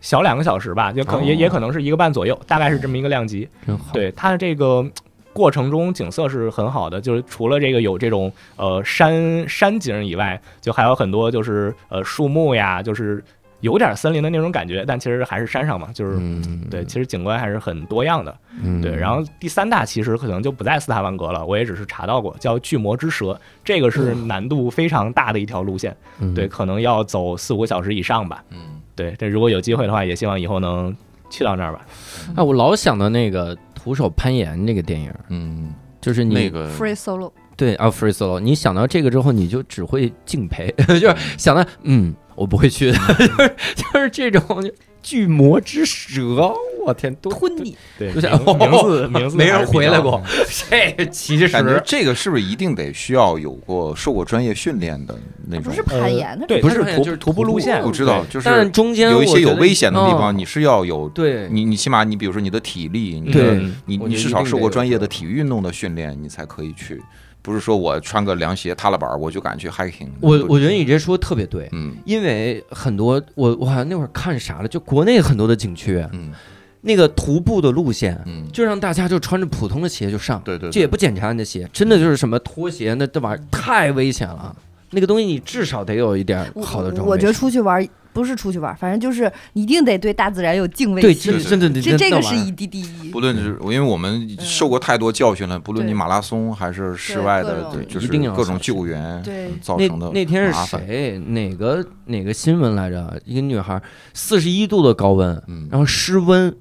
Speaker 4: 小两个小时吧，也可、也也可能是一个半左右，大概是这么一个量级。
Speaker 1: 真哦好。
Speaker 4: 对它的这个嗯过程中景色是很好的，就是除了这个有这种呃山山景以外，就还有很多就是呃树木呀，就是有点森林的那种感觉，但其实还是山上嘛，就是。
Speaker 1: 嗯，
Speaker 4: 对，其实景观还是很多样的。
Speaker 1: 嗯，
Speaker 4: 对，然后第三大其实可能就不在斯塔万格了，我也只是查到过，叫巨魔之蛇，这个是难度非常大的一条路线，
Speaker 1: 嗯
Speaker 4: 对，，可能要走四五个小时以上吧。
Speaker 2: 嗯，
Speaker 4: 对，这如果有机会的话，也希望以后能去到那儿吧。
Speaker 1: 哎，我老想到那个徒手攀岩那个电影，
Speaker 2: 嗯，
Speaker 1: 就是你
Speaker 2: 那个
Speaker 3: free solo，
Speaker 1: 对啊，free solo，你想到这个之后，你就只会敬佩， 就是想到嗯，我不会去的， 就是就是这种就巨魔之蛇，我天，多
Speaker 3: 吞你，
Speaker 4: 对，
Speaker 1: 就是哦
Speaker 4: 名名字名字
Speaker 1: 没
Speaker 4: 还
Speaker 1: 人
Speaker 4: 是比较
Speaker 1: 回来 过，这其实
Speaker 2: 感觉这个是不是一定得需要有过受过专业训练的那
Speaker 3: 不
Speaker 2: 种
Speaker 3: 是？攀岩，它
Speaker 4: 呃对，
Speaker 1: 不
Speaker 4: 它
Speaker 1: 是
Speaker 4: 是
Speaker 1: 攀岩就是
Speaker 4: 徒徒步
Speaker 1: 徒
Speaker 4: 路
Speaker 1: 步
Speaker 4: 线，
Speaker 2: 我知道，就是
Speaker 1: 但中间
Speaker 2: 有一
Speaker 1: 我
Speaker 2: 些
Speaker 1: 觉
Speaker 2: 有
Speaker 1: 得
Speaker 2: 危险的地
Speaker 1: 嗯
Speaker 2: 方，你是要有
Speaker 1: 对，
Speaker 2: 你你起码你比如说你的体力，你
Speaker 1: 对
Speaker 2: 的
Speaker 4: 嗯
Speaker 2: 你
Speaker 1: 我
Speaker 2: 你
Speaker 1: 觉得
Speaker 2: 至
Speaker 1: 一
Speaker 2: 少
Speaker 1: 定
Speaker 2: 受
Speaker 1: 得
Speaker 2: 过
Speaker 1: 有
Speaker 2: 专业
Speaker 1: 这
Speaker 2: 的
Speaker 1: 个
Speaker 2: 体育运动的训练，你才可以去，不是说我穿个凉鞋踏了板儿我就敢去 hiking 不。
Speaker 1: 我我觉得你这说得特别对，
Speaker 2: 嗯
Speaker 1: 因为很多我我好像那会儿看啥了，就国内很多的景区
Speaker 2: 嗯
Speaker 1: 那个徒步的路线，
Speaker 2: 嗯，
Speaker 1: 就让大家就穿着普通的鞋就上，
Speaker 2: 对对
Speaker 1: 这也不检查你的鞋，真的就是什么拖鞋那这玩意儿太危险了，那个东西你至少得有一点
Speaker 3: 我
Speaker 1: 好的装备。
Speaker 3: 我觉得出去玩儿不是出去玩儿，反正就是一定得对大自然有敬畏
Speaker 1: 对，
Speaker 3: 心
Speaker 1: 真的。真的
Speaker 3: 这这个是
Speaker 1: 一
Speaker 3: 一滴第一
Speaker 2: 不，论是因为我们受过太多教训了，不论你
Speaker 3: 对
Speaker 2: 马拉松还是室外的
Speaker 3: 各，种
Speaker 2: 就
Speaker 1: 一
Speaker 2: 是
Speaker 1: 定要
Speaker 2: 各种
Speaker 1: 小心
Speaker 2: 救援
Speaker 3: 对
Speaker 2: 造
Speaker 1: 那
Speaker 2: 成的
Speaker 1: 那天
Speaker 2: 麻
Speaker 1: 是
Speaker 2: 烦
Speaker 1: 谁哪个哪个新闻来着？一个女孩四十一度的高温，
Speaker 2: 嗯
Speaker 1: 然后失温，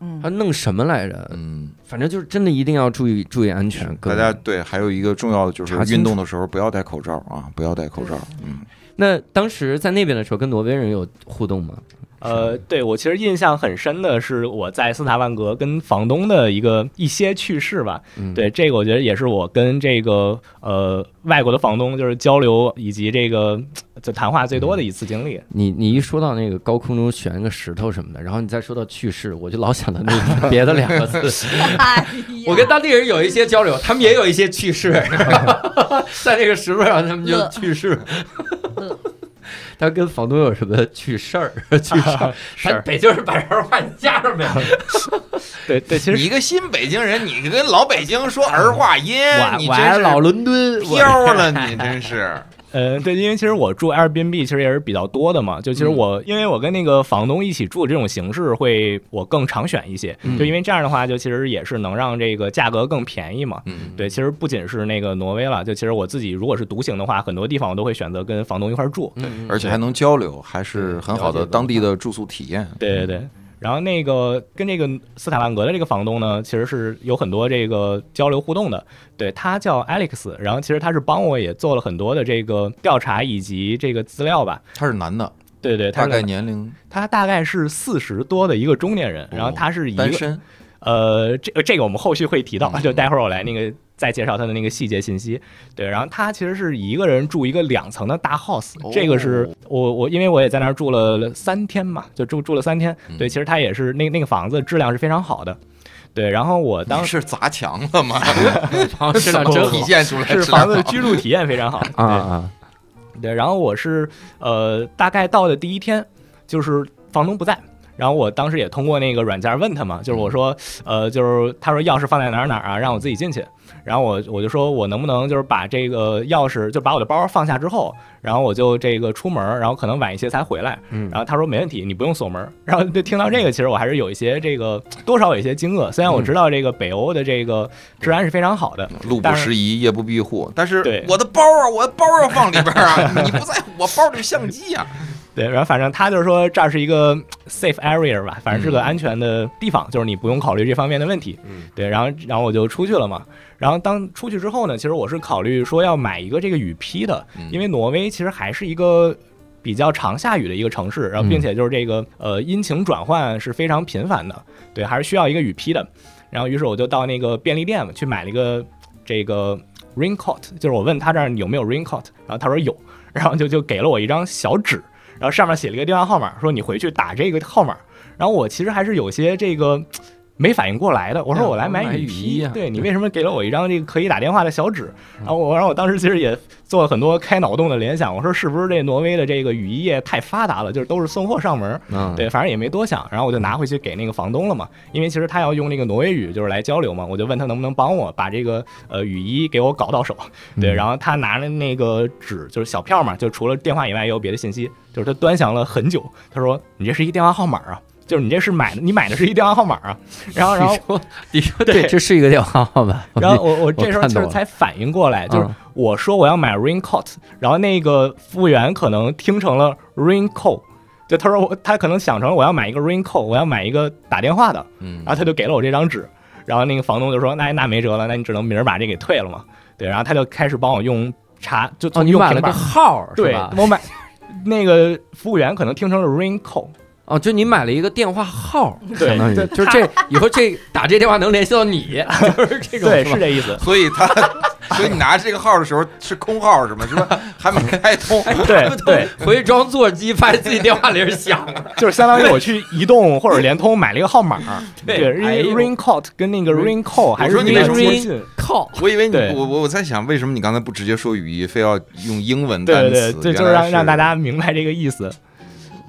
Speaker 3: 嗯
Speaker 1: 她，弄什么来着？
Speaker 2: 嗯，
Speaker 1: 反正就是真的一定要注意注意安全，各
Speaker 2: 大
Speaker 1: 位
Speaker 2: 家对，还有一个重要的就是
Speaker 1: 查清
Speaker 2: 运动的时候不要戴口罩啊，不要戴口罩。嗯，
Speaker 1: 那当时在那边的时候，跟挪威人有互动吗？
Speaker 4: 呃，对我其实印象很深的是我在斯塔万格跟房东的一个一些趣事吧。
Speaker 1: 嗯，，
Speaker 4: 对，这个我觉得也是我跟这个呃外国的房东就是交流以及这个呃就谈话最多的一次经历。
Speaker 1: 你你一说到那个高空中悬个石头什么的，然后你再说到去世，我就老想到那 个别的两个字。
Speaker 3: 哎呀
Speaker 1: 我跟当地人有一些交流，他们也有一些趣 事，在那个石头上他们就
Speaker 3: 乐
Speaker 1: 去世
Speaker 3: 乐。
Speaker 1: 他跟房东有什么趣事 儿？趣事儿，
Speaker 4: 是
Speaker 1: 咱北京人把人话加上呗。
Speaker 4: 对对，其实
Speaker 2: 你一个新北京人，你跟老北京说儿化音，
Speaker 4: 我
Speaker 1: 嗯
Speaker 2: 你
Speaker 4: 我
Speaker 2: 真
Speaker 4: 还
Speaker 2: 是
Speaker 4: 是老伦敦，我
Speaker 2: 飘了，你 真是。
Speaker 4: 呃，对，因为其实我住 Airbnb 其实也是比较多的嘛，就
Speaker 2: 嗯
Speaker 4: 其实我、因为我跟那个房东一起住这种形式会我更常选一些，
Speaker 2: 嗯
Speaker 4: 就因为这样的话，就其实也是能让这个价格更便宜嘛。
Speaker 2: 嗯，
Speaker 4: 对，其实不仅是那个挪威了，就其实我自己如果是独行的话，很多地方我都会选择跟房东一块儿住。
Speaker 1: 嗯
Speaker 2: 而且还能交流，还是很好
Speaker 1: 了
Speaker 2: 的
Speaker 1: 解嗯
Speaker 2: 当地的住宿体验。
Speaker 4: 对对对。然后那个跟这个斯塔万格的这个房东呢，其实是有很多这个交流互动的。对他叫 Alex，然后其实他是帮我也做了很多的这个调查以及这个资料吧。
Speaker 2: 他是男的，
Speaker 4: 对对，他
Speaker 2: 大
Speaker 4: 是
Speaker 2: 概年龄，
Speaker 4: 他大概是四十多的一个中年
Speaker 2: 哦
Speaker 4: 人，然后他是一
Speaker 2: 单
Speaker 4: 个
Speaker 2: 身，
Speaker 4: 呃，这呃这个我们后续会提到，
Speaker 2: 嗯
Speaker 4: 就待会儿我来那个再介绍他的那个细节信息。对，然后他其实是一个人住一个两层的大 house，、
Speaker 2: 哦
Speaker 4: 这个是我我因为我也在那儿住了三天嘛，就住住了三天。
Speaker 2: 嗯
Speaker 4: 对，其实他也是那那个房子质量是非常好的。对，然后我当
Speaker 2: 你
Speaker 4: 时
Speaker 2: 是砸墙 了吗？
Speaker 1: 房质量真
Speaker 4: 真
Speaker 2: 体
Speaker 1: 好
Speaker 2: 现出来
Speaker 4: 是
Speaker 2: 质量
Speaker 4: 房 子
Speaker 2: 好
Speaker 4: 居住体验非常好
Speaker 1: 啊啊！
Speaker 4: 对，然后我是呃，大概到的第一天，就是房东不在。然后我当时也通过那个软件问他嘛，就是我说，呃，就是他说钥匙放在哪儿哪儿啊，让我自己进去。然后我我就说我能不能就是把这个钥匙，就把我的包放下之后，然后我就这个出门儿，然后可能晚一些才回来。
Speaker 1: 嗯
Speaker 4: 然后他说没问题，你不用锁门儿。然后就听到这个，其实我还是有一些这个多少有一些惊愕。虽然我知道这个北欧的这个治安是非常好的，
Speaker 2: 路不
Speaker 4: 但是
Speaker 2: 拾遗，夜不闭户。但是
Speaker 4: 对
Speaker 2: 我的包啊，我的包要放里边啊， 你不在我包里相机啊。
Speaker 4: 对，然后反正他就是说这儿是一个嗯 safe area 吧，反正是个安全的地方，就是你不用考虑这方面的问题。
Speaker 1: 嗯，
Speaker 4: 对，然后然后我就出去了嘛。然后当出去之后呢，其实我是考虑说要买一个这个雨披的，
Speaker 2: 嗯
Speaker 4: 因为挪威其实还是一个。比较常下雨的一个城市，然后并且就是这个呃阴晴转换是非常频繁的，对，还是需要一个雨披的。然后于是我就到那个便利店嘛去买了一个这个 raincoat，就是我问他这儿有没有 raincoat，然后他说有，然后就就给了我一张小纸，然后上面写了一个电话号码，说你回去打这个号码。然后我其实还是有些这个没反应过来的，我说
Speaker 1: 哎
Speaker 4: 我来买
Speaker 1: 买
Speaker 4: 雨
Speaker 1: 雨
Speaker 4: 披
Speaker 1: 披呀，
Speaker 4: 对你为什么给了我一张这个可以打电话的小纸？
Speaker 1: 嗯
Speaker 4: 然后我，然后我当时其实也做了很多开脑洞的联想，我说是不是这挪威的这个雨衣业太发达了，就是都是送货上门儿？
Speaker 1: 嗯，
Speaker 4: 对，反正也没多想，然后我就拿回去给那个房东了嘛，因为其实他要用那个挪威语就是来交流嘛，我就问他能不能帮我把这个呃雨衣给我搞到手， 对，
Speaker 1: 嗯
Speaker 4: 然后他拿着那个纸就是小票嘛，就除了电话以外也有别的信息，就是他端详了很久，他说你这是一电话号码啊，就是你这是买的，你买的是一电话号码啊，然后 然后
Speaker 1: 你说你说
Speaker 4: 对
Speaker 1: 对，这是一个电话号码，
Speaker 4: 然后我我这
Speaker 1: 哎我
Speaker 4: 时候
Speaker 1: 看
Speaker 4: 就
Speaker 1: 到
Speaker 4: 是
Speaker 1: 了
Speaker 4: 才反应过来，就是
Speaker 1: 嗯
Speaker 4: 我说我要买 raincoat，然后那个服务员可能听成了 raincoat，就他说我他可能想成了我要买一个 raincoat，我要买一个打电话的，
Speaker 1: 嗯
Speaker 4: 然后他就给了我这张纸，然后那个房东就说那那没辙了，那你只能明儿把这给退了嘛，对，然后他就开始帮我用查就
Speaker 1: 哦，
Speaker 4: 从
Speaker 1: 你
Speaker 4: 用
Speaker 1: 买
Speaker 4: 平
Speaker 1: 了个
Speaker 4: 板，
Speaker 1: 号儿是
Speaker 4: 对
Speaker 1: 吧？
Speaker 4: 我买那个服务员可能听成了 raincoat，
Speaker 1: 哦，就你买了一个电话号儿，
Speaker 4: 对
Speaker 1: 相当于
Speaker 4: 对
Speaker 1: 就是这以后这打这电话能联系到 你，就是这种
Speaker 4: 对
Speaker 1: 是吧
Speaker 4: 是这意思，
Speaker 2: 所以他， 所以你拿这个号的时候是空号是吗？是吧？还没开通。
Speaker 4: 对对。
Speaker 1: 回去装座机，发现自己电话铃响 了。
Speaker 4: 就是相当于我去移动或者联通买了一个号码， 对，因
Speaker 1: 哎
Speaker 4: 为
Speaker 1: 呦
Speaker 4: raincoat 跟那个 raincoat 还是
Speaker 2: 我说
Speaker 4: 比
Speaker 2: 你
Speaker 4: 较
Speaker 2: 为什么
Speaker 4: 接近。
Speaker 1: 靠，
Speaker 2: 我以为你，
Speaker 4: 对
Speaker 2: 我我我在想，为什么你刚才不直接说语义，非要用英文
Speaker 4: 对
Speaker 2: 单
Speaker 4: 对
Speaker 2: 词？
Speaker 4: 对，就
Speaker 2: 原来
Speaker 4: 让
Speaker 2: 是
Speaker 4: 让大家明白这个意思。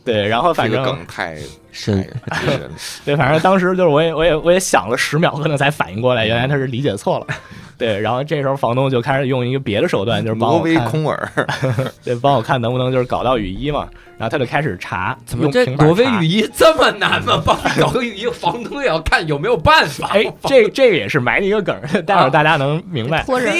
Speaker 4: 对，然后
Speaker 2: 这
Speaker 4: 反
Speaker 2: 个
Speaker 4: 正
Speaker 2: 梗太
Speaker 1: 深
Speaker 2: 太这 个
Speaker 4: 对，反正当时就是我也我也我也想了十秒，可能才反应过来，原来他是理解错了。 对，然后这时候房东就开始用一个别的手段，就是帮
Speaker 2: 挪
Speaker 4: 我
Speaker 2: 威
Speaker 4: 看，
Speaker 2: 空耳，
Speaker 4: 对，帮我看能不能就是搞到雨衣嘛。然后他就开始查，
Speaker 1: 怎么
Speaker 4: 用
Speaker 1: 这
Speaker 4: 平板
Speaker 1: 挪威
Speaker 4: 查
Speaker 1: 雨衣这么难吗？帮你搞个雨衣，房东也要看有没有办法。
Speaker 4: 哎，这这个也是埋了一个梗，待会儿 大家能明白。
Speaker 3: 托人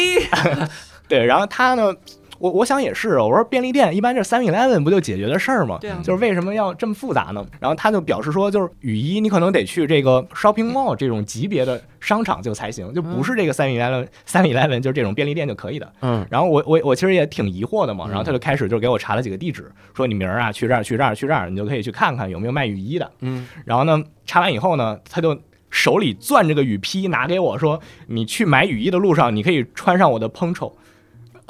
Speaker 4: 对，然后他呢，我我想也是，啊我说便利店一般就是 Seven Eleven 不就解决的事儿吗？
Speaker 1: 对啊
Speaker 4: 就是为什么要这么复杂呢？然后他就表示说，就是雨衣你可能得去这个 shopping mall 这种级别的商场就才行，就不是这个 Seven Eleven Seven Eleven 就是这种便利店就可以的。
Speaker 1: 嗯，
Speaker 4: 然后我我我其实也挺疑惑的嘛，
Speaker 1: 嗯
Speaker 4: 然后他就开始就给我查了几个地址，说你明儿啊去这儿去这儿去这儿，你就可以去看看有没有卖雨衣的。
Speaker 1: 嗯，
Speaker 4: 然后呢，查完以后呢，他就手里攥着个雨披拿给我说，你去买雨衣的路上，你可以穿上我的 poncho。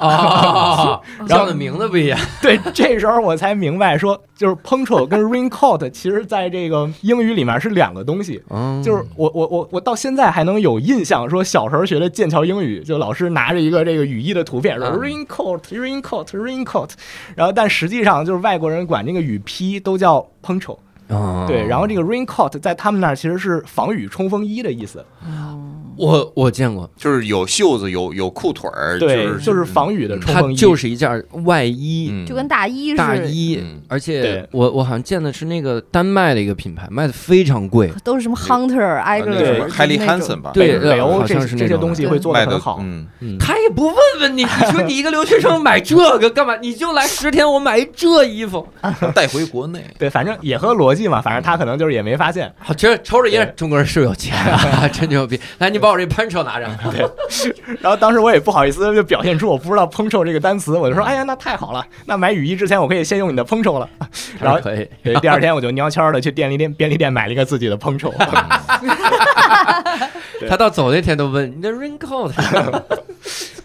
Speaker 1: 啊，
Speaker 4: 然后
Speaker 1: 叫的名字不一样。
Speaker 4: 对，这时候我才明白说，就是 poncho 跟 raincoat 其实在这个英语里面是两个东西。
Speaker 1: 嗯
Speaker 4: 就是我我我我到现在还能有印象，说小时候学的剑桥英语，就老师拿着一个这个雨衣的图片说
Speaker 1: 嗯
Speaker 4: raincoat raincoat raincoat，然后但实际上就是外国人管这个雨披都叫 poncho，对，
Speaker 1: 哦
Speaker 4: 嗯然后这个 raincoat 在他们那儿其实是防雨冲锋衣的意思，
Speaker 1: 我我见过，
Speaker 2: 就是有袖子，有有裤腿儿，
Speaker 4: 对，
Speaker 2: 是
Speaker 4: 就是防雨的
Speaker 1: 嗯
Speaker 4: 冲
Speaker 1: 它
Speaker 4: 锋衣，
Speaker 1: 就是一件外衣，
Speaker 2: 嗯
Speaker 3: 就跟大衣似
Speaker 1: 大
Speaker 3: 的，
Speaker 1: 衣
Speaker 2: 嗯，
Speaker 1: 而且
Speaker 4: 对
Speaker 1: 我我好像见的是那个丹麦的一个品牌，卖的非常贵。
Speaker 3: 都是什么 Hunter、
Speaker 2: 啊
Speaker 3: Egger，
Speaker 2: 那
Speaker 4: 对
Speaker 2: 什
Speaker 3: 就
Speaker 2: 么
Speaker 3: 是
Speaker 2: h a l l
Speaker 3: 那种
Speaker 2: Hansen 吧，
Speaker 4: 北
Speaker 1: 对
Speaker 4: 北欧
Speaker 1: 好
Speaker 4: 这
Speaker 1: 像是
Speaker 4: 这
Speaker 1: 那
Speaker 4: 些
Speaker 1: 种
Speaker 4: 东西
Speaker 3: 的
Speaker 4: 会做
Speaker 2: 卖
Speaker 4: 的
Speaker 2: 的
Speaker 4: 很好，
Speaker 2: 嗯，
Speaker 4: 嗯
Speaker 1: 他也不问问你，你说你一个留学生买这个干嘛？你就来十天，我买这衣服，
Speaker 2: 带回国内。
Speaker 4: 对，反正也合逻辑嘛，反正
Speaker 1: 嗯
Speaker 4: 他可能就是也没发现，
Speaker 1: 好，这抽着
Speaker 4: 对
Speaker 1: 烟，中国人是有钱 啊，真牛逼！来，你把我这 Pancho 拿 着，
Speaker 4: 然后当时我也不好意思，就表现出我不知道 poncho 这个单词，我就说，哎呀，那太好了，那买雨衣之前我可以先用你的 poncho 了。然后
Speaker 1: 可以。
Speaker 4: 对第二天我就悄悄的去便利店便利店买了一个自己的 poncho，对
Speaker 1: 他到走那天都问你的 raincoat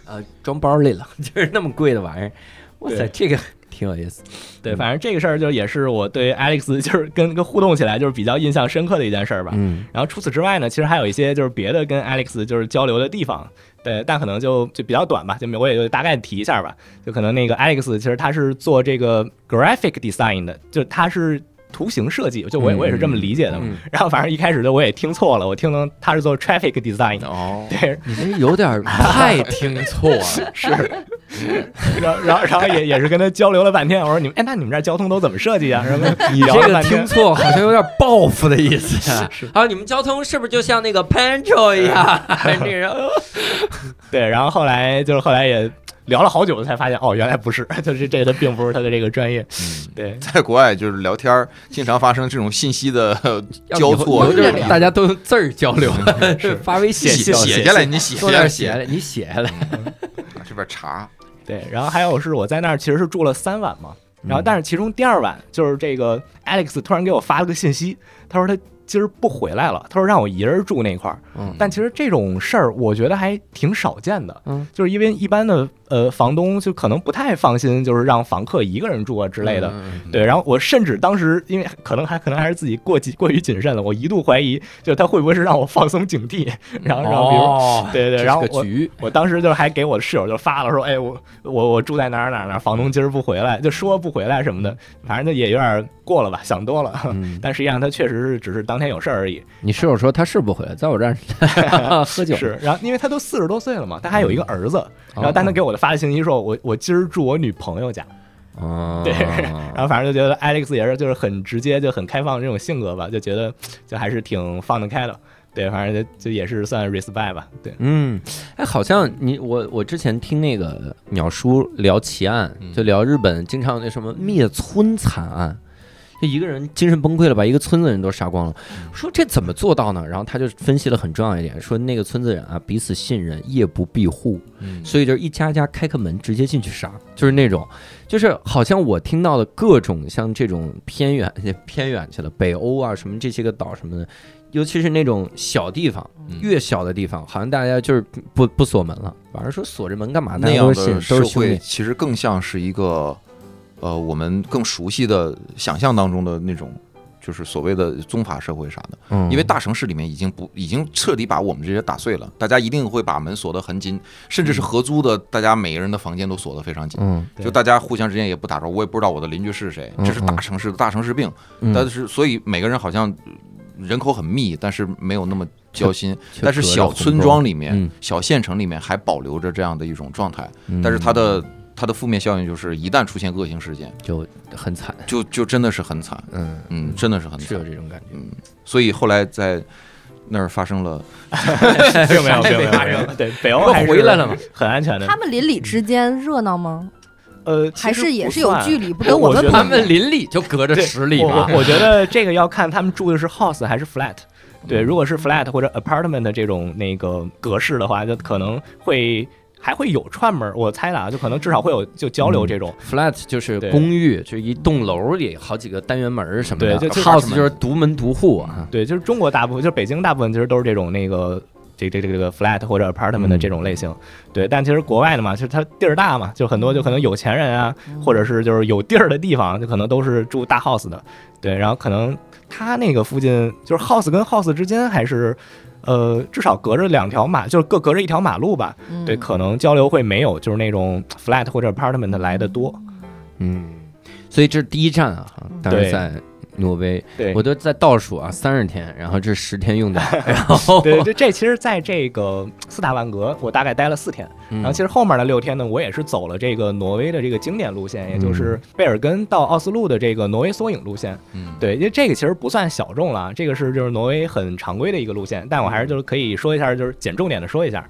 Speaker 1: 啊，装包里了， 就是那么贵的玩意儿。哇塞，
Speaker 4: 对
Speaker 1: 这个挺有意思。
Speaker 4: 对，反正这个事儿就也是我对 Alex 就是跟跟互动起来就是比较印象深刻的一件事儿吧。
Speaker 1: 嗯，
Speaker 4: 然后除此之外呢，其实还有一些就是别的跟 Alex 就是交流的地方，对，但可能就就比较短吧，就我也就大概提一下吧。就可能那个 Alex 其实他是做这个 graphic design 的，就他是图形设计，就我也
Speaker 1: 嗯
Speaker 4: 我也是这么理解的嘛。
Speaker 1: 嗯
Speaker 4: 然后反正一开始就我也听错了，我听成他是做 traffic design 的。
Speaker 2: 哦，
Speaker 4: 对，
Speaker 1: 你这有点 太听错 了。
Speaker 4: 是，然后然后然后也也是跟他交流了半天，我说你们哎，那你们这儿交通都怎么设计啊？什么
Speaker 1: 你
Speaker 4: 聊
Speaker 1: 这
Speaker 4: 了
Speaker 1: 个
Speaker 4: 半天
Speaker 1: 听错好像有点报复的意思 啊！啊，你们交通是不是就像那个 Pancho 一样？哎这人
Speaker 4: 对，然后后来就是后来也聊了好久才发现，哦，原来不是，就是这个他并不是他的这个专业。
Speaker 1: 嗯
Speaker 4: 对，
Speaker 2: 在国外就是聊天儿，经常发生这种信息的 呃
Speaker 1: 要
Speaker 2: 交
Speaker 1: 以后
Speaker 2: 错，
Speaker 1: 以后就是
Speaker 2: 吧
Speaker 1: 大家都用字儿交 流，发微信
Speaker 4: 写
Speaker 2: 写
Speaker 4: 信
Speaker 2: 写下来，你写
Speaker 1: 多
Speaker 2: 下
Speaker 1: 点
Speaker 2: 来
Speaker 1: 写，来，你写下来。
Speaker 2: 这边查
Speaker 4: 对，然后还有是我在那儿其实是住了三晚嘛，
Speaker 1: 嗯
Speaker 4: 然后，但是其中第二晚就是这个 Alex 突然给我发了个信息，他说他今儿不回来了，他说让我一人住那块儿。
Speaker 1: 嗯
Speaker 4: 但其实这种事儿，我觉得还挺少见的，
Speaker 1: 嗯，
Speaker 4: 就是因为一般的呃房东就可能不太放心，就是让房客一个人住啊之类的。
Speaker 1: 嗯，
Speaker 4: 对，然后我甚至当时因为可能还可能还是自己过紧过于谨慎了，我一度怀疑，就他会不会是让我放松警惕，然后然后比如、
Speaker 1: 哦，
Speaker 4: 对
Speaker 1: 这
Speaker 4: 对，
Speaker 1: 是
Speaker 4: 然后
Speaker 1: 个
Speaker 4: 我
Speaker 1: 局，
Speaker 4: 我当时就是还给我室友就发了说，哎，我我我住在哪儿哪儿哪儿，房东今儿不回来，就说不回来什么的，反正就也有点过了吧，想多了。
Speaker 1: 嗯，
Speaker 4: 但实际上他确实是只是当天有事儿而已，
Speaker 1: 你室友说他是不回来，在我这儿喝酒，
Speaker 4: 是。然后因为他都四十多岁了嘛，他还有一个
Speaker 1: 嗯
Speaker 4: 儿
Speaker 1: 哦
Speaker 4: 子，然后但他给
Speaker 1: 我，
Speaker 4: 我的发的信息说，我我今儿住我女朋友家，
Speaker 1: 哦
Speaker 4: 对然后反正就觉得 Alex 也是就是很直接就很开放这种性格吧，就觉得就还是挺放得开的。对，反正就就也是算 respect 吧。 对，
Speaker 1: 嗯，哎，好像你我我之前听那个鸟叔聊奇案，就聊日本经常有那什么灭村惨案，就一个人精神崩溃了，把一个村子人都杀光了，说这怎么做到呢？然后他就分析了很重要一点，说那个村子人啊彼此信任，夜不闭户，
Speaker 2: 嗯
Speaker 1: 所以就是一家家开开门直接进去杀，就是那种，就是好像我听到的各种像这种偏远偏远去了北欧啊什么这些个岛什么的，尤其是那种小地方。越小的地方，好像大家就是不不锁门了，晚上说锁着门干嘛？大
Speaker 2: 那
Speaker 1: 家
Speaker 2: 样
Speaker 1: 都是信
Speaker 2: 的
Speaker 1: 都
Speaker 2: 社
Speaker 1: 是兄
Speaker 2: 会
Speaker 1: 弟，
Speaker 2: 其实更像是一个，呃，我们更熟悉的想象当中的那种，就是所谓的宗法社会啥的。
Speaker 1: 嗯
Speaker 2: 因为大城市里面已经不已经彻底把我们这些打碎了，大家一定会把门锁得很紧，甚至是合租的，大家每个人的房间都锁得非常紧。
Speaker 1: 嗯
Speaker 4: 对
Speaker 2: 就大家互相之间也不打招呼，我也不知道我的邻居是谁，
Speaker 1: 嗯
Speaker 2: 这是大城市的大城市病。
Speaker 1: 嗯，
Speaker 2: 但是所以每个人好像人口很密，但是没有那么交心。
Speaker 1: 就
Speaker 2: 但是
Speaker 1: 隔着
Speaker 2: 小
Speaker 1: 红
Speaker 2: 村
Speaker 1: 沟
Speaker 2: 庄，里面、
Speaker 1: 嗯
Speaker 2: 小县城里面还保留着这样的一种状态，
Speaker 1: 嗯
Speaker 2: 但是它的。它的负面效应就是，一旦出现恶性事件，
Speaker 1: 就很惨，
Speaker 2: 就就真的是很惨，
Speaker 1: 嗯，
Speaker 2: 嗯，真的是很
Speaker 1: 是
Speaker 2: 惨
Speaker 1: 有，这种感觉。
Speaker 2: 所以后来在那儿发生了
Speaker 4: 并没有，并没
Speaker 1: 没
Speaker 4: 有，
Speaker 1: 发
Speaker 4: 没有
Speaker 1: 生
Speaker 4: 对，北欧
Speaker 1: 又
Speaker 4: 还是
Speaker 1: 回来了嘛，
Speaker 4: 很安全的
Speaker 3: 他。们邻里之间热闹吗？
Speaker 4: 呃，
Speaker 3: 还
Speaker 4: 其实
Speaker 3: 是也
Speaker 4: 不
Speaker 3: 是有
Speaker 4: 算
Speaker 3: 距离，不
Speaker 4: 我
Speaker 3: 跟我
Speaker 4: 我觉
Speaker 3: 们
Speaker 4: 得
Speaker 3: 不
Speaker 1: 他
Speaker 3: 一
Speaker 1: 们
Speaker 3: 样
Speaker 1: 邻里就隔着
Speaker 4: 对
Speaker 1: 十里
Speaker 4: 我
Speaker 1: 吧，
Speaker 4: 我我觉得这个要看他们住的是 house 还是 flat。对，如果是 flat 或者 apartment 的这种那个格式的话，就可能会还会有串门儿。我猜的啊，就可能至少会有就交流这种。
Speaker 1: flat 就是
Speaker 4: 对
Speaker 1: 公寓，就一栋楼里好几个单元门儿什么的，啊
Speaker 4: 对就
Speaker 1: house 就是独门独户啊。
Speaker 4: 对，就是中国大部分，就是北京大部分其实都是这种那个。这这这这个 flat 或者 apartment 的这种类型，对，但其实国外的嘛，就是它地儿大嘛，就很多就可能有钱人啊，或者是就是有地儿的地方，就可能都是住大 house 的，对，然后可能它那个附近就是 house 跟 house 之间还是，呃，至少隔着两条马，就是各隔着一条马路吧，
Speaker 3: 嗯
Speaker 4: 对，可能交流会没有就是那种 flat 或者 apartment 来的多，
Speaker 1: 嗯，所以这是第一站啊，当时
Speaker 4: 对
Speaker 1: 在挪威，
Speaker 4: 对，
Speaker 1: 我都在倒数啊，三十天，然后这十天 用掉，然后
Speaker 4: 对，这这其实在这个斯塔万格，我大概待了四天。
Speaker 1: 嗯
Speaker 4: 然后其实后面的六天呢，我也是走了这个挪威的这个经典路线，也就是
Speaker 1: 嗯
Speaker 4: 贝尔根到奥斯陆的这个挪威缩影路线。
Speaker 2: 嗯，
Speaker 4: 对，因为这个其实不算小众了啊，这个是就是挪威很常规的一个路线，但我还是就是可以说一下，就是简重点的说一下，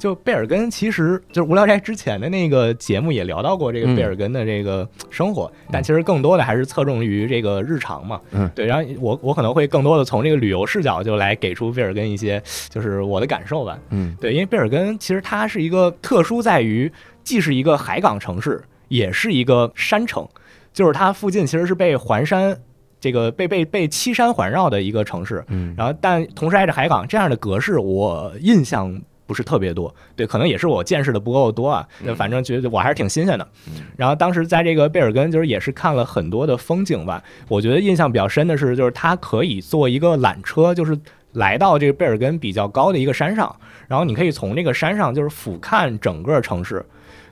Speaker 4: 就贝尔根其实就是无聊斋之前的那个节目也聊到过这个
Speaker 1: 嗯
Speaker 4: 贝尔根的这个生活，但其实更多的还是侧重于这个日常嘛，
Speaker 1: 嗯
Speaker 4: 对，然后我我可能会更多的从这个旅游视角就来给出贝尔根一些就是我的感受吧，
Speaker 1: 嗯
Speaker 4: 对，因为贝尔根其实它是一个特殊在于，既是一个海港城市，也是一个山城，就是它附近其实是被环山。这个被被被七山环绕的一个城市，
Speaker 1: 嗯
Speaker 4: 然后但同时挨着海港，这样的格式我印象不是特别多，对，可能也是我见识的不够多啊，
Speaker 1: 嗯
Speaker 4: 那反正觉得我还是挺新鲜的。然后当时在这个贝尔根，就是也是看了很多的风景吧，我觉得印象比较深的是，就是它可以坐一个缆车，就是来到这个贝尔根比较高的一个山上，然后你可以从这个山上就是俯瞰整个城市。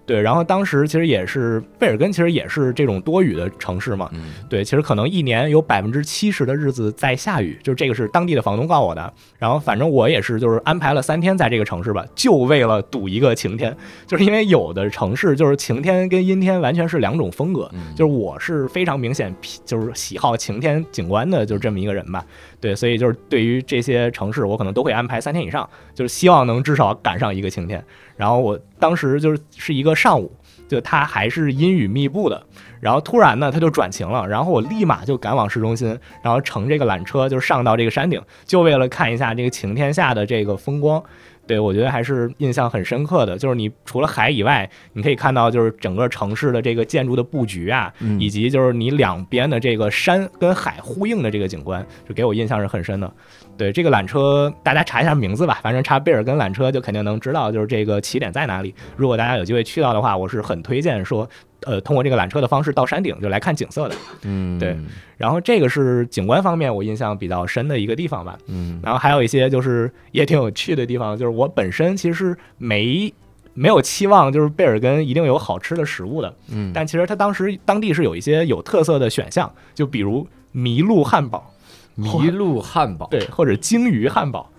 Speaker 4: 对，然后当时其实也是贝尔根，其实也是这种多雨的城市嘛。
Speaker 2: 嗯
Speaker 4: 对，其实可能一年有百分之七十的日子在下雨，就是这个是当地的房东告我的。然后反正我也是就是安排了三天在这个城市吧，就为了赌一个晴天，就是因为有的城市就是晴天跟阴天完全是两种风格。
Speaker 2: 嗯
Speaker 4: 就是我是非常明显喜就是喜好晴天景观的，就是这么一个人吧。对，所以就是对于这些城市，我可能都会安排三天以上，就是希望能至少赶上一个晴天。然后我当时就是是一个上午，就它还是阴雨密布的，然后突然呢它就转晴了，然后我立马就赶往市中心，然后乘这个缆车就上到这个山顶，就为了看一下这个晴天下的这个风光。对，我觉得还是印象很深刻的，就是你除了海以外，你可以看到就是整个城市的这个建筑的布局啊，
Speaker 1: 嗯
Speaker 4: 以及就是你两边的这个山跟海呼应的这个景观，就给我印象是很深的。对这个缆车，大家查一下名字吧，反正查贝尔根缆车就肯定能知道，就是这个起点在哪里。如果大家有机会去到的话，我是很推荐说，呃，通过这个缆车的方式到山顶就来看景色的。
Speaker 1: 嗯，
Speaker 4: 对，然后这个是景观方面我印象比较深的一个地方吧。
Speaker 1: 嗯
Speaker 4: 然后还有一些就是也挺有趣的地方，就是我本身其实没没有期望，就是贝尔根一定有好吃的食物的，
Speaker 1: 嗯，
Speaker 4: 但其实它当时当地是有一些有特色的选项，就比如麋鹿汉堡，
Speaker 1: 麋鹿汉堡，
Speaker 4: 对，或者鲸鱼汉堡，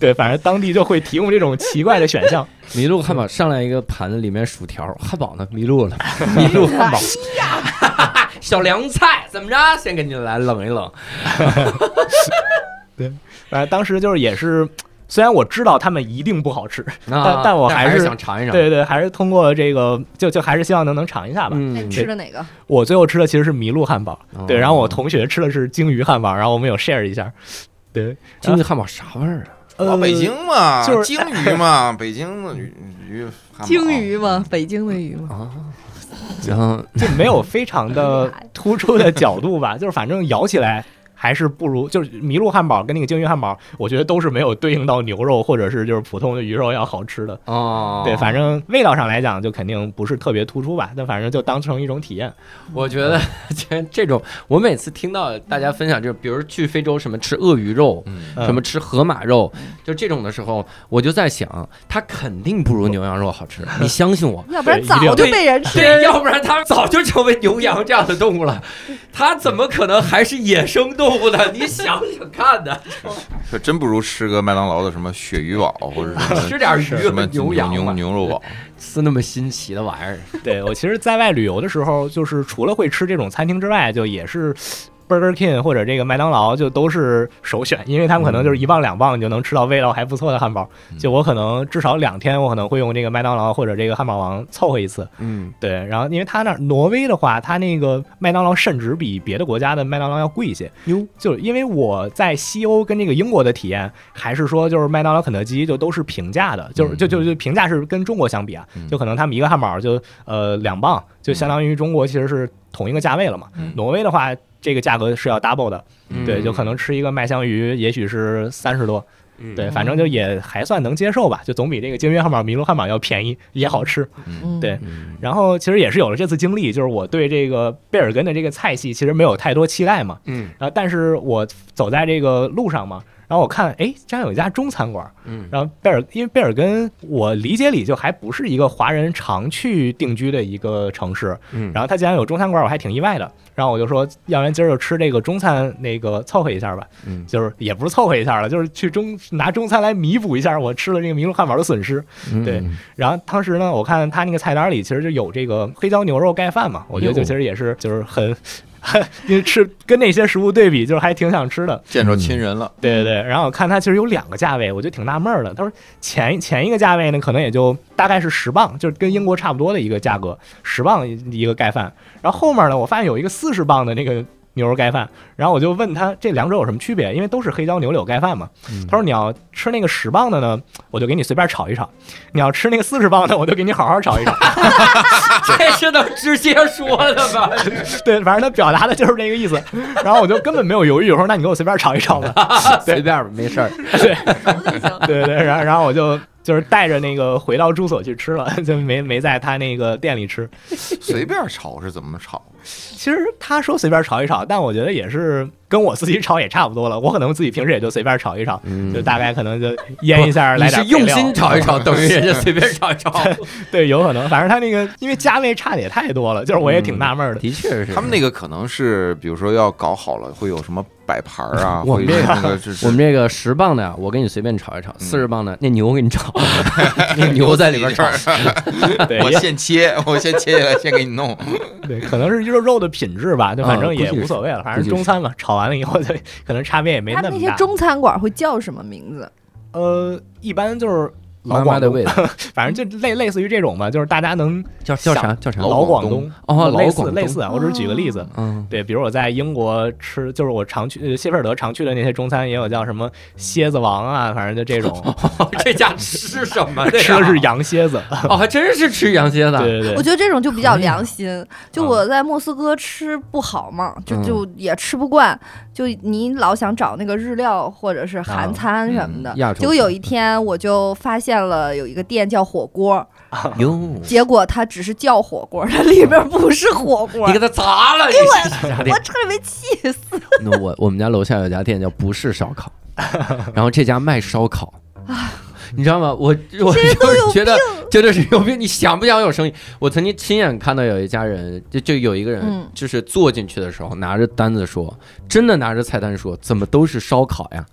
Speaker 4: 对，反正当地就会提供这种奇怪的选 项。
Speaker 1: 麋鹿汉堡上来一个盘子，里面薯条，汉堡呢？迷 路了，麋鹿 汉堡。小凉菜怎么着？先给你来冷一冷。
Speaker 4: 反正当时就是也是，虽然我知道他们一定不好吃，
Speaker 1: 啊
Speaker 4: 但我
Speaker 1: 还
Speaker 4: 还是
Speaker 1: 想尝一尝。
Speaker 4: 对对，还是通过这个就就还是希望能能尝一下吧。
Speaker 3: 那
Speaker 1: 嗯
Speaker 3: 你，吃的哪个？
Speaker 4: 我最后吃的其实是麋鹿汉堡，对，
Speaker 1: 哦
Speaker 4: 然后我同学吃的是鲸鱼汉堡，然后我们有 share 一下。对，呃
Speaker 1: 京剧汉堡啥味儿啊？
Speaker 2: 老北京嘛，
Speaker 4: 就是
Speaker 2: 鲸鱼嘛，北京的鱼鱼汉堡
Speaker 3: 鲸鱼吗？北京的鱼吗？
Speaker 1: 然后
Speaker 4: 就没有非常的突出的角度吧，就是反正咬起来还是不如，就是麋鹿汉堡跟那个鲸鱼汉堡，我觉得都是没有对应到牛肉或者是就是普通的鱼肉要好吃的。
Speaker 1: 哦，
Speaker 4: 对，反正味道上来讲，就肯定不是特别突出吧，但反正就当成一种体验。
Speaker 1: 我觉得这这种，我每次听到大家分享，就比如去非洲什么吃鳄鱼肉，
Speaker 2: 嗯，
Speaker 4: 嗯
Speaker 1: 什么吃河马肉，就这种的时候，我就在想，它肯定不如牛羊肉好吃，你相信 我。
Speaker 3: 要不然
Speaker 4: 对
Speaker 3: 早
Speaker 4: 一定要
Speaker 3: 就被人吃
Speaker 1: 对， 要不然它早就成为牛羊这样的动物了，它怎么可能还是野生动物呢？你想想看呢，
Speaker 2: 可真不如吃个麦当劳的什么鳕鱼堡或者
Speaker 4: 嗯
Speaker 2: 什么
Speaker 1: 吃点
Speaker 2: 什么
Speaker 1: 鱼
Speaker 2: 牛
Speaker 1: 羊
Speaker 2: 牛
Speaker 1: 吧
Speaker 2: 牛肉堡，
Speaker 1: 是那么新奇的玩意儿。
Speaker 4: 对我其实在外旅游的时候，就是除了会吃这种餐厅之外，就也是 Burger King 或者这个麦当劳就都是首选，因为他们可能就是一磅两磅你就能吃到味道还不错的汉堡。就我可能至少两天，我可能会用这个麦当劳或者这个汉堡王凑合一次。
Speaker 1: 嗯，
Speaker 4: 对，然后因为它那儿挪威的话，它那个麦当劳甚至比别的国家的麦当劳要贵一些。
Speaker 1: 哟，
Speaker 4: 就因为我在西欧跟这个英国的体验，还是说就是麦当劳、肯德基就都是平价的，就是就就就平价是跟中国相比啊，
Speaker 2: 嗯
Speaker 4: 就可能他们一个汉堡就呃两磅，就相当于中国其实是同一个价位了嘛。
Speaker 2: 嗯
Speaker 4: 挪威的话，这个价格是要 double 的，对，就可能吃一个麦香鱼也许是三十多，
Speaker 1: 能
Speaker 4: 对，反正就也还算能接受吧，就总比这个鲸鱼汉堡、麋鹿汉堡要便宜，也好吃。
Speaker 2: 嗯
Speaker 3: 嗯
Speaker 4: 对然后其实也是有了这次经历，就是我对这个贝尔根的这个菜系其实没有太多期待嘛。
Speaker 1: 嗯，
Speaker 4: 然后但是我走在这个路上嘛，然后我看，哎，这样有一家中餐馆，
Speaker 1: 嗯，
Speaker 4: 然后贝尔，因为贝尔根，我理解里就还不是一个华人常去定居的一个城市，
Speaker 1: 嗯
Speaker 4: 然后他竟然有中餐馆，我还挺意外的。然后我就说，要不然今儿就吃这个中餐，那个凑合一下吧，
Speaker 1: 嗯
Speaker 4: 就是也不是凑合一下了，就是去中拿中餐来弥补一下我吃了这个麋鹿汉堡的损失。对
Speaker 1: 嗯
Speaker 4: 然后当时呢，我看他那个菜单里其实就有这个黑椒牛肉盖饭嘛，我觉得就其实也是 就是很。因为吃跟那些食物对比，就是还挺想吃的，
Speaker 2: 见着亲人了，
Speaker 4: 对对对。然后我看它其实有两个价位，我就挺纳闷儿的。他说前前一个价位呢，可能也就大概是十磅，就是跟英国差不多的一个价格，十磅一一个盖饭。然后后面呢，我发现有一个四十磅的那个牛肉盖饭，然后我就问他这两者有什么区别，因为都是黑椒牛柳盖饭嘛。
Speaker 1: 嗯
Speaker 4: 他说你要吃那个十磅的呢，我就给你随便炒一炒；你要吃那个四十磅的，我就给你好好 炒一炒。
Speaker 1: 这是能直接说的吗？
Speaker 4: 对，反正他表达的就是这个意思。然后我就根本没有犹豫，我说那你给我随便炒一炒吧。
Speaker 1: 随便吧，没事儿。
Speaker 3: 嗯
Speaker 4: 对对，然后然后我就就是带着那个回到住所去吃了， 就没没在他那个店里吃。
Speaker 2: 嗯随便炒是怎么炒？
Speaker 4: 其实他说随便炒一炒，但我觉得也是跟我自己炒也差不多了。我可能自己平时也就随便炒一炒，就大概可能就腌一下，
Speaker 1: 嗯你
Speaker 4: 来
Speaker 1: 是
Speaker 4: 点
Speaker 1: 用
Speaker 4: 配料
Speaker 1: 心炒一 炒，等于人家随便炒一炒。
Speaker 4: 对，有可能。反正他那个因为价位差的也太多了，就是我也
Speaker 1: 嗯
Speaker 4: 挺纳闷 的。
Speaker 1: 的确是
Speaker 2: 他们那个可能是，比如说要搞好了，会有什么摆盘儿啊，
Speaker 1: 我
Speaker 2: 会
Speaker 1: 们
Speaker 2: 有
Speaker 1: 这
Speaker 2: 那个就是
Speaker 1: 我们这个十磅的呀，我给你随便炒一
Speaker 2: 嗯
Speaker 1: 炒；四十磅的，那牛给你炒， 那牛在里边 炒。
Speaker 4: 对，
Speaker 2: 我
Speaker 4: 也
Speaker 2: 现切，我先切 下来，先给你弄。
Speaker 4: 对，可能是肉肉的品质吧，就反正
Speaker 1: 啊
Speaker 4: 也
Speaker 1: 估计是
Speaker 4: 无所谓了，反
Speaker 1: 估计
Speaker 4: 正
Speaker 1: 是
Speaker 4: 中餐嘛，炒完了以后就 可能差别也没
Speaker 3: 他
Speaker 4: 那
Speaker 3: 们
Speaker 4: 么
Speaker 3: 那
Speaker 4: 大
Speaker 3: 些。中餐馆会叫什么名字？
Speaker 4: 呃，一般就是
Speaker 1: 妈妈的味 道，
Speaker 4: 反正就类类似于这种吧，就是大家能
Speaker 1: 叫叫啥叫啥？
Speaker 2: 老
Speaker 4: 老
Speaker 2: 广
Speaker 4: 广东
Speaker 1: 哦，老
Speaker 4: 类似
Speaker 1: 广
Speaker 4: 类
Speaker 1: 东，
Speaker 4: 似啊，我只是举个例子。
Speaker 1: 嗯，
Speaker 4: 对，比如我在英国吃，就是我常去呃谢菲尔德常去的那些中餐，也有叫什么蝎子王啊，反正就这种，
Speaker 1: 这家吃什 么的呀？
Speaker 4: 吃的是羊蝎子。
Speaker 1: 哦，还真是吃羊蝎子啊。
Speaker 4: 对对
Speaker 3: 我
Speaker 4: 对，
Speaker 3: 觉得这种就比较
Speaker 1: 可以啊
Speaker 3: 良心。就我在莫斯科吃不好嘛，就就也吃不惯，就你老想找那个日料或者是韩餐什么的
Speaker 1: 嗯。亚洲
Speaker 3: 结果有一天我就发现了有一个店叫火锅，
Speaker 1: 哟，
Speaker 3: 结果它只是叫火锅，它里边不是火锅
Speaker 1: 你。给他砸了！
Speaker 3: 我
Speaker 1: 你这家店
Speaker 3: 我，差点没气死。
Speaker 1: 那我我们家楼下有家店叫不是烧烤，然后这家卖烧烤。你知道吗？我我
Speaker 3: 人啊都
Speaker 1: 就
Speaker 3: 有
Speaker 1: 是觉得觉得是有病。你想不想有生意？我曾经亲眼看到有一家人，就就有一个人
Speaker 3: 嗯，
Speaker 1: 就是坐进去的时候拿着单子说，真的拿着菜单说，怎么都是烧烤呀？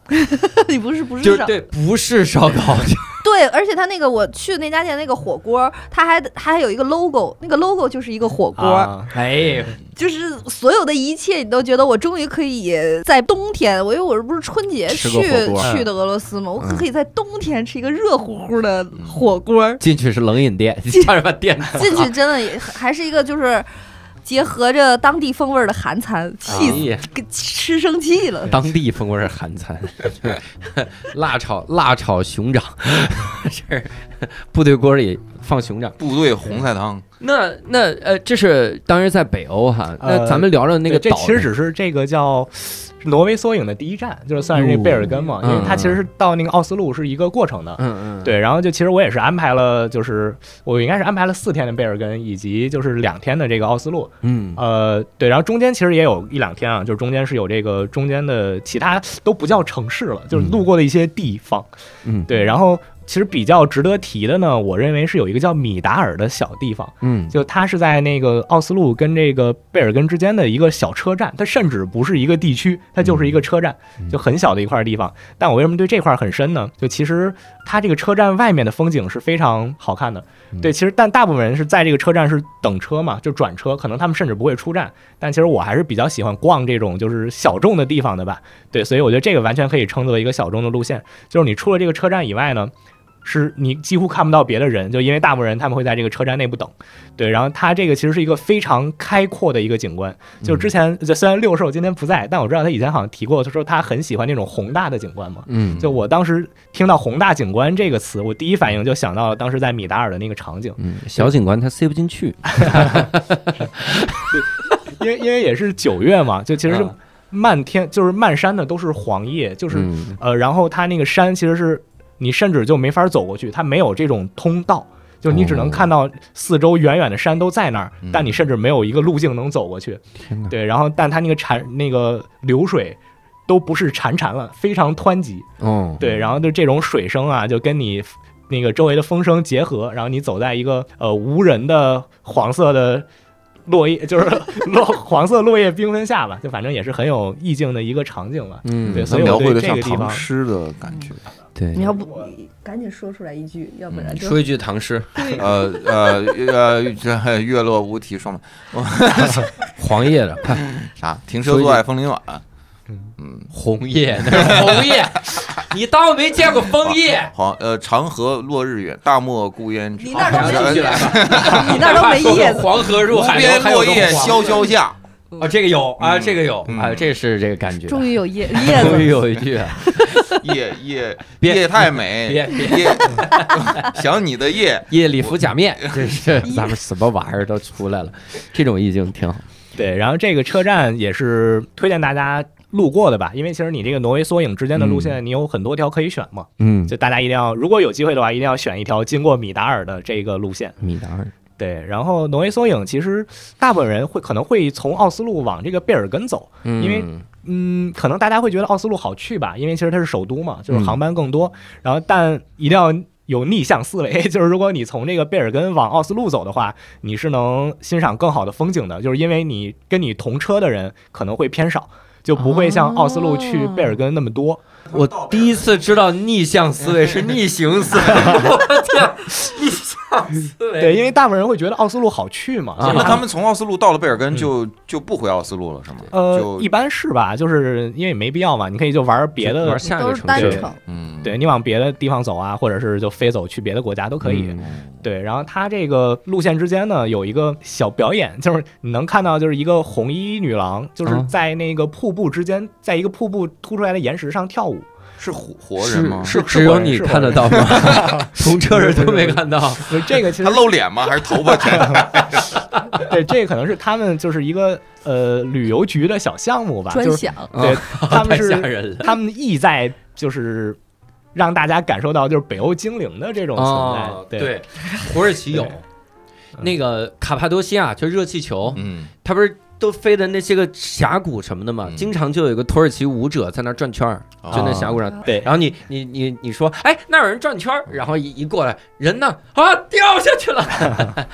Speaker 3: 你不是不是
Speaker 1: 就
Speaker 3: 上
Speaker 1: 是对，不是烧 烤，
Speaker 3: 对，而且他那个我去那家店那个火锅，他还他还有一个 logo，那个 logo 就是一个火锅，
Speaker 4: 啊，哎，
Speaker 3: 就是所有的一切，你都觉得我终于可以在冬天，我因为我不是春节
Speaker 1: 吃
Speaker 3: 去
Speaker 1: 个火锅
Speaker 3: 去的俄罗斯嘛，我
Speaker 1: 嗯
Speaker 3: 可以在冬天吃一个热乎乎的火锅，
Speaker 1: 进去是冷饮店，你差点把店
Speaker 3: 进去真的也还是一个就是结合着当地风味儿的韩餐，气死，
Speaker 1: 气死。
Speaker 3: 给吃生气了。
Speaker 1: 当地风味儿韩餐， 辣炒辣炒熊掌， 是部队锅里放熊掌。
Speaker 2: 部队红菜汤，
Speaker 1: 那那呃，这是当时在北欧哈。那
Speaker 4: 呃
Speaker 1: 咱们聊聊那个
Speaker 4: 对
Speaker 1: 岛
Speaker 4: 这，其实只是这个叫挪威缩影的第一站，就是算是那贝尔根嘛，因为它其实是到那个奥斯陆是一个过程的。
Speaker 1: 嗯嗯嗯，
Speaker 4: 对，然后就其实我也是安排了，就是我应该是安排了四天的贝尔根，以及就是两天的这个奥斯陆。
Speaker 1: 嗯，
Speaker 4: 呃，对，然后中间其实也有一两天啊，就是中间是有这个中间的其他都不叫城市了，就是路过的一些地方。
Speaker 1: 嗯
Speaker 4: 对，然后其实比较值得提的呢，我认为是有一个叫米达尔的小地方，
Speaker 1: 嗯
Speaker 4: 就它是在那个奥斯陆跟这个贝尔根之间的一个小车站，它甚至不是一个地区，它就是一个车站，
Speaker 1: 嗯
Speaker 4: 就很小的一块地方。但我为什么对这块很深呢？就其实它这个车站外面的风景是非常好看的
Speaker 1: 嗯。
Speaker 4: 对，其实但大部分人是在这个车站是等车嘛，就转车，可能他们甚至不会出站。但其实我还是比较喜欢逛这种就是小众的地方的吧。对，所以我觉得这个完全可以称作为一个小众的路线，就是你出了这个车站以外呢。是你几乎看不到别的人，就因为大部分人他们会在这个车站内部等。对，然后它这个其实是一个非常开阔的一个景观。就之前，就虽然六兽今天不在，但我知道他以前好像提过，他说他很喜欢那种宏大的景观嘛。
Speaker 1: 嗯，
Speaker 4: 就我当时听到“宏大景观”这个词，我第一反应就想到了当时在米达尔的那个场景，
Speaker 1: 嗯小景观它塞不进去，
Speaker 4: 因为因为也是九月嘛，就其实是
Speaker 1: 啊
Speaker 4: 漫天就是漫山的都是黄叶，就是、
Speaker 1: 嗯
Speaker 4: 呃，然后它那个山其实是你甚至就没法走过去，它没有这种通道。就你只能
Speaker 1: 哦嗯
Speaker 4: 看到四周远远的山都在那儿，但你甚至没有一个路径能走过去。
Speaker 1: 天哪，
Speaker 4: 对，然后但它那个潺那个流水都不是潺潺了，非常湍急。
Speaker 1: 哦，
Speaker 4: 对，然后就这种水声啊，就跟你那个周围的风声结合，然后你走在一个呃无人的黄色的。落叶 就是落黄色落叶缤纷下吧，就反正也是很有意境的一个场景吧。
Speaker 1: 嗯
Speaker 4: 对
Speaker 2: 它
Speaker 4: 所以
Speaker 2: 描
Speaker 4: 我对
Speaker 2: 绘的
Speaker 4: 这
Speaker 2: 像
Speaker 4: 个地
Speaker 2: 唐
Speaker 4: 方
Speaker 2: 诗的感觉。
Speaker 1: 对
Speaker 3: 你，要不赶紧说出来一句，要不然就
Speaker 1: 说一句唐诗，
Speaker 2: 呃呃呃，这月落乌啼霜满
Speaker 1: 黄叶的，快
Speaker 2: 啥？停车坐爱枫林晚。
Speaker 1: 红叶， 那是红叶，你当我没见过枫叶？
Speaker 2: 黄呃，长河落日远，大漠孤烟直。
Speaker 3: 你那儿都没
Speaker 1: 来吧。
Speaker 3: 你那儿都没叶子，
Speaker 1: 黄河入
Speaker 2: 无
Speaker 1: 海
Speaker 2: 边
Speaker 1: 流，还有
Speaker 2: 落
Speaker 1: 个
Speaker 2: 叶
Speaker 1: 黄
Speaker 2: 萧萧下。
Speaker 1: 啊，这个有啊，这个有
Speaker 2: 嗯
Speaker 1: 啊，这是这个感觉。
Speaker 3: 终于有叶叶
Speaker 1: 终于
Speaker 3: 子。
Speaker 1: 有一句，
Speaker 2: 夜夜
Speaker 1: 别
Speaker 2: 夜太美，
Speaker 1: 别别
Speaker 2: 夜 想你的夜，
Speaker 1: 夜里服假 面，这是咱们什么玩意儿都出来了，这种意境挺好。
Speaker 4: 对，然后这个车站也是推荐大家路过的吧，因为其实你这个挪威缩影之间的路线，你有很多条可以选嘛。
Speaker 1: 嗯，
Speaker 4: 就大家一定要，如果有机会的话，一定要选一条经过米达尔的这个路线。
Speaker 1: 米达尔，
Speaker 4: 对，然后挪威缩影其实大部分人会可能会从奥斯陆往这个贝尔根走，
Speaker 1: 因
Speaker 4: 为嗯，可能大家会觉得奥斯陆好去吧，因为其实它是首都嘛，就是航班更多。然后，但一定要有逆向思维， 就是如果你从这个贝尔根往奥斯陆走的话，你是能欣赏更好的风景的，就是因为你跟你同车的人可能会偏少，就不会像奥斯陆去贝尔根那么多。
Speaker 1: 我第一次知道逆向思维是逆行思维， 我天，逆向思维。
Speaker 4: 对，因为大部分人会觉得奥斯陆好去嘛，
Speaker 1: 啊
Speaker 4: 所以
Speaker 2: 那他们从奥斯陆到了贝尔根就就不回奥斯陆了是吗？
Speaker 4: 呃
Speaker 2: 就
Speaker 4: 一般是吧，就是因为没必要嘛，你可以就玩别的
Speaker 1: 玩下一
Speaker 3: 都
Speaker 1: 个
Speaker 3: 是单
Speaker 1: 城市，
Speaker 3: 程，
Speaker 2: 嗯，
Speaker 4: 对你往别的地方走啊，或者是就飞走去别的国家都可以。对，然后它这个路线之间呢，有一个小表演，就是你能看到，就是一个红衣女郎，就是
Speaker 1: 啊
Speaker 4: 在那个瀑布之间，在一个瀑布凸出来的岩石上跳舞。
Speaker 2: 是活活人吗？
Speaker 1: 是
Speaker 4: 是
Speaker 1: 只有你看得到吗？ 同车人都没看到。
Speaker 4: 所以这个其
Speaker 2: 他
Speaker 4: 实
Speaker 2: 露脸吗？还是头发全？
Speaker 4: 对，这个可能是他们就是一个呃旅游局的小项目吧，
Speaker 3: 专
Speaker 4: 就是
Speaker 3: 享，
Speaker 4: 对他们
Speaker 1: 太
Speaker 4: 是
Speaker 1: 吓人了。
Speaker 4: 他们意在就是让大家感受到就是北欧精灵的这种存在。
Speaker 1: 哦，
Speaker 4: 对，
Speaker 1: 对，土耳其有
Speaker 4: 对嗯
Speaker 1: 那个卡帕多西亚，就热气球，
Speaker 2: 嗯，
Speaker 1: 它不是都飞的那些个峡谷什么的嘛，
Speaker 2: 嗯
Speaker 1: 经常就有一个土耳其舞者在那儿转圈儿，
Speaker 2: 哦
Speaker 1: 就那峡谷上。
Speaker 4: 对
Speaker 1: 然后你你你你说，哎，那儿有人转圈儿，然后一一过来，人呢？啊，掉下去了。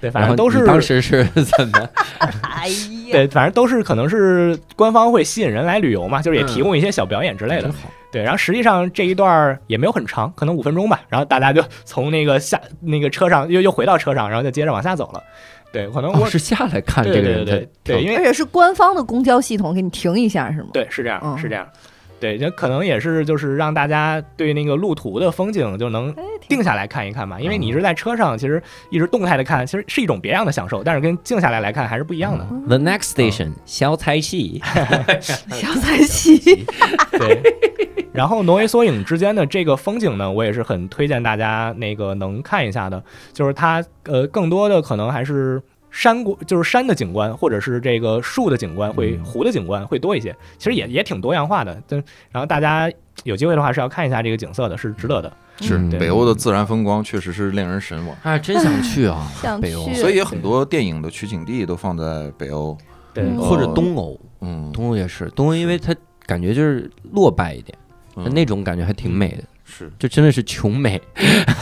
Speaker 4: 对，反
Speaker 1: 然后
Speaker 4: 正都
Speaker 1: 你
Speaker 4: 是
Speaker 1: 当时是怎么？
Speaker 3: 哎呀，
Speaker 4: 对，反正都是可能是官方会吸引人来旅游嘛，就
Speaker 1: 嗯
Speaker 4: 是也提供一些小表演之类的。
Speaker 1: 真好
Speaker 4: 对，然后实际上这一段儿也没有很长，可能五分钟吧。然后大家就 从那个下那个车上又又回到车上，然后就接着往下走了。对，可能我、
Speaker 1: 哦，是下来看这
Speaker 4: 对
Speaker 1: 个
Speaker 4: 对对
Speaker 1: 人在
Speaker 4: 对对，因为
Speaker 3: 而且是官方的公交系统给你停一下是吗？
Speaker 4: 对，是这样，
Speaker 3: 嗯
Speaker 4: 是这样。对，这可能也是就是让大家对那个路途的风景就能
Speaker 3: 哎，挺
Speaker 4: 定下来看一看嘛，因为
Speaker 1: 嗯
Speaker 4: 你一直在车上，其实一直动态的看，其实是一种别样的享受，但是跟静下来来看还是不一样的。
Speaker 1: The next station，萧才系。
Speaker 2: 啊
Speaker 3: 小彩旗，
Speaker 4: 对。 然后挪威缩影之间的这个风景呢，我也是很推荐大家那个能看一下的，就是它呃更多的可能还是山谷，就是山的景观，或者是这个树的景观会
Speaker 2: 嗯
Speaker 4: 湖的景观会多一些，其实也也挺多样化的。但然后大家有机会的话是要看一下这个景色的，是值得的。
Speaker 2: 是
Speaker 1: 嗯
Speaker 2: 北欧的自然风光确实是令人神往，
Speaker 1: 啊，真想去啊！
Speaker 3: 想
Speaker 1: 北欧
Speaker 3: 去，
Speaker 2: 所以有很多电影的取景地都放在北欧。
Speaker 4: 对
Speaker 2: 哦
Speaker 3: 嗯
Speaker 1: 或者东欧，
Speaker 2: 嗯，
Speaker 1: 东欧也是，东欧因为它感觉就是落败一点，
Speaker 2: 嗯
Speaker 1: 那种感觉还挺美的，
Speaker 2: 是。
Speaker 1: 就真的是穷美，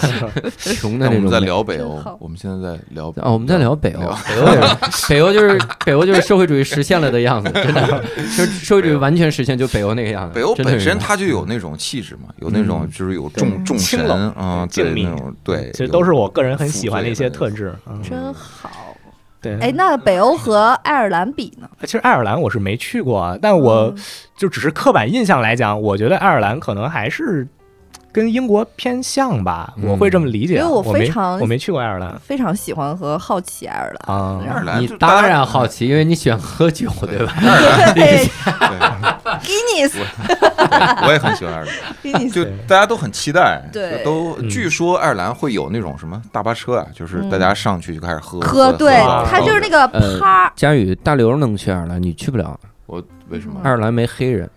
Speaker 1: 穷的
Speaker 2: 那
Speaker 1: 那
Speaker 2: 我们
Speaker 1: 种
Speaker 2: 在
Speaker 1: 美。
Speaker 2: 聊北欧
Speaker 3: 真好，
Speaker 2: 我们现在在聊
Speaker 1: 哦，我们在聊北欧
Speaker 2: 聊，
Speaker 1: 北欧也是， 北欧就是 北欧就是社会主义实现了的样子，真 的，就是社会主义完全实现，就北欧那个样子。
Speaker 2: 北欧
Speaker 1: 真的
Speaker 2: 本
Speaker 1: 是
Speaker 2: 身
Speaker 1: 这样
Speaker 2: 它就有那种气质嘛，有那种就是有众
Speaker 3: 对
Speaker 2: 众
Speaker 4: 清
Speaker 2: 神
Speaker 4: 冷
Speaker 2: 啊，
Speaker 4: 静
Speaker 2: 对
Speaker 4: 谧
Speaker 2: 那种对，
Speaker 4: 其实
Speaker 2: 有
Speaker 4: 都是我个人很喜欢的一些
Speaker 2: 负罪的
Speaker 4: 特质。嗯，
Speaker 3: 真好。
Speaker 4: 对。
Speaker 3: 哎，那北欧和爱尔兰比呢？
Speaker 4: 其实爱尔兰我是没去过啊，但我
Speaker 3: 嗯
Speaker 4: 就只是刻板印象来讲，我觉得爱尔兰可能还是跟英国偏向吧，
Speaker 1: 嗯
Speaker 4: 我会这么理解啊。
Speaker 3: 因为我
Speaker 4: 我
Speaker 3: 非
Speaker 4: 没
Speaker 3: 常
Speaker 4: 我没去过爱尔兰
Speaker 3: 非常喜欢和好奇爱尔兰。
Speaker 4: 啊
Speaker 2: 爱，尔兰
Speaker 1: 你
Speaker 2: 就大
Speaker 1: 当
Speaker 2: 家
Speaker 1: 然好奇，因为你喜欢喝酒，对 吧？
Speaker 3: 对
Speaker 2: 对
Speaker 3: ，Guinness，
Speaker 2: 对我也很喜欢爱尔兰。
Speaker 3: Guinness，
Speaker 2: 就大家都很期待，
Speaker 3: 对
Speaker 2: 都
Speaker 4: 嗯
Speaker 2: 据说爱尔兰会有那种什么大巴车啊，就是大家上去就开始喝
Speaker 3: 嗯喝，对，
Speaker 4: 啊
Speaker 3: 它就是那个
Speaker 1: 呃
Speaker 3: 趴，
Speaker 1: 佳宇，大刘能去爱尔兰，你去不了，
Speaker 3: 嗯
Speaker 2: 我为什么
Speaker 1: 爱尔兰没黑人。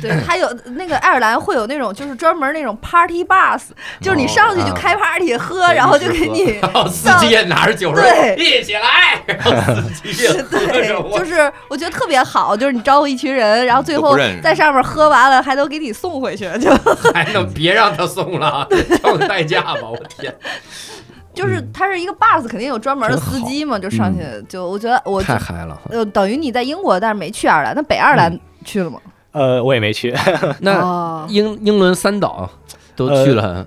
Speaker 3: 对，它有那个爱尔兰会有那种就是专门那种 party bus，就是你上去就开 party 喝，然后就给 你
Speaker 1: 哦，司机也拿着酒说
Speaker 3: 对
Speaker 1: 一起 来，然后司机也喝着
Speaker 3: 对，
Speaker 1: 我
Speaker 3: 就。是我觉得特别好，就是你招呼一群人，然后最
Speaker 2: 都不
Speaker 3: 后
Speaker 2: 认识
Speaker 3: 在上面喝完了，还都给你送回去，就
Speaker 1: 还能别让他送了 啊，叫个代驾吧！我天，
Speaker 3: 就是
Speaker 1: 嗯
Speaker 3: 它是一个 bus，肯定有专门的司机嘛，就上去就我觉得我
Speaker 1: 太嗨了！嗯
Speaker 3: 呃等于你在英国，但是没去爱尔兰，那北爱尔兰去了吗？
Speaker 4: 呃，我也没 去，
Speaker 1: 那
Speaker 3: 哦
Speaker 1: 英英伦三岛都去了，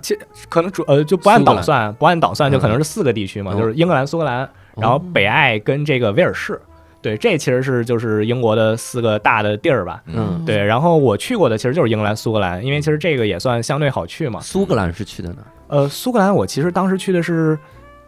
Speaker 4: 可能主呃就不按
Speaker 1: 苏格兰
Speaker 4: 岛算，不按岛算就可能是四个地区嘛，
Speaker 1: 嗯哦
Speaker 4: 就是英格兰、苏格兰，然后北爱跟这个威尔士，对，这其实是就是英国的四个大的地儿吧。
Speaker 2: 呃
Speaker 1: 嗯，
Speaker 4: 对，然后我去过的其实就是英格兰、苏格兰，因为其实这个也算相对好去嘛。
Speaker 1: 啊苏格兰是去的哪儿？
Speaker 4: 呃，苏格兰我其实当时去的是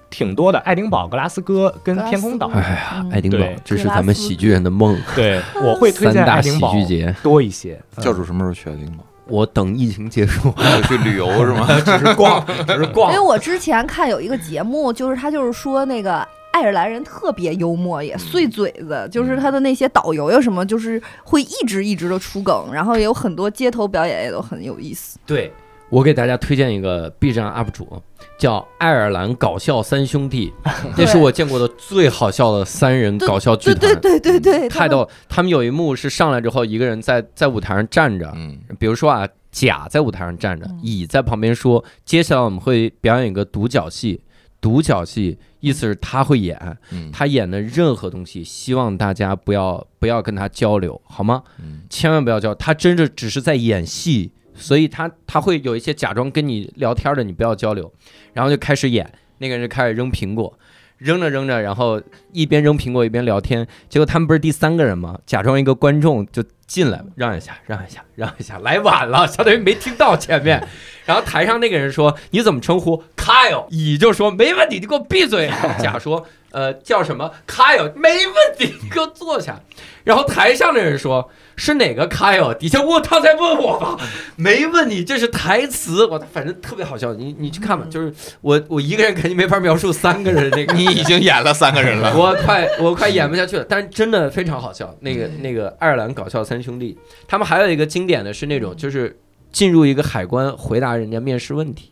Speaker 4: 挺多的，爱丁堡、格拉斯哥跟
Speaker 3: 格拉斯
Speaker 4: 天空岛
Speaker 3: 哥。
Speaker 1: 哎呀
Speaker 3: 啊嗯，
Speaker 1: 爱丁堡
Speaker 4: 对，
Speaker 1: 这是咱们喜剧人的 梦，
Speaker 4: 对，我会推
Speaker 1: 三
Speaker 4: 荐
Speaker 1: 大
Speaker 4: 爱
Speaker 1: 喜
Speaker 4: 丁堡
Speaker 1: 剧节。
Speaker 4: 多一些。嗯
Speaker 2: 教主什么时候去爱丁堡？
Speaker 1: 我等疫情结束，
Speaker 2: 我去旅游是吗？
Speaker 1: 只是逛，只是
Speaker 3: 因
Speaker 1: 逛
Speaker 3: 为。我之前看有一个节目，就是他就是说那个。爱尔兰人特别幽默，也碎嘴
Speaker 1: 嗯
Speaker 3: 子，就是他的那些导游呀什么，就是会一直一直的出梗，然后也有很多街头表演也都很有意思。
Speaker 1: 对，我给大家推荐一个 B 站 UP 主，叫爱尔兰搞笑三兄弟，那是我见过的最好笑的三人搞笑剧
Speaker 3: 对对
Speaker 1: 团。
Speaker 3: 对对对，他
Speaker 1: 太
Speaker 3: 们
Speaker 1: 逗了！他们有一幕是上来之后，一个人在在舞台上站着，
Speaker 2: 嗯，
Speaker 1: 比如说啊，甲在舞台上站着
Speaker 3: 嗯，
Speaker 1: 乙在旁边说，接下来我们会表演一个独角戏。独角戏意思是他会演，
Speaker 2: 嗯
Speaker 1: 他演的任何东西，希望大家不要不要跟他交流，好吗？
Speaker 2: 嗯
Speaker 1: 千万不要交，他真的只是在演戏，所以他他会有一些假装跟你聊天的，你不要交流，然后就开始演，那个人就开始扔苹果，扔着扔着，然后一边扔苹果一边聊天。结果他们不是第三个人吗？假装一个观众就进来了，让一下，让一下，让一下，来晚了，相当于没听到前面。然后台上那个人说：“你怎么称呼？”Kyle，乙就说：“没问题，你给我闭嘴。”甲说：“呃，叫什么？Kyle，没问题，你给我坐下。”然后台上的人说：“是哪个 Kyle？” 底下问他在问我吧，没问你，这是台词。我反正特别好笑，你你去看吧，就是我我一个人肯定没法描述三个人那个。
Speaker 2: 你已经演了三个人了，
Speaker 1: 我快我快演不下去了，但是真的非常好笑。那个那个爱尔兰搞笑三兄弟，他们还有一个经典的是那种，就是进入一个海关回答人家面试问题，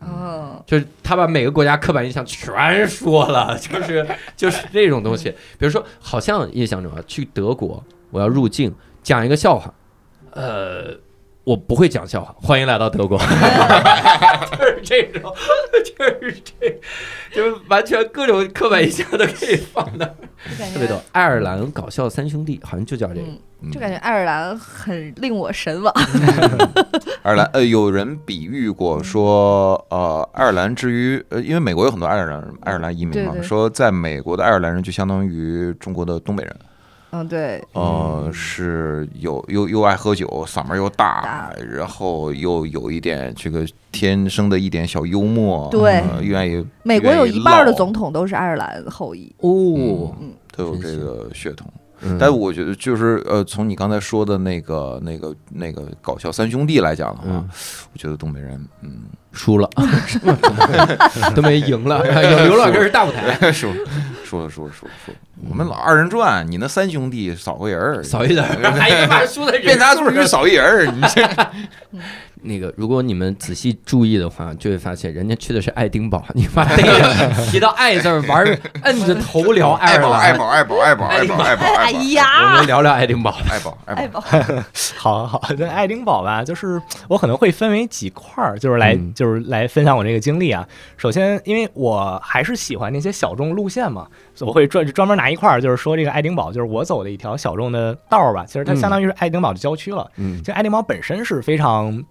Speaker 3: 哦，
Speaker 1: 就是他把每个国家刻板印象全说了， 就是就是这种东西。比如说，好像印象中啊，去德国我要入境，讲一个笑话，呃。我不会讲笑话， 欢迎来到德国，就是这种， 就是这，就是完全各种刻板印象都可以放到特别逗，爱尔兰搞笑三兄弟好像就叫这个，
Speaker 3: 嗯，就感觉爱尔兰很令我神往。
Speaker 2: 爱尔兰，呃，有人比喻
Speaker 3: 嗯
Speaker 2: 过说，呃，爱尔兰之于，呃，因为美国有很多爱尔兰爱尔兰移民嘛，
Speaker 3: 对对
Speaker 2: 说在美国的爱尔兰人就相当于中国的东北人，
Speaker 3: 嗯，对，
Speaker 2: 呃，是有又又爱喝酒，嗓门又大
Speaker 3: 大，
Speaker 2: 然后又有一点这个天生的一点小幽默，
Speaker 3: 对
Speaker 4: 嗯
Speaker 2: 呃愿意
Speaker 3: 美国有一半儿的
Speaker 2: 愿意唠
Speaker 3: 总统都是爱尔兰后裔。
Speaker 1: 哦，
Speaker 2: 都有
Speaker 1: 真
Speaker 2: 这
Speaker 1: 是
Speaker 2: 个血统。但
Speaker 1: 但
Speaker 2: 我觉得就是呃，从你刚才说的那个、那个、那个搞笑三兄弟来讲的话，
Speaker 1: 嗯
Speaker 2: 我觉得东北人，嗯，
Speaker 1: 输 了，都没赢 了，有刘老根是大 舞台，
Speaker 2: 输了输了输了输了输了，我们老二人转，你那三兄弟少个人儿，
Speaker 1: 少一点，还一半输的人
Speaker 2: 变 大数据少一人儿，你这
Speaker 1: 那个，如果你们仔细注意的话，就会发现人家去的是爱丁堡，你妈逮着提到爱字儿玩儿，摁着头聊爱
Speaker 2: 爱
Speaker 1: 尔
Speaker 2: 宝爱
Speaker 1: 兰。
Speaker 2: 宝爱宝爱宝爱宝爱宝
Speaker 3: 哎
Speaker 2: 爱宝
Speaker 1: 我
Speaker 3: 呀哎
Speaker 1: 们，聊聊爱丁堡，
Speaker 2: 爱宝爱
Speaker 3: 爱
Speaker 2: 宝，
Speaker 3: 宝，
Speaker 4: 好好，那爱丁堡吧，就是我可能会分为几块儿，就是来、
Speaker 1: 嗯
Speaker 4: 就是来分享我这个经历啊。首先，因为我还是喜欢那些小众路线嘛，所以我会专专门拿一块儿，就是说这个爱丁堡就是我走的一条小众的道儿吧。其实它
Speaker 1: 嗯
Speaker 4: 相当于是爱丁堡的郊区了。
Speaker 1: 嗯
Speaker 4: 其实爱丁堡本身是非常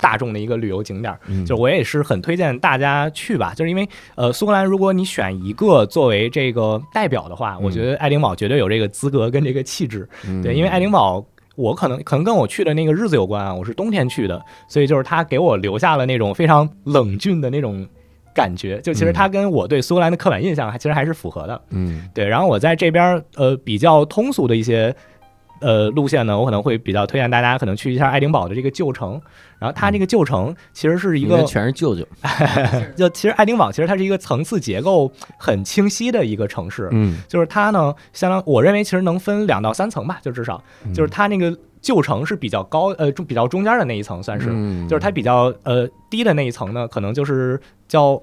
Speaker 4: 大众的一个旅游景点儿，
Speaker 1: 嗯
Speaker 4: 就是我也是很推荐大家去吧，就是因为呃，苏格兰如果你选一个作为这个代表的话，我觉得爱丁堡绝对有这个资格跟这个气质。
Speaker 1: 嗯
Speaker 4: 对，因为爱丁堡。我可能可能跟我去的那个日子有关啊，我是冬天去的，所以就是它给我留下了那种非常冷峻的那种感觉。就其实它跟我对苏格兰的刻板印象还其实还是符合的。
Speaker 1: 嗯
Speaker 4: 对，然后我在这边儿呃比较通俗的一些呃路线呢，我可能会比较推荐大家可能去一下爱丁堡的这个旧城。然后它这个旧城其实是一
Speaker 1: 应该
Speaker 4: 个，
Speaker 1: 全是舅舅，
Speaker 4: 就其实爱丁堡其实它是一个层次结构很清晰的一个城市，
Speaker 1: 嗯，
Speaker 4: 就是它呢，相当我认为其实能分两到三层吧，就至
Speaker 1: 嗯
Speaker 4: 少就是它那个旧城是比较高呃中比较中间的那一层算是，
Speaker 1: 嗯
Speaker 4: 就是它比较呃低的那一层呢，可能就是叫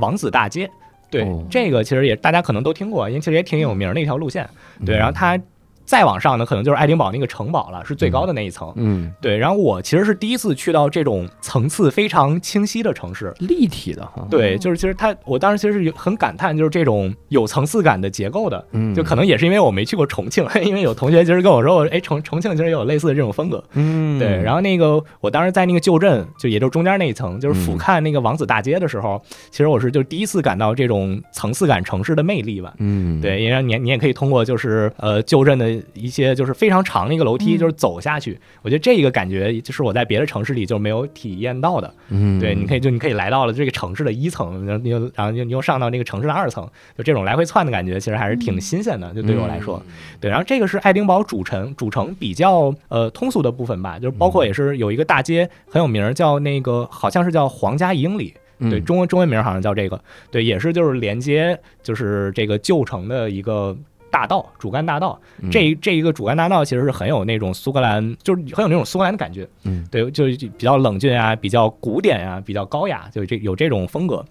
Speaker 4: 王子大街。对，
Speaker 1: 哦
Speaker 4: 这个其实也大家可能都听过，因为其实也挺有名儿的一条路线。
Speaker 1: 嗯
Speaker 4: 对，然后它再往上呢，可能就是爱丁堡那个城堡了，是最高的那一层。
Speaker 1: 嗯
Speaker 4: 对，然后我其实是第一次去到这种层次非常清晰的城市。
Speaker 1: 立体的哈，
Speaker 4: 对，就是其实它，我当时其实是有很感叹，就是这种有层次感的结构的。
Speaker 1: 嗯
Speaker 4: 就可能也是因为我没去过重庆， 因为有同学其实跟我说，哎，重重庆其实也有类似的这种风格。
Speaker 1: 嗯
Speaker 4: 对，然
Speaker 1: 后
Speaker 4: 后那个我当时在那个旧镇，就也就中间那一层，
Speaker 1: 嗯
Speaker 4: 就是俯瞰那个王子大街的时候，其实我是就第一次感到这种层次感城市的魅力吧。
Speaker 1: 嗯
Speaker 4: 对，因为你你也可以通过就是呃旧镇的一些就是非常长的一个楼梯，
Speaker 3: 嗯
Speaker 4: 就是走下去，我觉得这个感觉就是我在别的城市里就没有体验到的。
Speaker 1: 嗯
Speaker 4: 对，你可
Speaker 1: 以
Speaker 4: 以就你可以来到了这个城市的一层，然后你又然后又你又上到那个城市的二层，就这种来回窜的感觉，其实还是挺新鲜的，就对我来说。对，然后这个是爱丁堡主城主城比较呃通俗的部分吧，就是包括也是有一个大街很有名儿，叫那个好像是叫皇家一英里。
Speaker 1: 嗯
Speaker 4: 对，中文中文名儿好像叫这个，对，也是就是连接就是这个旧城的一个大道，主干大道。
Speaker 1: 嗯
Speaker 4: 这一这一个主干大道其实是很有那种苏格兰，就是很有那种苏格兰的感觉。
Speaker 1: 嗯，
Speaker 4: 对，就是比较冷峻啊，比较古典啊，比较高雅，就这有这种风格。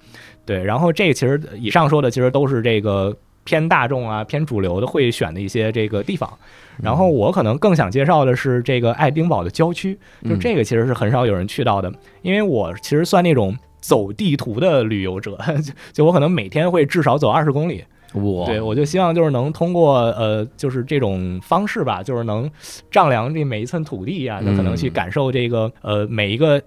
Speaker 4: 对，然后这个其实以上说的其实都是这个偏大众啊、偏主流的会选的一些这个地方。
Speaker 1: 嗯
Speaker 4: 然后我可能更想介绍的是这个爱丁堡的郊区，就
Speaker 1: 嗯
Speaker 4: 这个其实是很少有人去到的，因为我其实算那种走地图的旅游者， 就就我可能每天会至少走二十公里，
Speaker 1: 我
Speaker 4: 对，我就希望就是能通过呃，就是这种方式吧，就是能丈量这每一寸土地啊，就可能去
Speaker 1: 嗯
Speaker 4: 感受这个呃每一个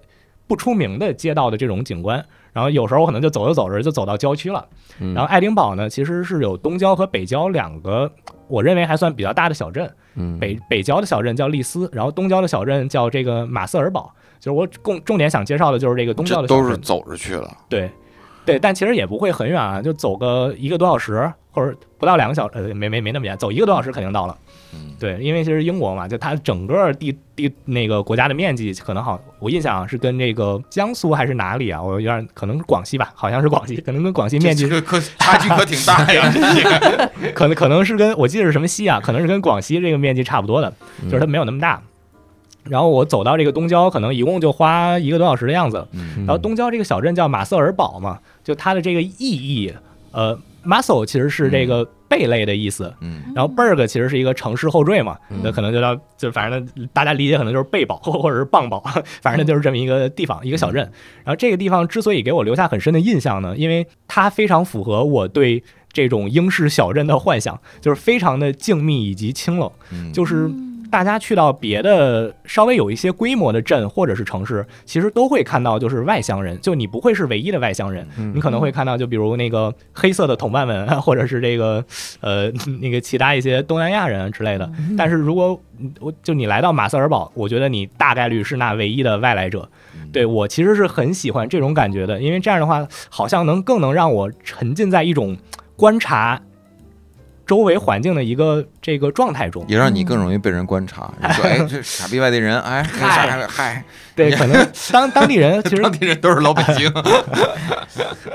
Speaker 4: 不出名的街道的这种景观。然后有时候我可能就走着走着就走到郊区了。
Speaker 1: 嗯
Speaker 4: 然后爱丁堡呢，其实是有东郊和北郊两个，我认为还算比较大的小镇。
Speaker 1: 嗯
Speaker 4: 北北郊的小镇叫利斯，然后东郊的小镇叫这个马瑟尔堡。就是我重重点想介绍的就是这个东郊
Speaker 2: 这
Speaker 4: 的小
Speaker 2: 都是
Speaker 4: 镇，
Speaker 2: 走着去了，
Speaker 4: 对，对，但其实也不会很远啊，就走个一个多小时，或者不到两个小呃，没没没那么远，走一个多小时肯定到了。
Speaker 2: 嗯，
Speaker 4: 对，因为其实英国嘛，就它整个地地那个国家的面积可能好，我印象啊是跟这个江苏还是哪里啊，我有点可能是广西吧，好像是广西，可能跟广西面积
Speaker 2: 这这可差距可挺大 呀，
Speaker 4: 可能可能是跟我记得是什么西啊，可能是跟广西这个面积差不多的，
Speaker 1: 嗯
Speaker 4: 就是它没有那么大。然后我走到这个东郊，可能一共就花一个多小时的样子。
Speaker 1: 嗯
Speaker 4: 然后东郊这个小镇叫马瑟尔堡嘛，就它的这个意义，呃，muscle 其实是这个贝类的意思，
Speaker 2: 嗯，
Speaker 4: 然后 berg 其实是一个城市后缀嘛，那、可能就叫就反正大家理解可能就是贝堡或者是棒堡， 反正它就是这么一个地方一个小镇。然后这个地方之所以给我留下很深的印象呢，因为它非常符合我对这种英式小镇的幻想，就是非常的静谧以及清冷，
Speaker 2: 嗯
Speaker 4: 就是
Speaker 3: 嗯
Speaker 4: 大家去到别的稍微有一些规模的镇或者是城市，其实都会看到就是外乡人，就你不会是唯一的外乡人，
Speaker 1: 嗯
Speaker 4: 你可能会看到就比如那个黑色的同伴们，或者是这个呃那个其他一些东南亚人之类的。但是如果嗯我就你来到马瑟尔堡，我觉得你大概率是那唯一的外来者。
Speaker 2: 嗯
Speaker 4: 对我其实是很喜欢这种感觉的，因为这样的话好像能更能让我沉浸在一种观察周围环境的一个这个状态中。
Speaker 2: 也让你更容易被人观察。你说，哎，这傻逼外地人，哎，嗨嗨，
Speaker 4: 对，可 能当当地人其实
Speaker 2: 当地人都是老北京，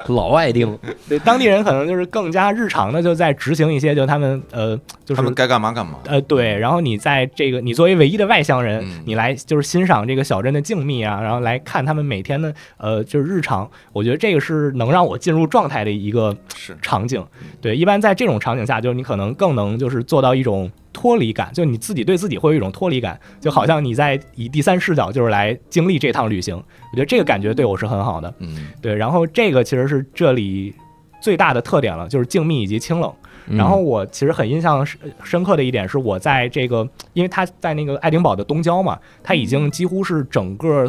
Speaker 1: 老外定，
Speaker 4: 对当地人可能就是更加日常的就在执行一些就他们呃就
Speaker 2: 他
Speaker 4: 是
Speaker 2: 们该干嘛干嘛。
Speaker 4: 呃对，然后你在这个你作为唯一的外乡人，
Speaker 2: 嗯
Speaker 4: 你来就是欣赏这个小镇的静谧啊，然后来看他们每天的呃就是日常，我觉得这个是能让我进入状态的一个
Speaker 2: 是，
Speaker 4: 场景。
Speaker 2: 嗯
Speaker 4: 对，一般在这种场景下，就是你可能更能就是做到一种脱离感，就你自己对自己会有一种脱离感，就好像你在以第三视角就是来经历这趟旅行，我觉得这个感觉对我是很好的。
Speaker 2: 嗯，
Speaker 4: 对，然后这个其实是这里最大的特点了，就是静谧以及清冷。然
Speaker 1: 嗯
Speaker 4: 后我其实很印象深深刻的一点是，我在这个，因为它在那个爱丁堡的东郊嘛，它已经几乎是整个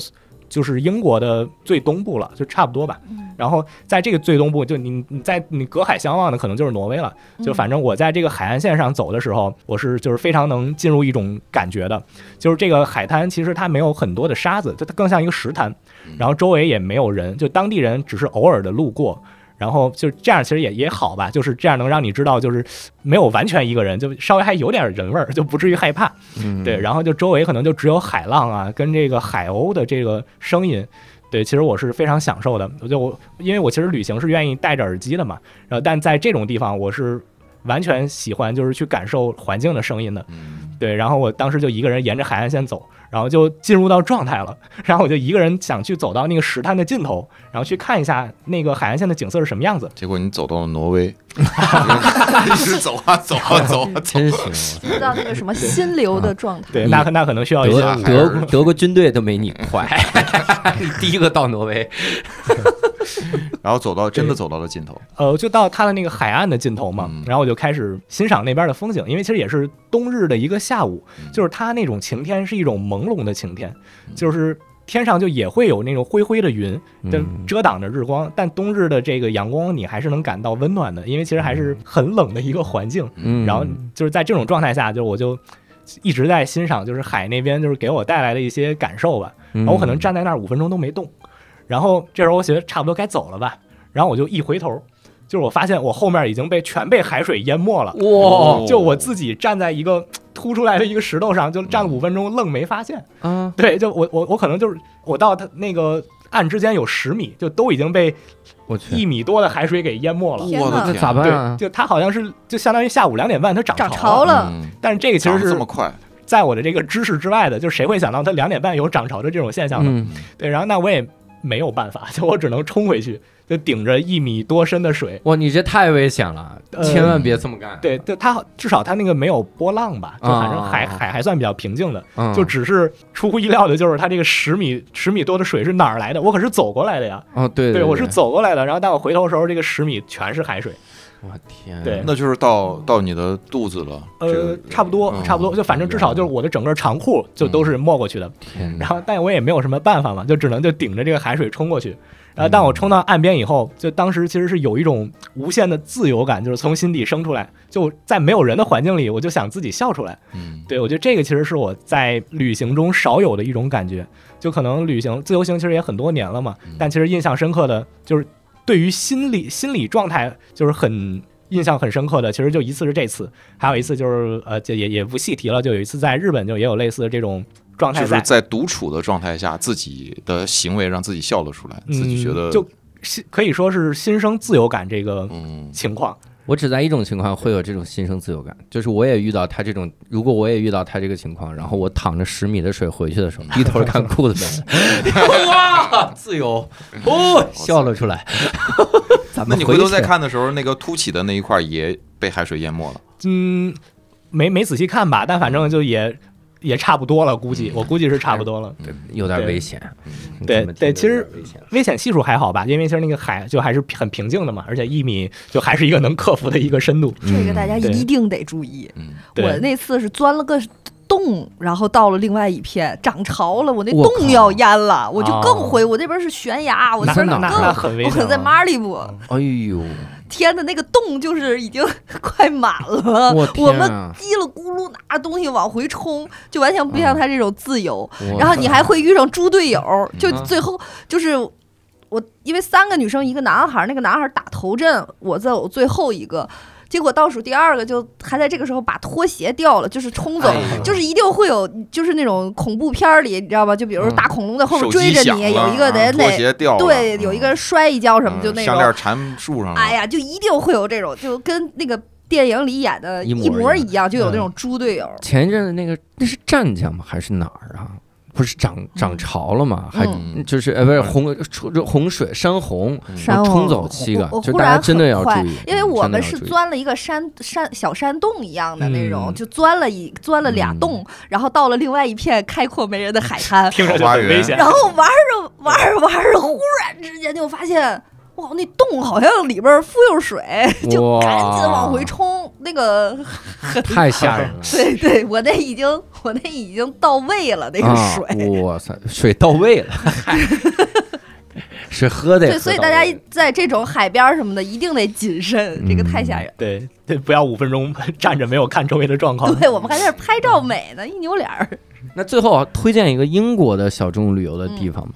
Speaker 4: 就是英国的最东部了，就差不多吧。然后在这个最东部，就你你在你隔海相望的可能就是挪威了。
Speaker 3: 嗯
Speaker 4: 就反正我在这个海岸线上走的时候，我是就是非常能进入一种感觉的，就是这个海滩其实它没有很多的沙子，它它更像一个石滩，
Speaker 2: 嗯
Speaker 4: 然后周围也没有人，就当地人只是偶尔的路过。然后就这样，其实也也好吧，就是这样能让你知道，就是没有完全一个人，就稍微还有点人味儿，就不至于害怕。
Speaker 1: 嗯
Speaker 4: 对，然后就周围可能就只有海浪啊，跟这个海鸥的这个声音。对，其实我是非常享受的。我就我，因为我其实旅行是愿意戴着耳机的嘛，然后但在这种地方，我是完全喜欢就是去感受环境的声音的。
Speaker 2: 嗯，
Speaker 4: 对，然后我当时就一个人沿着海岸线走，然后就进入到状态了。 然后我就一个人想去走到那个石滩的尽头，然后去看一下那个海岸线的景色是什么样子。
Speaker 2: 结果你走到了挪威，一直走啊走啊走啊走，
Speaker 1: 真行，啊
Speaker 3: 进入到那个什么心流的状态。
Speaker 4: 嗯对，
Speaker 1: 你
Speaker 4: 那那可能需要一些
Speaker 1: 德德德国军队都没你 快，你第一个到挪威，
Speaker 2: 然后走到真的走到了尽头，
Speaker 4: 呃，就到它的那个海岸的尽头嘛，
Speaker 2: 嗯
Speaker 4: 然后我就开始欣赏那边的风景，因为其实也是冬日的一个下午，
Speaker 2: 嗯
Speaker 4: 就是它那种晴天是一种朦胧的晴天，就是天上就也会有那种灰灰的云，
Speaker 1: 嗯
Speaker 4: 但遮挡着日光，但冬日的这个阳光你还是能感到温暖的，因为其实还是很冷的一个环境，
Speaker 1: 嗯
Speaker 4: 然后就是在这种状态下，就是我就一直在欣赏，就是海那边就是给我带来的一些感受吧。
Speaker 1: 嗯
Speaker 4: 然后我可
Speaker 3: 嗯
Speaker 4: 能站在那儿五分钟都没动，然后这时候我觉得差不多该走了吧，然后我就一回头，就是我发现我后面已经被全被海水淹没
Speaker 3: 哦
Speaker 4: 了，
Speaker 1: 哇
Speaker 4: 就我自己站在一个凸出来的一个石头上，就站了五分钟愣没发现。
Speaker 1: 啊，
Speaker 4: 对，就我我我可能就是我到它那个岸之间有十米，就都已经被
Speaker 1: 我
Speaker 4: 一
Speaker 1: 去，
Speaker 4: 米多的海水给淹没了。
Speaker 3: 天
Speaker 2: 我的
Speaker 3: 哪
Speaker 1: 那
Speaker 2: 天，
Speaker 1: 咋办啊
Speaker 4: 对，？就它好像是就相当于下午两点半它涨
Speaker 3: 涨
Speaker 4: 潮
Speaker 3: 潮
Speaker 4: 了，
Speaker 3: 了
Speaker 2: 嗯，
Speaker 4: 但是这个其
Speaker 2: 长
Speaker 4: 实
Speaker 2: 得这
Speaker 4: 是
Speaker 2: 么快，
Speaker 4: 在我的这个知识之外的，就是谁会想到它两点半有涨潮的这种现象呢？
Speaker 1: 嗯
Speaker 4: 对，然后那我也没有办法， 就我只能冲回去，就顶着一米多深的水。
Speaker 1: 哇，你这太危险了，
Speaker 4: 呃
Speaker 1: 千万别这么干。
Speaker 4: 对，对，它至少它那个没有波浪吧，就反正海、
Speaker 1: 啊
Speaker 4: 海还算比较平静的，
Speaker 2: 啊
Speaker 1: 嗯，
Speaker 4: 就只是出乎意料的，就是它这个十米十米多的水是哪儿来的？我可是走过来的呀，
Speaker 1: 哦，对
Speaker 4: 对我是，走过来的。然后当我回头的时候，这个十米全是海水，
Speaker 1: 我天，
Speaker 4: 对
Speaker 2: 那就是到到你的肚子了，这
Speaker 4: 呃
Speaker 2: 个，
Speaker 4: 差不多
Speaker 2: 嗯
Speaker 4: 差不多，就反正至少就是我的整个长裤就都是没过去的。
Speaker 1: 天
Speaker 4: 然后但我也没有什么办法嘛，就只能就顶着这个海水冲过去。然后但我冲到岸边以后，就当时其实是有一种无限的自由感，就是从心底生出来。就在没有人的环境里，我就想自己笑出来。
Speaker 2: 嗯，
Speaker 4: 对我觉得这个其实是我在旅行中少有的一种感觉。就可能旅行自由行其实也很多年了嘛
Speaker 2: 嗯，
Speaker 4: 但其实印象深刻的就是对于心理心理状态就是很。印象很深刻的，其实就一次是这次，还有一次就是呃，这也也不细提了。就有一次在日本，就也有类似的这种状态
Speaker 2: 就
Speaker 4: 在，
Speaker 2: 是在独处的状态下，自己的行为让自己笑了出来，自己觉得
Speaker 4: 嗯、就是可以说是心生自由感这个
Speaker 2: 嗯
Speaker 4: 情况。
Speaker 1: 我只在一种情况会有这种心生自由感，就是我也遇到他这种，如果我也遇到他这个情况，然后我淌着十米的水回去的时候，低头 看裤子没了，哇，自由，哦， 笑了出 来。咱
Speaker 2: 那
Speaker 1: 们
Speaker 2: 你
Speaker 1: 回
Speaker 2: 回
Speaker 1: 去
Speaker 2: 头再，看的时候，那个凸起的那一块也被海水淹没了。
Speaker 4: 嗯，没没仔细看吧，但反正就也也差不多了，估计我估计是差不多了。
Speaker 1: 有点危险。嗯
Speaker 4: 对
Speaker 1: 这么听着
Speaker 4: 对其实
Speaker 1: 有点危险
Speaker 4: 危险系数还好吧，因为其实那个海就还是很平静的嘛，而且一米就还是一个能克服的一个深度。
Speaker 3: 这个大家
Speaker 4: 嗯对
Speaker 3: 一定得注意。
Speaker 2: 嗯，
Speaker 4: 对
Speaker 3: 我那次是钻了个洞，然后到了另外一片，涨潮了，我那
Speaker 1: 我靠
Speaker 3: 洞要淹了，我就
Speaker 4: 哦
Speaker 3: 更灰。我那边是悬崖，我
Speaker 4: 那
Speaker 3: 这边
Speaker 4: 那
Speaker 1: 更
Speaker 4: 那很危
Speaker 3: 我
Speaker 4: 险啊
Speaker 3: 在
Speaker 4: 了。哦
Speaker 3: 马里布，
Speaker 1: 哎呦，
Speaker 3: 天的那个洞就是已经 快满了，
Speaker 1: 我
Speaker 3: 呃我
Speaker 1: 天
Speaker 3: 们
Speaker 1: 啊！
Speaker 3: 叽里咕噜拿东西往回冲，就完全不像
Speaker 4: 嗯
Speaker 3: 他这种自由。
Speaker 1: 我
Speaker 3: 然后你还会遇上猪队友，就
Speaker 2: 啊
Speaker 1: 嗯
Speaker 3: 最后就是我，因为三个女生一个男孩儿，那个男孩儿打头阵，我在我最后一个，结果倒数第二个就还在这个时候把拖鞋掉了，就是冲走，
Speaker 1: 哎呦
Speaker 3: 就是一定会有，就是那种恐怖片儿里你知道吧？就比如说
Speaker 1: 嗯
Speaker 3: 大恐龙在后面
Speaker 2: 手
Speaker 3: 追
Speaker 2: 机
Speaker 3: 着
Speaker 2: 响
Speaker 3: 你，
Speaker 2: 了
Speaker 3: 有一个
Speaker 2: 啊
Speaker 3: 人
Speaker 2: 拖
Speaker 3: 得
Speaker 2: 鞋掉了，
Speaker 3: 对，有一个人摔一跤什么
Speaker 2: 嗯
Speaker 3: 就那
Speaker 2: 项链
Speaker 3: 种，
Speaker 2: 缠树上了。
Speaker 3: 哎呀，就一定会有这种，就跟那个。电影里演的
Speaker 1: 一模
Speaker 3: 一模
Speaker 1: 一
Speaker 3: 一样，就有
Speaker 1: 嗯
Speaker 3: 那种猪队友。
Speaker 1: 前一阵子那个那是湛江吗？还是哪儿啊？不是
Speaker 3: 嗯
Speaker 1: 涨涨潮了吗？还
Speaker 2: 嗯
Speaker 1: 就是呃，不是洪出出洪水山洪，
Speaker 2: 嗯
Speaker 3: 山
Speaker 1: 我冲
Speaker 3: 洪
Speaker 1: 走七个
Speaker 3: 我，我
Speaker 1: 就
Speaker 3: 忽
Speaker 1: 大家
Speaker 3: 然
Speaker 1: 真的
Speaker 3: 很
Speaker 1: 要
Speaker 3: 快
Speaker 1: 注意，
Speaker 3: 因为
Speaker 1: 嗯
Speaker 3: 我
Speaker 1: 真的
Speaker 3: 们
Speaker 1: 要
Speaker 3: 是
Speaker 1: 注意
Speaker 3: 钻了一个山山小山洞一样的那种，
Speaker 4: 嗯，
Speaker 3: 就钻了一钻了
Speaker 1: 嗯
Speaker 3: 俩洞，然后到了另外一片开阔没人的海滩
Speaker 4: 听着就很危险
Speaker 3: 然。后玩着玩着玩着，忽然之间就发现。哇，那洞好像里边儿富有水， 就赶紧往回冲。那个，。
Speaker 1: 太吓人了
Speaker 3: 对对，我那已经我那已经到位 了，那个
Speaker 1: 啊
Speaker 3: 水。
Speaker 1: 哇塞，水到位了， 水喝的。
Speaker 3: 对，所以大家在这种海边儿什么的，一定得谨慎，这个太
Speaker 1: 嗯
Speaker 3: 吓人了。
Speaker 4: 对对，不要五分钟站着没有看周围的状况。
Speaker 3: 对，我们还在这儿拍照美呢，一扭脸儿。
Speaker 1: 那最后啊推荐一个英国的小众旅游的地方吧，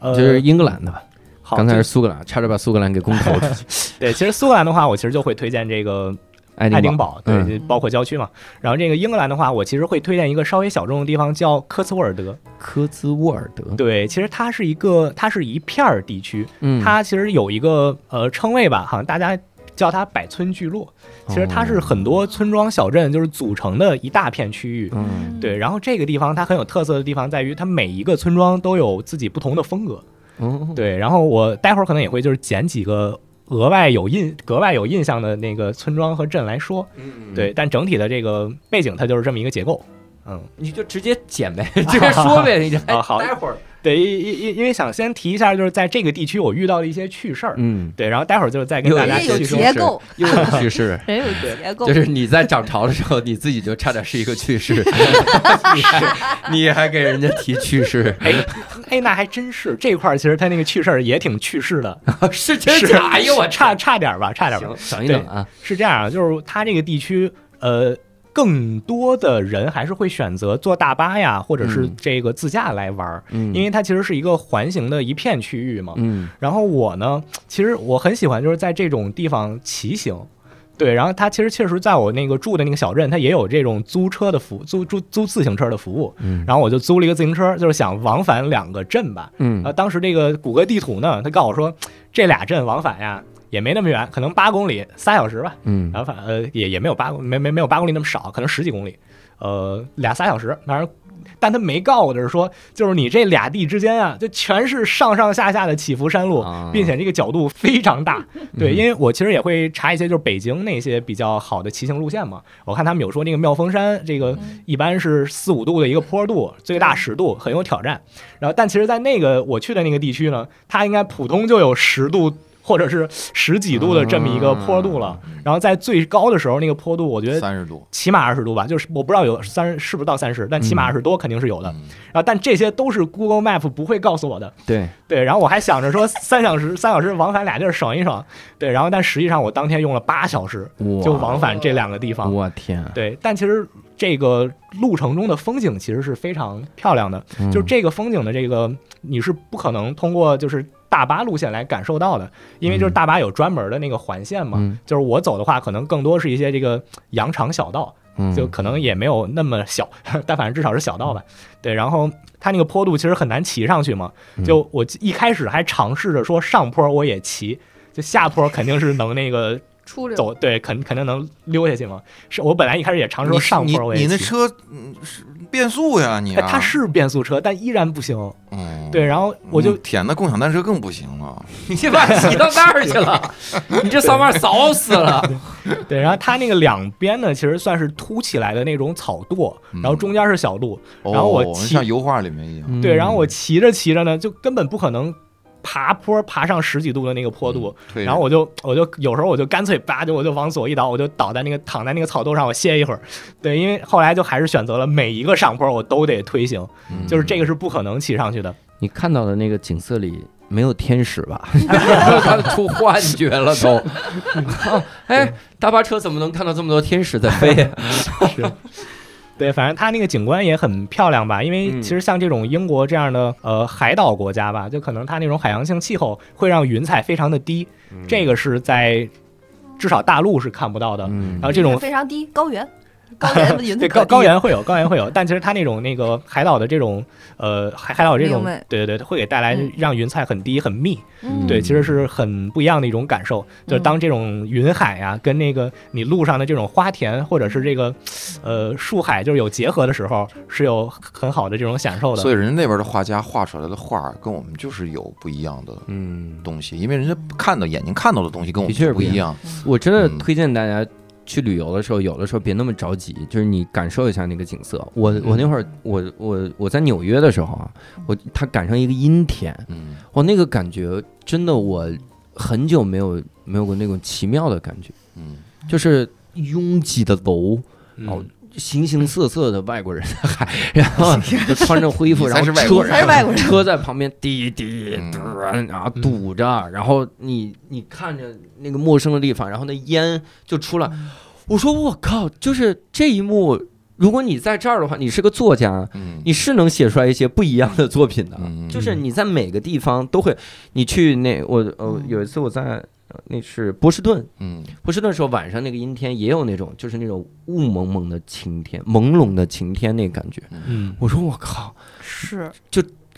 Speaker 4: 呃，
Speaker 1: 就是英格兰的吧。
Speaker 4: 好
Speaker 1: 刚才
Speaker 4: 就是
Speaker 1: 苏格兰，差点把苏格兰给公投出 去。
Speaker 4: 对，其实苏格兰的话，我其实就会推荐这个
Speaker 1: 爱
Speaker 4: 爱
Speaker 1: 丁
Speaker 4: 丁
Speaker 1: 堡，
Speaker 4: 堡，对，
Speaker 1: 嗯
Speaker 4: 就包括郊区嘛。然后这个英格兰的话，我其实会推荐一个稍微小众的地方，叫科茨沃尔德。
Speaker 1: 科兹沃尔德。
Speaker 4: 对，其实它是一个，它是一片儿地区，
Speaker 1: 嗯，
Speaker 4: 它其实有一个呃称谓吧，好像大家叫它百村聚落。其实它是很多村庄小镇就是组成的一大片区域。
Speaker 1: 嗯
Speaker 4: 对，然后这个地方它很有特色的地方在于，它每一个村庄都有自己不同的风格。
Speaker 1: 哦，
Speaker 4: 对，然后我待会儿可能也会就是捡几个额外有印、格外有印象的那个村庄和镇来说。
Speaker 1: 嗯
Speaker 4: 对，但整体的这个背景它就是这么一个结构。嗯，
Speaker 1: 你就直接剪呗， 直接说呗， 你这
Speaker 4: 啊好
Speaker 1: 哎待会儿。
Speaker 4: 对，因因因因为想先提一下，就是在这个地区我遇到的一些趣事儿。
Speaker 1: 嗯，
Speaker 4: 对，然后待会儿就是再跟
Speaker 1: 有
Speaker 4: 大
Speaker 1: 一
Speaker 4: 家
Speaker 1: 些
Speaker 3: 人
Speaker 4: 叙
Speaker 3: 有
Speaker 4: 述
Speaker 3: 结构，
Speaker 1: 又有趣 事，
Speaker 3: 人有结构，
Speaker 1: 就是你在涨潮的时候，你自己就差点是一个趣事，你还 你还给人家提趣事，
Speaker 4: 哎，那还真是这块儿，其实它那个趣事儿也挺趣事的，
Speaker 1: 是 真
Speaker 4: 是
Speaker 1: 假？哎呦我 差
Speaker 4: 差差点儿吧，差点儿吧
Speaker 1: 行，。等一等啊，
Speaker 4: 是这样，就是它这个地区，呃，更多的人还是会选择坐大巴呀，或者是
Speaker 1: 嗯
Speaker 4: 这个自驾来玩儿，
Speaker 1: 嗯
Speaker 4: 因为它其实是一个环形的一片区域嘛。
Speaker 1: 嗯
Speaker 4: 然后我呢，其实我很喜欢就是在这种地方骑行。对，然后它其实确实在我那个住的那个小镇，它也有这种租车的服租租租自行车的服务。
Speaker 1: 嗯
Speaker 4: 然后我就租了一个自行车，就是想往返两个镇吧。
Speaker 1: 嗯
Speaker 4: 啊，当时这个谷歌地图呢，它告诉我说，这俩镇往返呀也没那么远，可能八公里，仨小时吧。
Speaker 1: 嗯
Speaker 4: 然后反呃也也没有八公没没没有八公里那么少，可能十几公里，呃俩仨小时，反正。但他没告我的是说，就是你这俩地之间啊，就全是上上下下的起伏山路，
Speaker 1: 啊
Speaker 4: 并且这个角度非常大。对，
Speaker 1: 嗯
Speaker 4: 因为我其实也会查一些就是北京那些比较好的骑行路线嘛，我看他们有说那个妙峰山这个
Speaker 3: 嗯
Speaker 4: 一般是四五度的一个坡度，最大十度，很有挑战。然后，但其实，在那个我去的那个地区呢，它应该普通就有十度。或者是十几度的这么一个坡度了。然后在最高的时候，那个坡度我觉得
Speaker 2: 三十度，
Speaker 4: 起码二十度吧，就是我不知道有三十是不是到三十，但起码二十多肯定是有的。
Speaker 2: 嗯
Speaker 4: 然后但这些都是 Google Map 不会告诉我的。
Speaker 1: 对，
Speaker 4: 对，然后我还想着说三小时三小时往返俩地儿省一省。对，然后但实际上我当天用了八小时就
Speaker 1: 我
Speaker 4: 往返这两个地方。
Speaker 1: 我天啊，
Speaker 4: 对，但其实这个路程中的风景其实是非常漂亮的，
Speaker 1: 嗯
Speaker 4: 就是这个风景的这个你是不可能通过就是大巴路线来感受到的，因为就是大巴有专门的那个环线嘛，
Speaker 1: 嗯
Speaker 4: 就是我走的话，可能更多是一些这个羊肠小道，
Speaker 1: 嗯
Speaker 4: 就可能也没有那么小， 但反正至少是小道吧。
Speaker 2: 嗯
Speaker 4: 对，然后它那个坡度其实很难骑上去嘛，就我一开始还尝试着说上坡我也骑，就下坡肯定是能那个
Speaker 3: 出溜
Speaker 4: 走对，肯肯定能溜下去嘛。是我本来一开始也尝试说上
Speaker 2: 你
Speaker 4: 坡，我也
Speaker 2: 你你那
Speaker 4: 骑
Speaker 2: 车嗯是变速呀，你
Speaker 4: 哎，
Speaker 2: 啊
Speaker 4: 它是变速车，但依然不行。
Speaker 2: 嗯
Speaker 4: 对，然后我就
Speaker 2: 嗯天，那共享单车更不行了，
Speaker 1: 你这把骑到那儿去 了，你这扫把扫死了。
Speaker 2: 嗯
Speaker 4: 对，然后它那个两边呢，其实算是凸起来的那种草垛，
Speaker 2: 嗯
Speaker 4: 然后中间是小路。
Speaker 2: 哦
Speaker 4: 然后我骑嗯
Speaker 2: 像油画里面一样，
Speaker 1: 嗯
Speaker 4: 对，然后
Speaker 2: 嗯
Speaker 4: 我骑着骑着呢，就根本不可能爬坡爬上十几度的那个坡度。
Speaker 2: 对，
Speaker 4: 然后我就我就有时候我就干脆叭就我就往左一倒，我就倒在那个躺在那个草垛上，我歇一会儿。对，因为后来就还是选择了每一个上坡我都得推行，
Speaker 2: 嗯
Speaker 4: 就是这个是不可能骑上去的。
Speaker 1: 你看到的那个景色里没有天使吧？ 他出幻觉了都。 啊哎，大巴车怎么能看到这么多天使在飞呀？
Speaker 4: 对，反正它那个景观也很漂亮吧，因为
Speaker 1: 嗯
Speaker 4: 其实像这种英国这样的呃海岛国家吧，就可能它那种海洋性气候会让云彩非常的低，
Speaker 1: 嗯
Speaker 4: 这个是在至少大陆是看不到的。
Speaker 1: 嗯
Speaker 4: 然后这种
Speaker 3: 非常低，高原，高原的云
Speaker 4: 对高高原会有高原会有，但其实它那种那个海岛的这种呃海海岛这种
Speaker 3: 明白
Speaker 4: 对对对，会给带来
Speaker 3: 嗯
Speaker 4: 让云彩很低很密，
Speaker 3: 嗯
Speaker 4: 对，其实是很不一样的一种感受。就是当这种云海啊，跟那个你路上的这种花田或者是这个呃树海就是有结合的时候，是有很好的这种享受的。
Speaker 2: 所以人家那边的画家画出来的画儿跟我们就是有不一样的
Speaker 1: 嗯，
Speaker 2: 东西，因为人家看到眼睛看到的东西跟我
Speaker 1: 的确是
Speaker 2: 们
Speaker 1: 不
Speaker 2: 不
Speaker 1: 一
Speaker 2: 一样。
Speaker 1: 我真的推荐大家去旅游的时候，有的时候别那么着急，就是你感受一下那个景色。我我那会儿我我我在纽约的时候啊，我它赶上一个阴天，
Speaker 2: 嗯，
Speaker 1: 我那个感觉真的我很久没有没有过那种奇妙的感觉，
Speaker 2: 嗯，
Speaker 1: 就是拥挤的楼。哦
Speaker 4: 嗯，
Speaker 1: 形形色色的外国人， 嗨，然后就穿着灰衣服，
Speaker 2: 你
Speaker 1: 然
Speaker 2: 才
Speaker 1: 后
Speaker 2: 是外
Speaker 1: 车
Speaker 2: 国
Speaker 3: 人才是外国人
Speaker 1: 车在旁边滴滴
Speaker 2: 嗯
Speaker 1: 嘟，然后堵着，然后你你看着那个陌生的地方，然后那烟就出来，
Speaker 2: 嗯
Speaker 1: 我说我靠，就是这一幕，如果你在这儿的话，你是个作家，
Speaker 2: 嗯，
Speaker 1: 你是能写出来一些不一样的作品的，
Speaker 2: 嗯
Speaker 1: 就是你在每个地方都会，你去那我呃有一次我在呃那是波士顿，
Speaker 2: 嗯
Speaker 1: 不是那时候晚上那个阴天也有那种，就是那种雾蒙蒙的晴天，朦胧的晴天那感觉。
Speaker 4: 嗯，
Speaker 1: 我说我靠，
Speaker 3: 是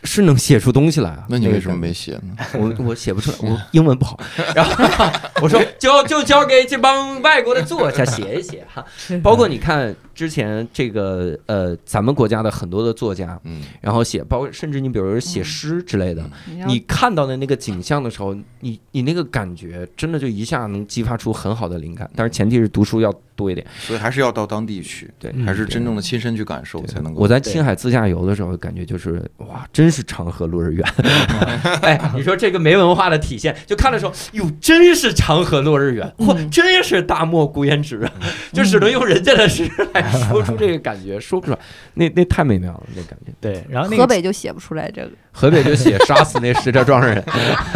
Speaker 1: 是能写出东西来啊！
Speaker 2: 那你
Speaker 1: 个
Speaker 2: 为什么
Speaker 1: 感觉
Speaker 2: 没写呢？嗯
Speaker 1: 我我写不出来，我英文不 好。然后我说交就交给这帮外国的作家写一写哈，包括你看之前这个呃咱们国家的很多的作家，
Speaker 2: 嗯，
Speaker 1: 然后写包括甚至你比如说写诗之类的，
Speaker 3: 要
Speaker 1: 你看到的那个景象的时候，你你那个感觉真的就一下能激发出很好的灵感，但是前提是读书要多一点。
Speaker 2: 所以还是要到当地去，
Speaker 1: 对，
Speaker 4: 嗯
Speaker 2: 还是真正的亲身去感受才能够。
Speaker 1: 我在青海自驾游的时候，感觉就是哇，真是长河落日圆。 哎，你说这个没文化的体现，就看的时候，哟，真是长河落日圆，嚯，
Speaker 3: 嗯
Speaker 1: 真是大漠孤烟直，啊 就只能用人家的诗来说出这个感 觉，说不出来，那那太美妙了，那感觉。
Speaker 4: 对，然后那
Speaker 3: 河
Speaker 4: 个
Speaker 3: 北就写不出来这个，
Speaker 1: 河北就写杀死那石家庄人，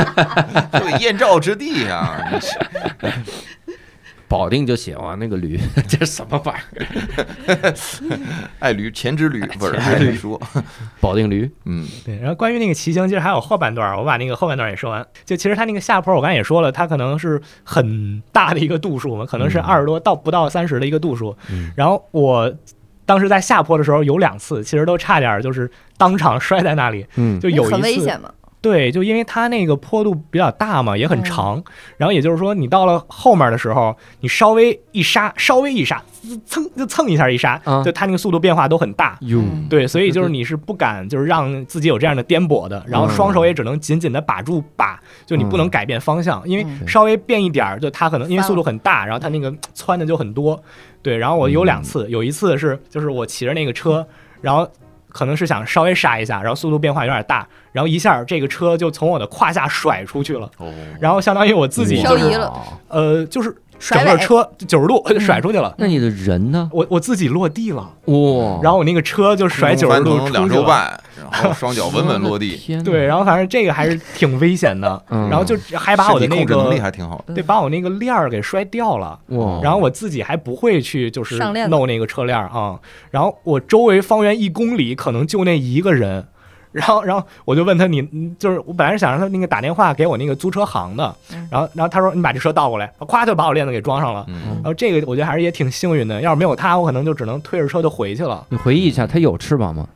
Speaker 2: 这个燕赵之地呀，你是
Speaker 1: 保定就写哇那个驴， 这什么玩意儿？
Speaker 2: 爱驴前之驴不是爱驴说，
Speaker 1: 保定驴，
Speaker 2: 嗯
Speaker 4: 对，然后关于那个骑行，其实还有后半段儿，我把那个后半段儿也说完。就其实它那个下坡，我刚才也说了，它可能是很大的一个度数嘛，可能是
Speaker 1: 嗯
Speaker 4: 二十多到不到三十的一个度数。
Speaker 1: 嗯
Speaker 4: 然后我当时在下坡的时候有两次，其实都差点儿就是当场摔在那里，
Speaker 1: 嗯
Speaker 4: 就有一次
Speaker 3: 很危险嘛。
Speaker 4: 对，就因为它那个坡度比较大嘛，也很
Speaker 3: 嗯
Speaker 4: 长，然后也就是说，你到了后面的时候，你稍微一刹，稍微一刹，滋蹭就蹭一下一刹，
Speaker 1: 啊
Speaker 4: 就它那个速度变化都很大。
Speaker 1: 哟
Speaker 3: 嗯
Speaker 4: 对，所以 就是你是不敢，就是让自己有这样的颠簸的，
Speaker 2: 嗯
Speaker 4: 然后双手也只能紧紧的把住把，就你不能改变方向，因为
Speaker 3: 嗯
Speaker 4: 稍微变一点儿，就它可能因为
Speaker 3: 翻了
Speaker 4: 速度很大，然后它那个窜
Speaker 2: 嗯
Speaker 4: 的就很多。对，然后我有两次，有一次是就是我骑着那个车，然后可能是想稍微刹一下，然后速度变化有点大，然后一下这个车就从我的胯下甩出去了，然后相当于我自己
Speaker 3: 漂
Speaker 4: 就
Speaker 3: 移
Speaker 4: 是
Speaker 3: 了
Speaker 1: 哇
Speaker 4: 呃就是整
Speaker 3: 甩
Speaker 4: 个
Speaker 3: 尾，嗯
Speaker 4: 车九十度 甩出去了，
Speaker 1: 那你的人呢？
Speaker 4: 我我自己落地
Speaker 2: 哦
Speaker 4: 了，
Speaker 1: 哇、
Speaker 4: 然后我那个车就甩九十度出去
Speaker 2: 两周
Speaker 4: 了。
Speaker 2: 半，然后双脚稳稳落地，
Speaker 1: 天哪
Speaker 4: 对，然后反正这个还是挺危险的，
Speaker 1: 嗯
Speaker 4: 然后就还把我的
Speaker 2: 身体
Speaker 4: 那
Speaker 2: 控制能力
Speaker 4: 个
Speaker 2: 还哦挺好的。
Speaker 3: 嗯
Speaker 4: 对，把我那个链儿给摔掉了。
Speaker 1: 哇，
Speaker 4: 然后我自己还不会去，就是
Speaker 3: 上链子
Speaker 4: 弄那个车链儿啊、然后我周围方圆一公里可能就那一个人，然后然后我就问他你，嗯就是我本来是想让他那个打电话给我那个租车行的
Speaker 3: 嗯，
Speaker 4: 然后然后他说你把这车倒过来，咵就把我链子给装上了。
Speaker 2: 嗯
Speaker 4: 然后这个我觉得还是也挺幸运的，要是没有他，我可能就只能推着车就回去了。
Speaker 1: 你回忆一下，它有翅 膀吗？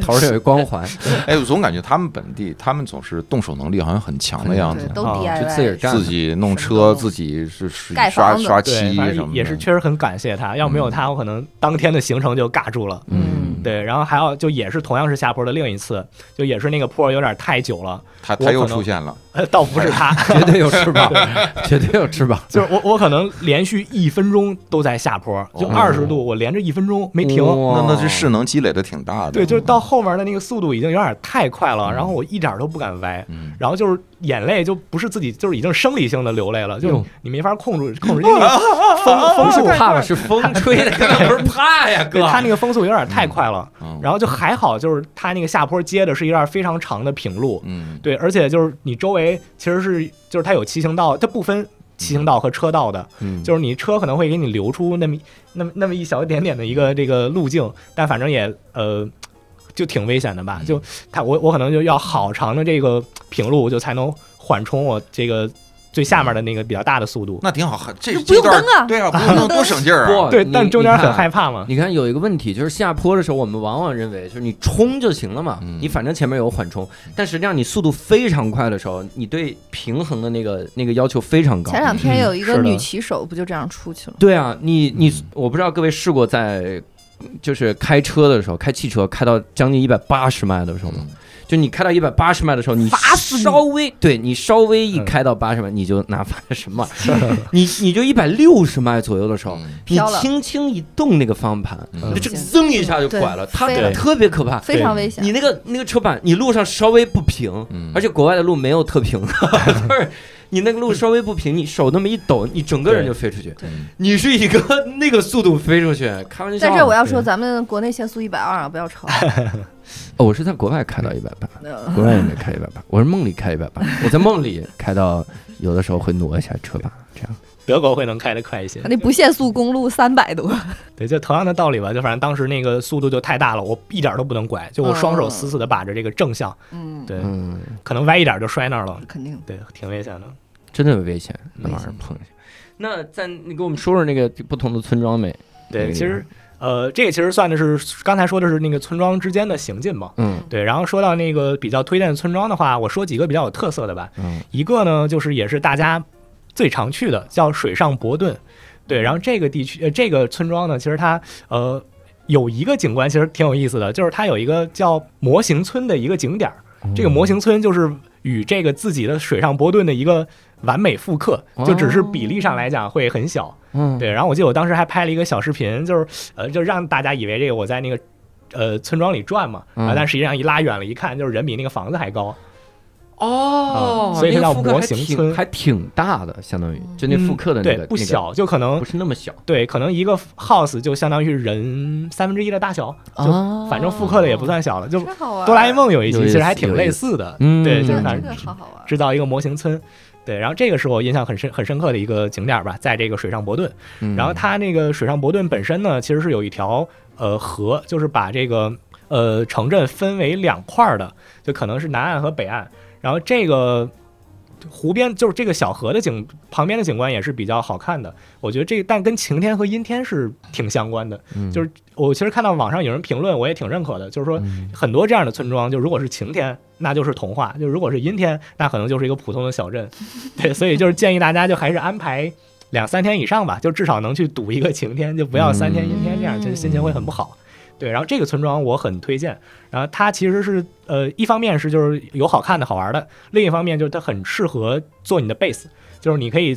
Speaker 1: 头上有一光环，
Speaker 2: 哎，我总感觉他们本地，他们总是动手能力好像很强的样
Speaker 3: 对
Speaker 2: 子，
Speaker 3: 都
Speaker 4: 啊
Speaker 1: 就自个儿
Speaker 3: DIY，
Speaker 1: 干
Speaker 2: 自。己弄
Speaker 3: 什么
Speaker 2: 车，
Speaker 3: 都
Speaker 2: 自己是是
Speaker 3: 盖
Speaker 2: 刷
Speaker 3: 房子
Speaker 2: 刷
Speaker 4: 对，
Speaker 2: 漆
Speaker 4: 反
Speaker 2: 什
Speaker 4: 正
Speaker 2: 么的，
Speaker 4: 也是确实很感谢他，要没有他，我可能当天的行程就尬住了。
Speaker 1: 嗯，
Speaker 4: 对，然后还有就也是同样是下坡的另一次，就也是那个坡有点太久了，
Speaker 2: 他
Speaker 4: 我
Speaker 2: 他又
Speaker 4: 可能
Speaker 2: 出现了，
Speaker 4: 呃，倒不是 他，
Speaker 1: 绝对有翅 膀，绝对有翅膀。
Speaker 4: 就是我我可能连续一分钟都在下坡，就
Speaker 2: 哦
Speaker 4: 二十度，我连着一分钟没停。
Speaker 1: 哇
Speaker 2: 那那这势能积累的挺大的。
Speaker 4: 对，就是到后面的那个速度已经有点太快了，然后我一点都不敢歪，
Speaker 2: 嗯，
Speaker 4: 然后就是眼泪就不是自己，就是已经生理性的流泪了，就
Speaker 1: 哟
Speaker 4: 你没法控制控制，因为那个 风风速
Speaker 1: 不怕吧？是风吹的，那不是怕呀，
Speaker 4: 对
Speaker 1: 哥。
Speaker 4: 它那个风速有点太快了，
Speaker 2: 嗯
Speaker 4: 然后就还好，就是它那个下坡接的是一段非常长的平路，
Speaker 2: 嗯，
Speaker 4: 对，而且就是你周围其实是就是它有骑行道，它不分骑行道和车道的，
Speaker 1: 嗯
Speaker 4: 就是你车可能会给你留出那么一那么那么一小点点的一个这个路径，但反正也呃就挺危险的吧。
Speaker 2: 嗯
Speaker 4: 就它我我可能就要好长的这个平路，我就才能缓冲我这个最下面的那个比较大的速度。
Speaker 2: 那挺好，还这
Speaker 3: 就不
Speaker 2: 这
Speaker 3: 用
Speaker 2: 段
Speaker 3: 蹬啊
Speaker 2: 对啊，不用蹬多省劲儿啊。
Speaker 1: 不，
Speaker 4: 对，
Speaker 1: 嗯你
Speaker 4: 但中间很害。
Speaker 1: 你看
Speaker 4: 怕嘛。
Speaker 1: 你看有一个问题，就是下坡的时候，我们往往认为就是你冲就行了嘛，
Speaker 2: 嗯
Speaker 1: 你反正前面有缓冲。但实际上你速度非常快的时候，你对平衡的那个那个要求非常高。
Speaker 3: 前两天有一
Speaker 4: 嗯
Speaker 3: 个
Speaker 4: 是的
Speaker 3: 女骑手不就这样出去了？
Speaker 1: 对啊，你你
Speaker 2: 嗯
Speaker 1: 我不知道各位试过在就是开车的时候，开汽车开到将近一百八十迈的时候吗？
Speaker 2: 嗯
Speaker 1: 就你开到一百八十迈的时候，你
Speaker 3: 罚死你嗯
Speaker 1: 稍微对你稍微一
Speaker 4: 嗯
Speaker 1: 开到八十迈，你就哪发生 什么？你你就一百六十迈左右的时候，
Speaker 2: 嗯
Speaker 1: 你
Speaker 3: 飘了
Speaker 1: 轻轻一动那个方向盘，
Speaker 2: 嗯
Speaker 1: 就
Speaker 4: 嗯
Speaker 1: 这个噌一下就拐了，
Speaker 3: 对
Speaker 1: 它
Speaker 3: 飞嗯
Speaker 4: 了
Speaker 1: 特别可怕。
Speaker 3: 非常危险
Speaker 1: 你。那个那个车板，你路上稍微不平，
Speaker 2: 嗯，
Speaker 1: 而且国外的路没有特平的， 就是你那个路稍微不平，你手那么一抖，你整个人就飞出去
Speaker 3: 对。
Speaker 2: 嗯
Speaker 1: 你是一个那个速度飞出去，开玩笑。
Speaker 3: 在这我要说，
Speaker 1: 对，
Speaker 3: 咱们国内限速一百二啊，不要 超。
Speaker 1: 哦我是在国外开到一百八，
Speaker 3: 呃
Speaker 1: 国外也没开一百八，我是梦里开一百 八，我在梦里开到有的时候会挪一下车把，这样。
Speaker 4: 德国会能开得快一些。
Speaker 3: 那不限速公路三百 多，
Speaker 4: 对，就同样的道理吧，就反正当时那个速度就太大了，我一点都不能拐，就我双手死死的把着这个正向，
Speaker 3: 嗯，
Speaker 4: 对，
Speaker 1: 嗯，
Speaker 4: 可能歪一点就摔那儿了，
Speaker 3: 肯定
Speaker 4: 对，挺危险的。
Speaker 1: 真的有危险，那
Speaker 3: 危
Speaker 1: 玩意
Speaker 3: 险
Speaker 1: 儿碰一下。那在你给我们说说那个不同的村庄没？那
Speaker 4: 对，
Speaker 1: 个
Speaker 4: 其
Speaker 1: 地
Speaker 4: 实呃，这个其实算的是刚才说的是那个村庄之间的行进嘛。
Speaker 1: 嗯
Speaker 4: 对，然后说到那个比较推荐的村庄的话，我说几个比较有特色的吧。
Speaker 1: 嗯，
Speaker 4: 一个呢，就是也是大家最常去的，叫水上伯顿。对，然后这个地区呃，这个村庄呢，其实它呃有一个景观其实挺有意思的，就是它有一个叫模型村的一个景点儿。这个模型村就是与这个自己的水上伯顿的一个完美复刻，就只是比例上来讲会很小。
Speaker 1: 哦嗯，
Speaker 4: 对，然后我记得我当时还拍了一个小视频，就是呃，就让大家以为这个我在那个呃村庄里转嘛，
Speaker 1: 嗯
Speaker 4: 啊，但实际上一拉远了一看，就是人比那个房子还高。
Speaker 1: 哦
Speaker 4: 啊，所以
Speaker 1: 那
Speaker 4: 它
Speaker 1: 个
Speaker 4: 叫
Speaker 1: 复刻
Speaker 4: 模
Speaker 1: 还
Speaker 4: 型
Speaker 1: 挺
Speaker 4: 村嗯
Speaker 1: 还挺大的，相当于就那复刻的那
Speaker 4: 对
Speaker 1: 个
Speaker 4: 不
Speaker 1: 那个
Speaker 4: 小，就可能
Speaker 1: 不是那么小
Speaker 4: 对，可能一个 house 就相当于人三分之一的大小，就
Speaker 1: 啊
Speaker 4: 反正复刻的也不算小了。就
Speaker 3: 真好玩。
Speaker 4: 哆啦 A，梦有一集
Speaker 1: 有意
Speaker 4: 其
Speaker 1: 思
Speaker 4: 实还挺
Speaker 1: 有意
Speaker 4: 类
Speaker 1: 思
Speaker 4: 似的，
Speaker 1: 嗯
Speaker 4: 对，就是
Speaker 1: 嗯
Speaker 4: 反
Speaker 3: 这
Speaker 4: 正
Speaker 3: 个好好玩。
Speaker 4: 制造一个模型村。对，然后这个是我印象很深很深刻的一个景点儿吧，在这个水上伯顿。
Speaker 1: 嗯
Speaker 4: 然后它那个水上伯顿本身呢，其实是有一条呃河，就是把这个呃城镇分为两块儿的，就可能是南岸和北岸。然后这个湖边就是这个小河的景旁边的景观也是比较好看的，我觉得这个但跟晴天和阴天是挺相关的。
Speaker 1: 嗯
Speaker 4: 就是我其实看到网上有人评论，我也挺认可的，就是说
Speaker 1: 嗯
Speaker 4: 很多这样的村庄，就如果是晴天，那就是童话；就如果是阴天，那可能就是一个普通的小镇。对，所以就是建议大家就还是安排两三天以上吧，就至少能去赌一个晴天，就不要三天阴天，这样就心情会很不好。对，然后这个村庄我很推荐。然后它其实是呃，一方面是就是有好看的好玩的，另一方面就是它很适合做你的 base，就是你可以，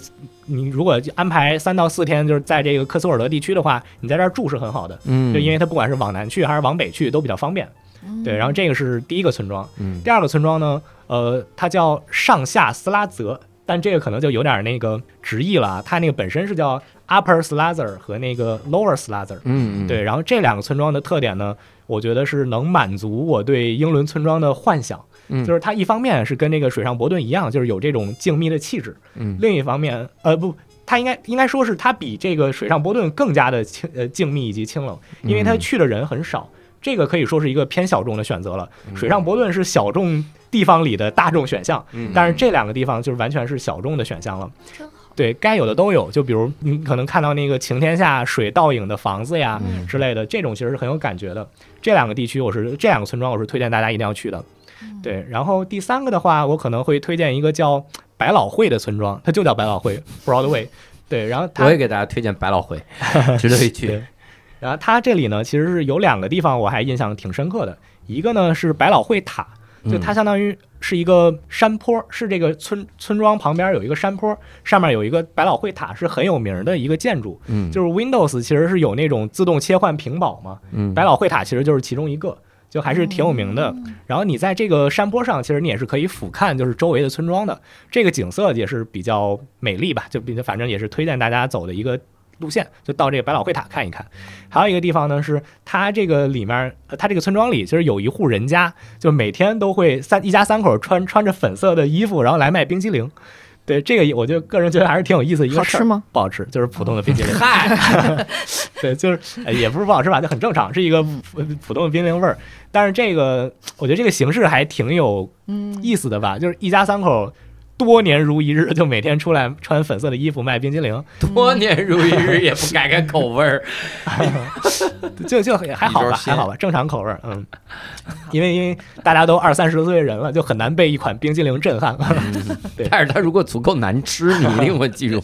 Speaker 4: 你如果安排三到四天，就是在这个克苏尔德地区的话，你在这儿住是很好的，
Speaker 1: 嗯
Speaker 4: 就因为它不管是往南去还是往北去都比较方便。
Speaker 3: 嗯
Speaker 4: 对，然后这个是第一个村庄，
Speaker 1: 嗯
Speaker 4: 第二个村庄呢，呃，它叫上下斯拉泽，但这个可能就有点那个直译了啊，它那个本身是叫 Upper Slazer 和那个 Lower Slazer。
Speaker 1: 嗯，嗯，
Speaker 4: 对，然后这两个村庄的特点呢，我觉得是能满足我对英伦村庄的幻想。
Speaker 1: 嗯
Speaker 4: 就是它一方面是跟那个水上伯顿一样，就是有这种静谧的气质；
Speaker 1: 嗯
Speaker 4: 另一方面，呃，不，它应该应该说是它比这个水上伯顿更加的清呃静谧以及清冷，因为它
Speaker 1: 嗯
Speaker 4: 去的人很少。这个可以说是一个偏小众的选择了。水上伯顿是小众地方里的大众选项，
Speaker 1: 嗯
Speaker 4: 但是这两个地方就是完全是小众的选项了。
Speaker 3: 真好，
Speaker 4: 对该有的都有，就比如你可能看到那个晴天下水倒影的房子呀
Speaker 3: 嗯
Speaker 4: 之类的，这种其实是很有感觉的。这两个地区，我是这两个村庄，我是推荐大家一定要去的。
Speaker 3: 嗯
Speaker 4: 对，然后第三个的话，我可能会推荐一个叫百老汇的村庄，它就叫百老汇 （Broadway）。对， 然后它
Speaker 1: 我也给大家推荐百老 汇，值得一去。
Speaker 4: 对然后它这里呢，其实是有两个地方我还印象挺深刻的，一个呢是百老汇塔，
Speaker 1: 嗯
Speaker 4: 就它相当于是一个山坡，是这个村村庄旁边有一个山坡，上面有一个百老汇塔，是很有名的一个建筑。
Speaker 1: 嗯，
Speaker 4: 就是 Windows 其实是有那种自动切换屏保嘛，
Speaker 1: 嗯
Speaker 4: 百老汇塔其实就是其中一个，就还是挺有名的。然后你在这个山坡上，其实你也是可以俯瞰就是周围的村庄的，这个景色也是比较美丽吧，就比反正也是推荐大家走的一个。路线就到这个百老汇塔看一看，还有一个地方呢是它这个里面，呃它这个村庄里其实有一户人家，就每天都会三一家三口穿穿着粉色的衣服，然后来卖冰激凌。对这个也，我就个人觉得还是挺有意思的一个
Speaker 3: 好
Speaker 4: 事儿。
Speaker 3: 吃吗？
Speaker 4: 不好吃，就是普通的冰激凌。嗨， 对，就是呃也不是不好吃吧，就很正常，是一个普普通的冰激凌味儿。但是这个，我觉得这个形式还挺有
Speaker 3: 嗯，
Speaker 4: 意思的吧，就是一家三口。多年如一日，就每天出来穿粉色的衣服卖冰激凌，
Speaker 1: 多年如一日也不改改口味儿。
Speaker 4: 就就还好吧，
Speaker 2: 一招
Speaker 4: 还
Speaker 2: 鲜
Speaker 4: 好吧，正常口味儿，嗯，因为因为大家都二三十岁人了，就很难被一款冰激凌震撼。
Speaker 1: 但是它如果足够难吃，你一定会记住。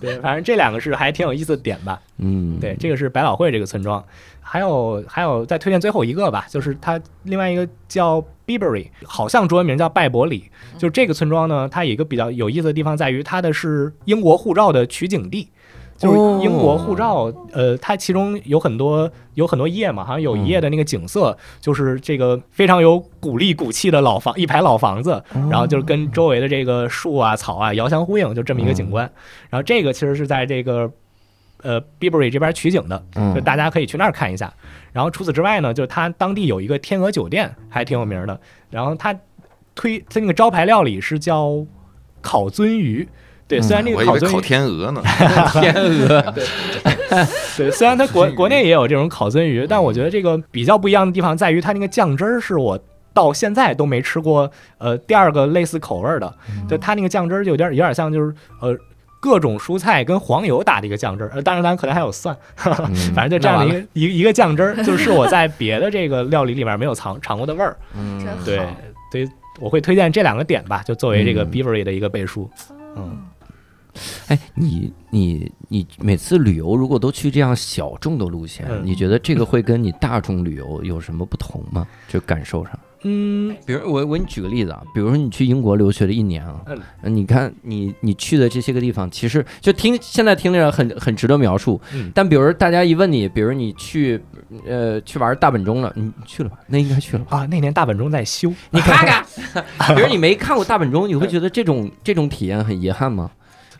Speaker 4: 对， 反正这两个是还挺有意思的点吧。
Speaker 1: 嗯，
Speaker 4: 对，这个是百老汇这个村庄，还有还有再推荐最后一个吧，就是它另外一个叫 Bibury，好像中文名叫拜伯里。就这个村庄呢，它有一个比较有意思的地方在于，它的是英国护照的取景地。就是英国护照，呃，它其中有很多有很多页嘛，好像有一页的那个景色，就是这个非常有古丽古气的老房，一排老房子，然后就是跟周围的这个树啊、草啊遥相呼应，就这么一个景观。然后这个其实是在这个呃 Bibury 这边取景的，就大家可以去那儿看一下。然后除此之外呢，就是它当地有一个天鹅酒店，还挺有名的。然后它推它那个招牌料理是叫烤鳟鱼。对，虽然那
Speaker 2: 我
Speaker 4: 个
Speaker 2: 以
Speaker 4: 烤
Speaker 2: 为
Speaker 4: 鳟
Speaker 2: 烤
Speaker 4: 鱼，
Speaker 2: 天鹅呢，
Speaker 1: 天鹅，
Speaker 4: 对，虽然它国
Speaker 2: 鳟鱼
Speaker 4: 国内也有这种烤鳟鱼，但我觉得这个比较不一样的地方在于它那个酱汁儿是我到现在都没吃过，呃，第二个类似口味儿的，就它那个酱汁儿就有点有点像就是呃各种蔬菜跟黄油打的一个酱汁儿，呃，当然当然可能还有蒜，
Speaker 1: 嗯
Speaker 4: 反正就这样的一个一个一个酱汁儿，就是我在别的这个料理里面没有尝尝过的味儿。
Speaker 2: 嗯
Speaker 3: 真好
Speaker 4: 对，所以我会推荐这两个点吧，就作为这个
Speaker 1: 嗯
Speaker 4: Beavery 的一个背书。嗯，
Speaker 1: 哎，你你你每次旅游如果都去这样小众的路线，
Speaker 4: 嗯
Speaker 1: 你觉得这个会跟你大众旅游有什么不同吗？就感受上，
Speaker 4: 嗯，
Speaker 1: 比如我我给你举个例子啊，比如说你去英国留学了一年啊，
Speaker 4: 嗯
Speaker 1: 你看你你去的这些个地方，其实就听现在听着很很值得描述，
Speaker 4: 嗯
Speaker 1: 但比如大家一问你，比如你去呃去玩大本钟了，你去了吧？那应该去了吧？
Speaker 4: 啊，那年大本钟在修，
Speaker 1: 你看看， 比如你没看过大本钟，你会觉得这种这种体验很遗憾吗？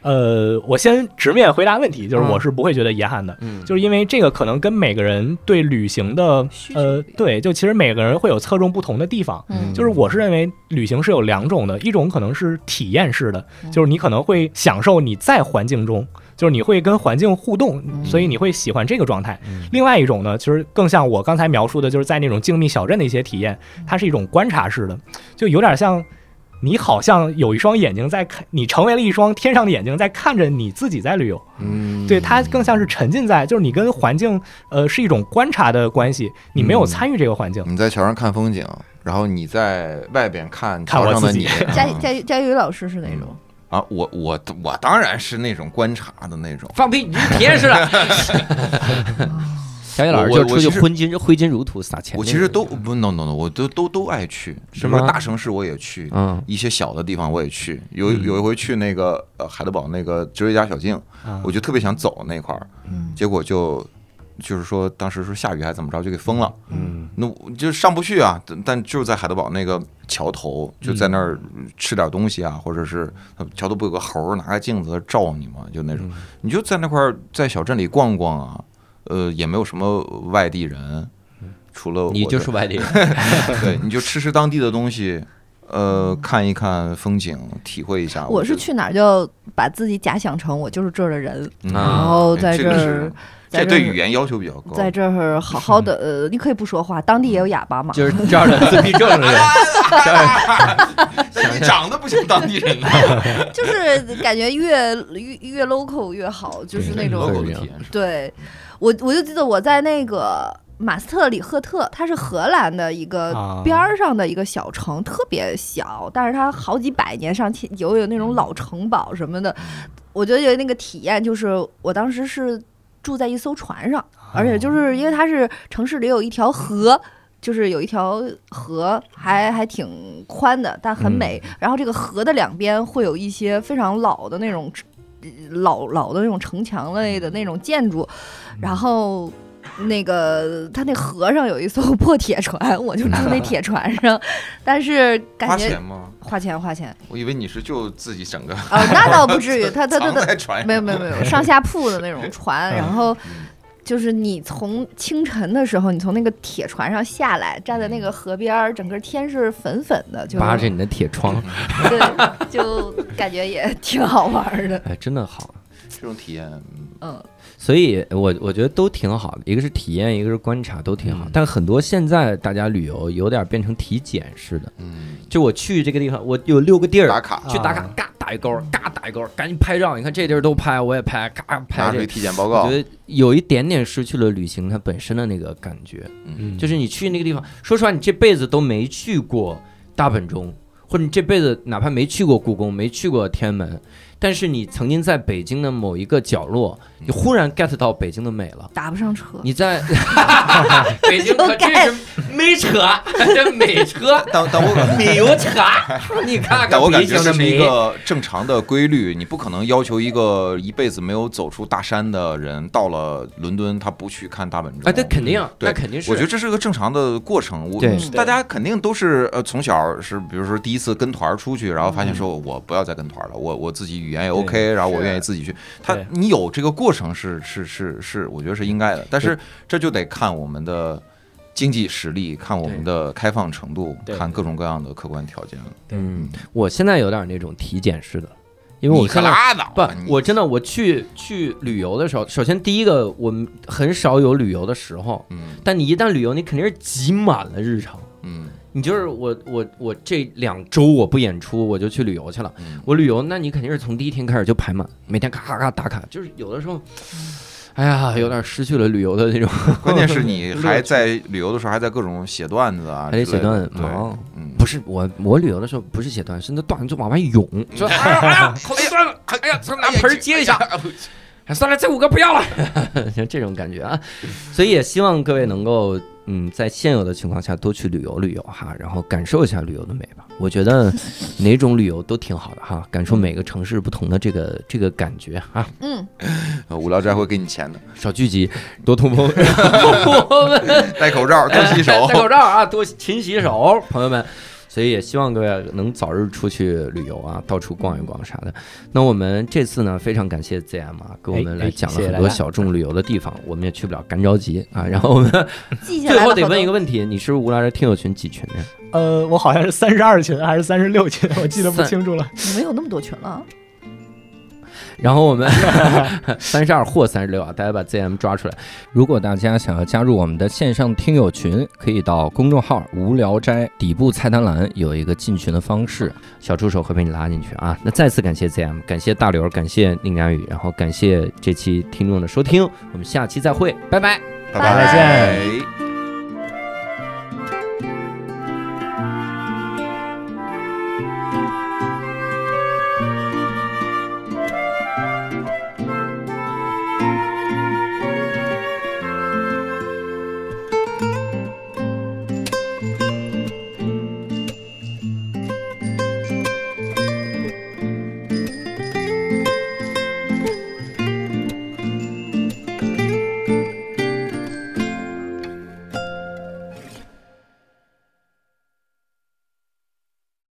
Speaker 4: 呃，我先直面回答问题，就是
Speaker 1: 嗯
Speaker 4: 我是不会觉得遗憾的，
Speaker 1: 嗯
Speaker 4: 就是因为这个可能跟每个人对旅行的
Speaker 3: 嗯需求
Speaker 4: 呃
Speaker 3: 不一，样
Speaker 4: 对，就其实每个人会有侧重不同的地方。
Speaker 3: 嗯
Speaker 4: 就是我是认为旅行是有两种的，一种可能是体验式的，
Speaker 3: 嗯
Speaker 4: 就是你可能会享受你在环境中，就是你会跟环境互动，
Speaker 3: 嗯
Speaker 4: 所以你会喜欢这个状态。
Speaker 1: 嗯
Speaker 4: 另外一种呢，其实更像我刚才描述的，就是在那种静谧小镇的一些体验，
Speaker 3: 嗯
Speaker 4: 它是一种观察式的，就有点像。你好像有一双眼睛在看，你成为了一双天上的眼睛，在看着你自己在旅游。
Speaker 1: 嗯
Speaker 4: 对，它更像是沉浸在，就是你跟环境，呃，是一种观察的关系，你没
Speaker 1: 嗯
Speaker 4: 有参与这个环境。
Speaker 2: 你在桥上看风景，然后你在外边看桥上的你。
Speaker 3: 佳佳佳宇老师是哪种？
Speaker 2: 啊，我我我当然是那种观察的那种，
Speaker 1: 放屁，你是体验式的。小野老师
Speaker 2: 我
Speaker 1: 就
Speaker 2: 我
Speaker 1: 出去
Speaker 2: 其实
Speaker 1: 挥金挥金如土撒钱那种。
Speaker 2: 我其实都不 no no no，我都都都爱去，
Speaker 1: 是
Speaker 2: 比如说
Speaker 1: 吗
Speaker 2: 大城市我也
Speaker 4: 啊
Speaker 2: 去，
Speaker 1: 嗯
Speaker 2: 一些小的地方我也去。有
Speaker 1: 嗯
Speaker 2: 有一回去那个呃海德堡那个哲学家小径，
Speaker 1: 嗯
Speaker 2: 我就特别想走那块儿，
Speaker 3: 嗯
Speaker 2: 结果就就是说当时说下雨还怎么着就给封了，
Speaker 1: 嗯
Speaker 2: 那我就上不去啊。但但就是在海德堡那个桥头，就在那儿
Speaker 1: 嗯
Speaker 2: 吃点东西啊，或者是呃桥头不有个猴儿拿个镜子照你嘛，就那种，
Speaker 1: 嗯
Speaker 2: 你就在那块儿在小镇里逛逛啊，呃，也没有什么外地人。除了
Speaker 1: 嗯你
Speaker 2: 我
Speaker 1: 就
Speaker 2: 这
Speaker 1: 是外地人，
Speaker 2: 对，你就吃吃当地的东西，呃，看一看风景，体会一下。
Speaker 3: 嗯我是
Speaker 2: 啊觉得
Speaker 3: 去哪儿就把自己假想成我就是这儿的人，
Speaker 2: 嗯
Speaker 3: 然
Speaker 1: 啊
Speaker 3: 后在
Speaker 2: 哎这
Speaker 3: 这
Speaker 2: 个
Speaker 3: 儿
Speaker 2: 是，哦
Speaker 3: 在
Speaker 2: 这对
Speaker 3: 这
Speaker 2: 语
Speaker 3: 儿，
Speaker 2: 言要求比较高。
Speaker 3: 在这儿好好的，呃，你可以不说话，当地
Speaker 2: 嗯
Speaker 3: 也有哑巴嘛，
Speaker 1: 就是这 样的自闭症的人。
Speaker 2: 你长得不像当地 人，
Speaker 3: 就是感觉越越越 local 越好，就是 那种
Speaker 1: 对
Speaker 2: logo
Speaker 1: 会这
Speaker 2: 的
Speaker 1: 样
Speaker 2: 体验是吧。
Speaker 3: 对，我我就记得我在那个马斯特里赫特，它是荷兰的一个
Speaker 4: 啊
Speaker 3: 边儿上的一个小城，特别小，但是它好几百年上千有有那种老城堡什么的，
Speaker 2: 嗯
Speaker 3: 我觉得有那个体验就是我当时是住在一艘船上，而
Speaker 2: 哦
Speaker 3: 且就是因为它是城市里有一条河。就是有一条河还，还挺宽的，但很美。
Speaker 2: 嗯
Speaker 3: 然后这个河的两边会有一些非常老的那种老老的那种城墙类的那种建筑，
Speaker 2: 嗯
Speaker 3: 然后。那个，他那河上有一艘 破铁船，我就住那铁船上，但是
Speaker 2: 花
Speaker 3: 感觉
Speaker 2: 钱吗？
Speaker 3: 花钱花钱
Speaker 2: 我以为你是就自己整个
Speaker 3: 啊、那倒不至于，他他他
Speaker 2: 藏
Speaker 3: 他
Speaker 2: 在船上。
Speaker 3: 没有没有没 有上下铺的那种船，然后
Speaker 2: 嗯
Speaker 3: 就是你从清晨的时候，你从那个铁船上下来，站在那个河边儿，整个天是粉粉的，就
Speaker 1: 扒着你的铁窗，
Speaker 2: 嗯
Speaker 3: 对，就感觉也挺好玩儿的，
Speaker 1: 哎，真的好。
Speaker 2: 这种体验，嗯
Speaker 3: 嗯
Speaker 1: 所以我，我觉得都挺好的，一个是体验，一个是观察，都挺好。
Speaker 4: 嗯
Speaker 1: 但很多现在大家旅游有点变成体检似的，
Speaker 2: 嗯，
Speaker 1: 就我去这个地方，我有六个地
Speaker 2: 打
Speaker 1: 儿
Speaker 2: 卡
Speaker 1: 去打卡，嘎打一勾，嘎打一勾，赶紧拍照。你看这地儿都拍，我也拍，嘎
Speaker 2: 拿
Speaker 1: 拍
Speaker 2: 出
Speaker 1: 这
Speaker 2: 一
Speaker 1: 个。
Speaker 2: 体检报
Speaker 1: 我
Speaker 2: 告
Speaker 1: 觉，得有一点点失去了旅行它本身的那个感觉，
Speaker 2: 嗯
Speaker 1: 就是你去那个地方，说实话，你这辈子都没去过大本钟，或者你这辈子哪怕没去过故宫，没去过天安门，但是你曾经在北京的某一个角落，你
Speaker 2: 嗯
Speaker 1: 忽然 get 到北京的美了。
Speaker 3: 打不上车。
Speaker 1: 你 在北京可真是没车，这没车，
Speaker 2: 但但我感
Speaker 1: 没有车。 你看
Speaker 2: 但
Speaker 1: 看
Speaker 2: 我感
Speaker 1: 北
Speaker 2: 觉
Speaker 1: 京
Speaker 2: 这
Speaker 1: 的
Speaker 2: 是
Speaker 1: 美，
Speaker 2: 一个正常的规律，你不可能要求一个一辈子没有走出大山的人，到了伦敦他不去看大本钟。
Speaker 1: 啊，这肯定，
Speaker 2: 嗯对
Speaker 1: 那肯定是。
Speaker 2: 我觉得这是个正常的过程。我
Speaker 1: 对
Speaker 3: 嗯
Speaker 2: 大家肯定都是呃，从小是比如说第一次跟团儿出去，然后发现说我不要再跟团儿了，我我自己语言也 OK，然后我
Speaker 3: 是
Speaker 2: 愿意自己去。他
Speaker 4: 对
Speaker 2: 你有这个过程是是是是，我觉得是应该的。但是这就得看我们的。经济实力，看我们的开放程度，
Speaker 4: 对
Speaker 2: 看各种各样的客观条件了。
Speaker 1: 嗯，我现在有点那种体检式的，因为我
Speaker 2: 你可
Speaker 1: 现在
Speaker 2: 拉倒
Speaker 1: 不
Speaker 2: 吧，你
Speaker 1: 我真的我去去旅游的时候，首先第一个我们很少有旅游的时候，
Speaker 2: 嗯
Speaker 1: 但你一旦旅游，你肯定是挤满了日程。
Speaker 2: 嗯
Speaker 1: 你就是我我我这两周我不演出，我就去旅游去了。
Speaker 2: 嗯，
Speaker 1: 我旅游，那你肯定是从第一天开始就排满，每天咔咔咔打卡，就是有的时候，哎呀，有点失去了旅游的那种，
Speaker 2: 关键是你 还在旅游的时候还在各种写段子啊
Speaker 1: 还得写
Speaker 2: 之类的，
Speaker 1: 哎段子哦
Speaker 2: 对
Speaker 1: 忙。
Speaker 2: 嗯，
Speaker 1: 不是我，我旅游的时候不是写段，是那段子就往外涌，说哎呀哎呀，口水断了，哎呀，拿盆儿接一下，哎算了，这五个不要了， 就这种感觉啊。所以也希望各位能够，嗯，在现有的情况下多去旅游旅游哈，然后感受一下旅游的美吧。我觉得哪种旅游都挺好的哈，感受每个城市不同的这个这个感觉啊。
Speaker 3: 嗯，
Speaker 2: 呃无聊斋会给你钱的，
Speaker 1: 少聚集，多通风。我们
Speaker 2: 戴口 罩，多洗手
Speaker 1: 戴。口罩啊，多勤洗手， 朋友们。所以也希望各位能早日出去旅游啊，到处逛一逛啥的。那我们这次呢，非常感谢 ZM 啊，给我们来讲了很多小众旅游的地方，我们也去不了，干着急啊。然后我们
Speaker 3: 记下
Speaker 1: 最
Speaker 3: 来
Speaker 1: 后
Speaker 3: 了
Speaker 1: 得
Speaker 3: 好多
Speaker 1: 问一个问题，你是不是无聊的听友群几群呀？
Speaker 5: 呃，我好像是三十二群还是三十六群，我记得不
Speaker 1: 三
Speaker 5: 清楚了。
Speaker 3: 你们有那么多群了啊？
Speaker 1: 然后我们三十二或三十六啊，大家把 ZM 抓出来。如果大家想要加入我们的线上听友群，可以到公众号“无聊斋”底部菜单栏有一个进群的方式，小助手会被你拉进去啊。那再次感谢 ZM，感谢大刘，感谢宁佳宇，然后感谢这期听众的收听，我们下期再会，拜拜。
Speaker 3: 拜拜
Speaker 5: 再
Speaker 2: 见。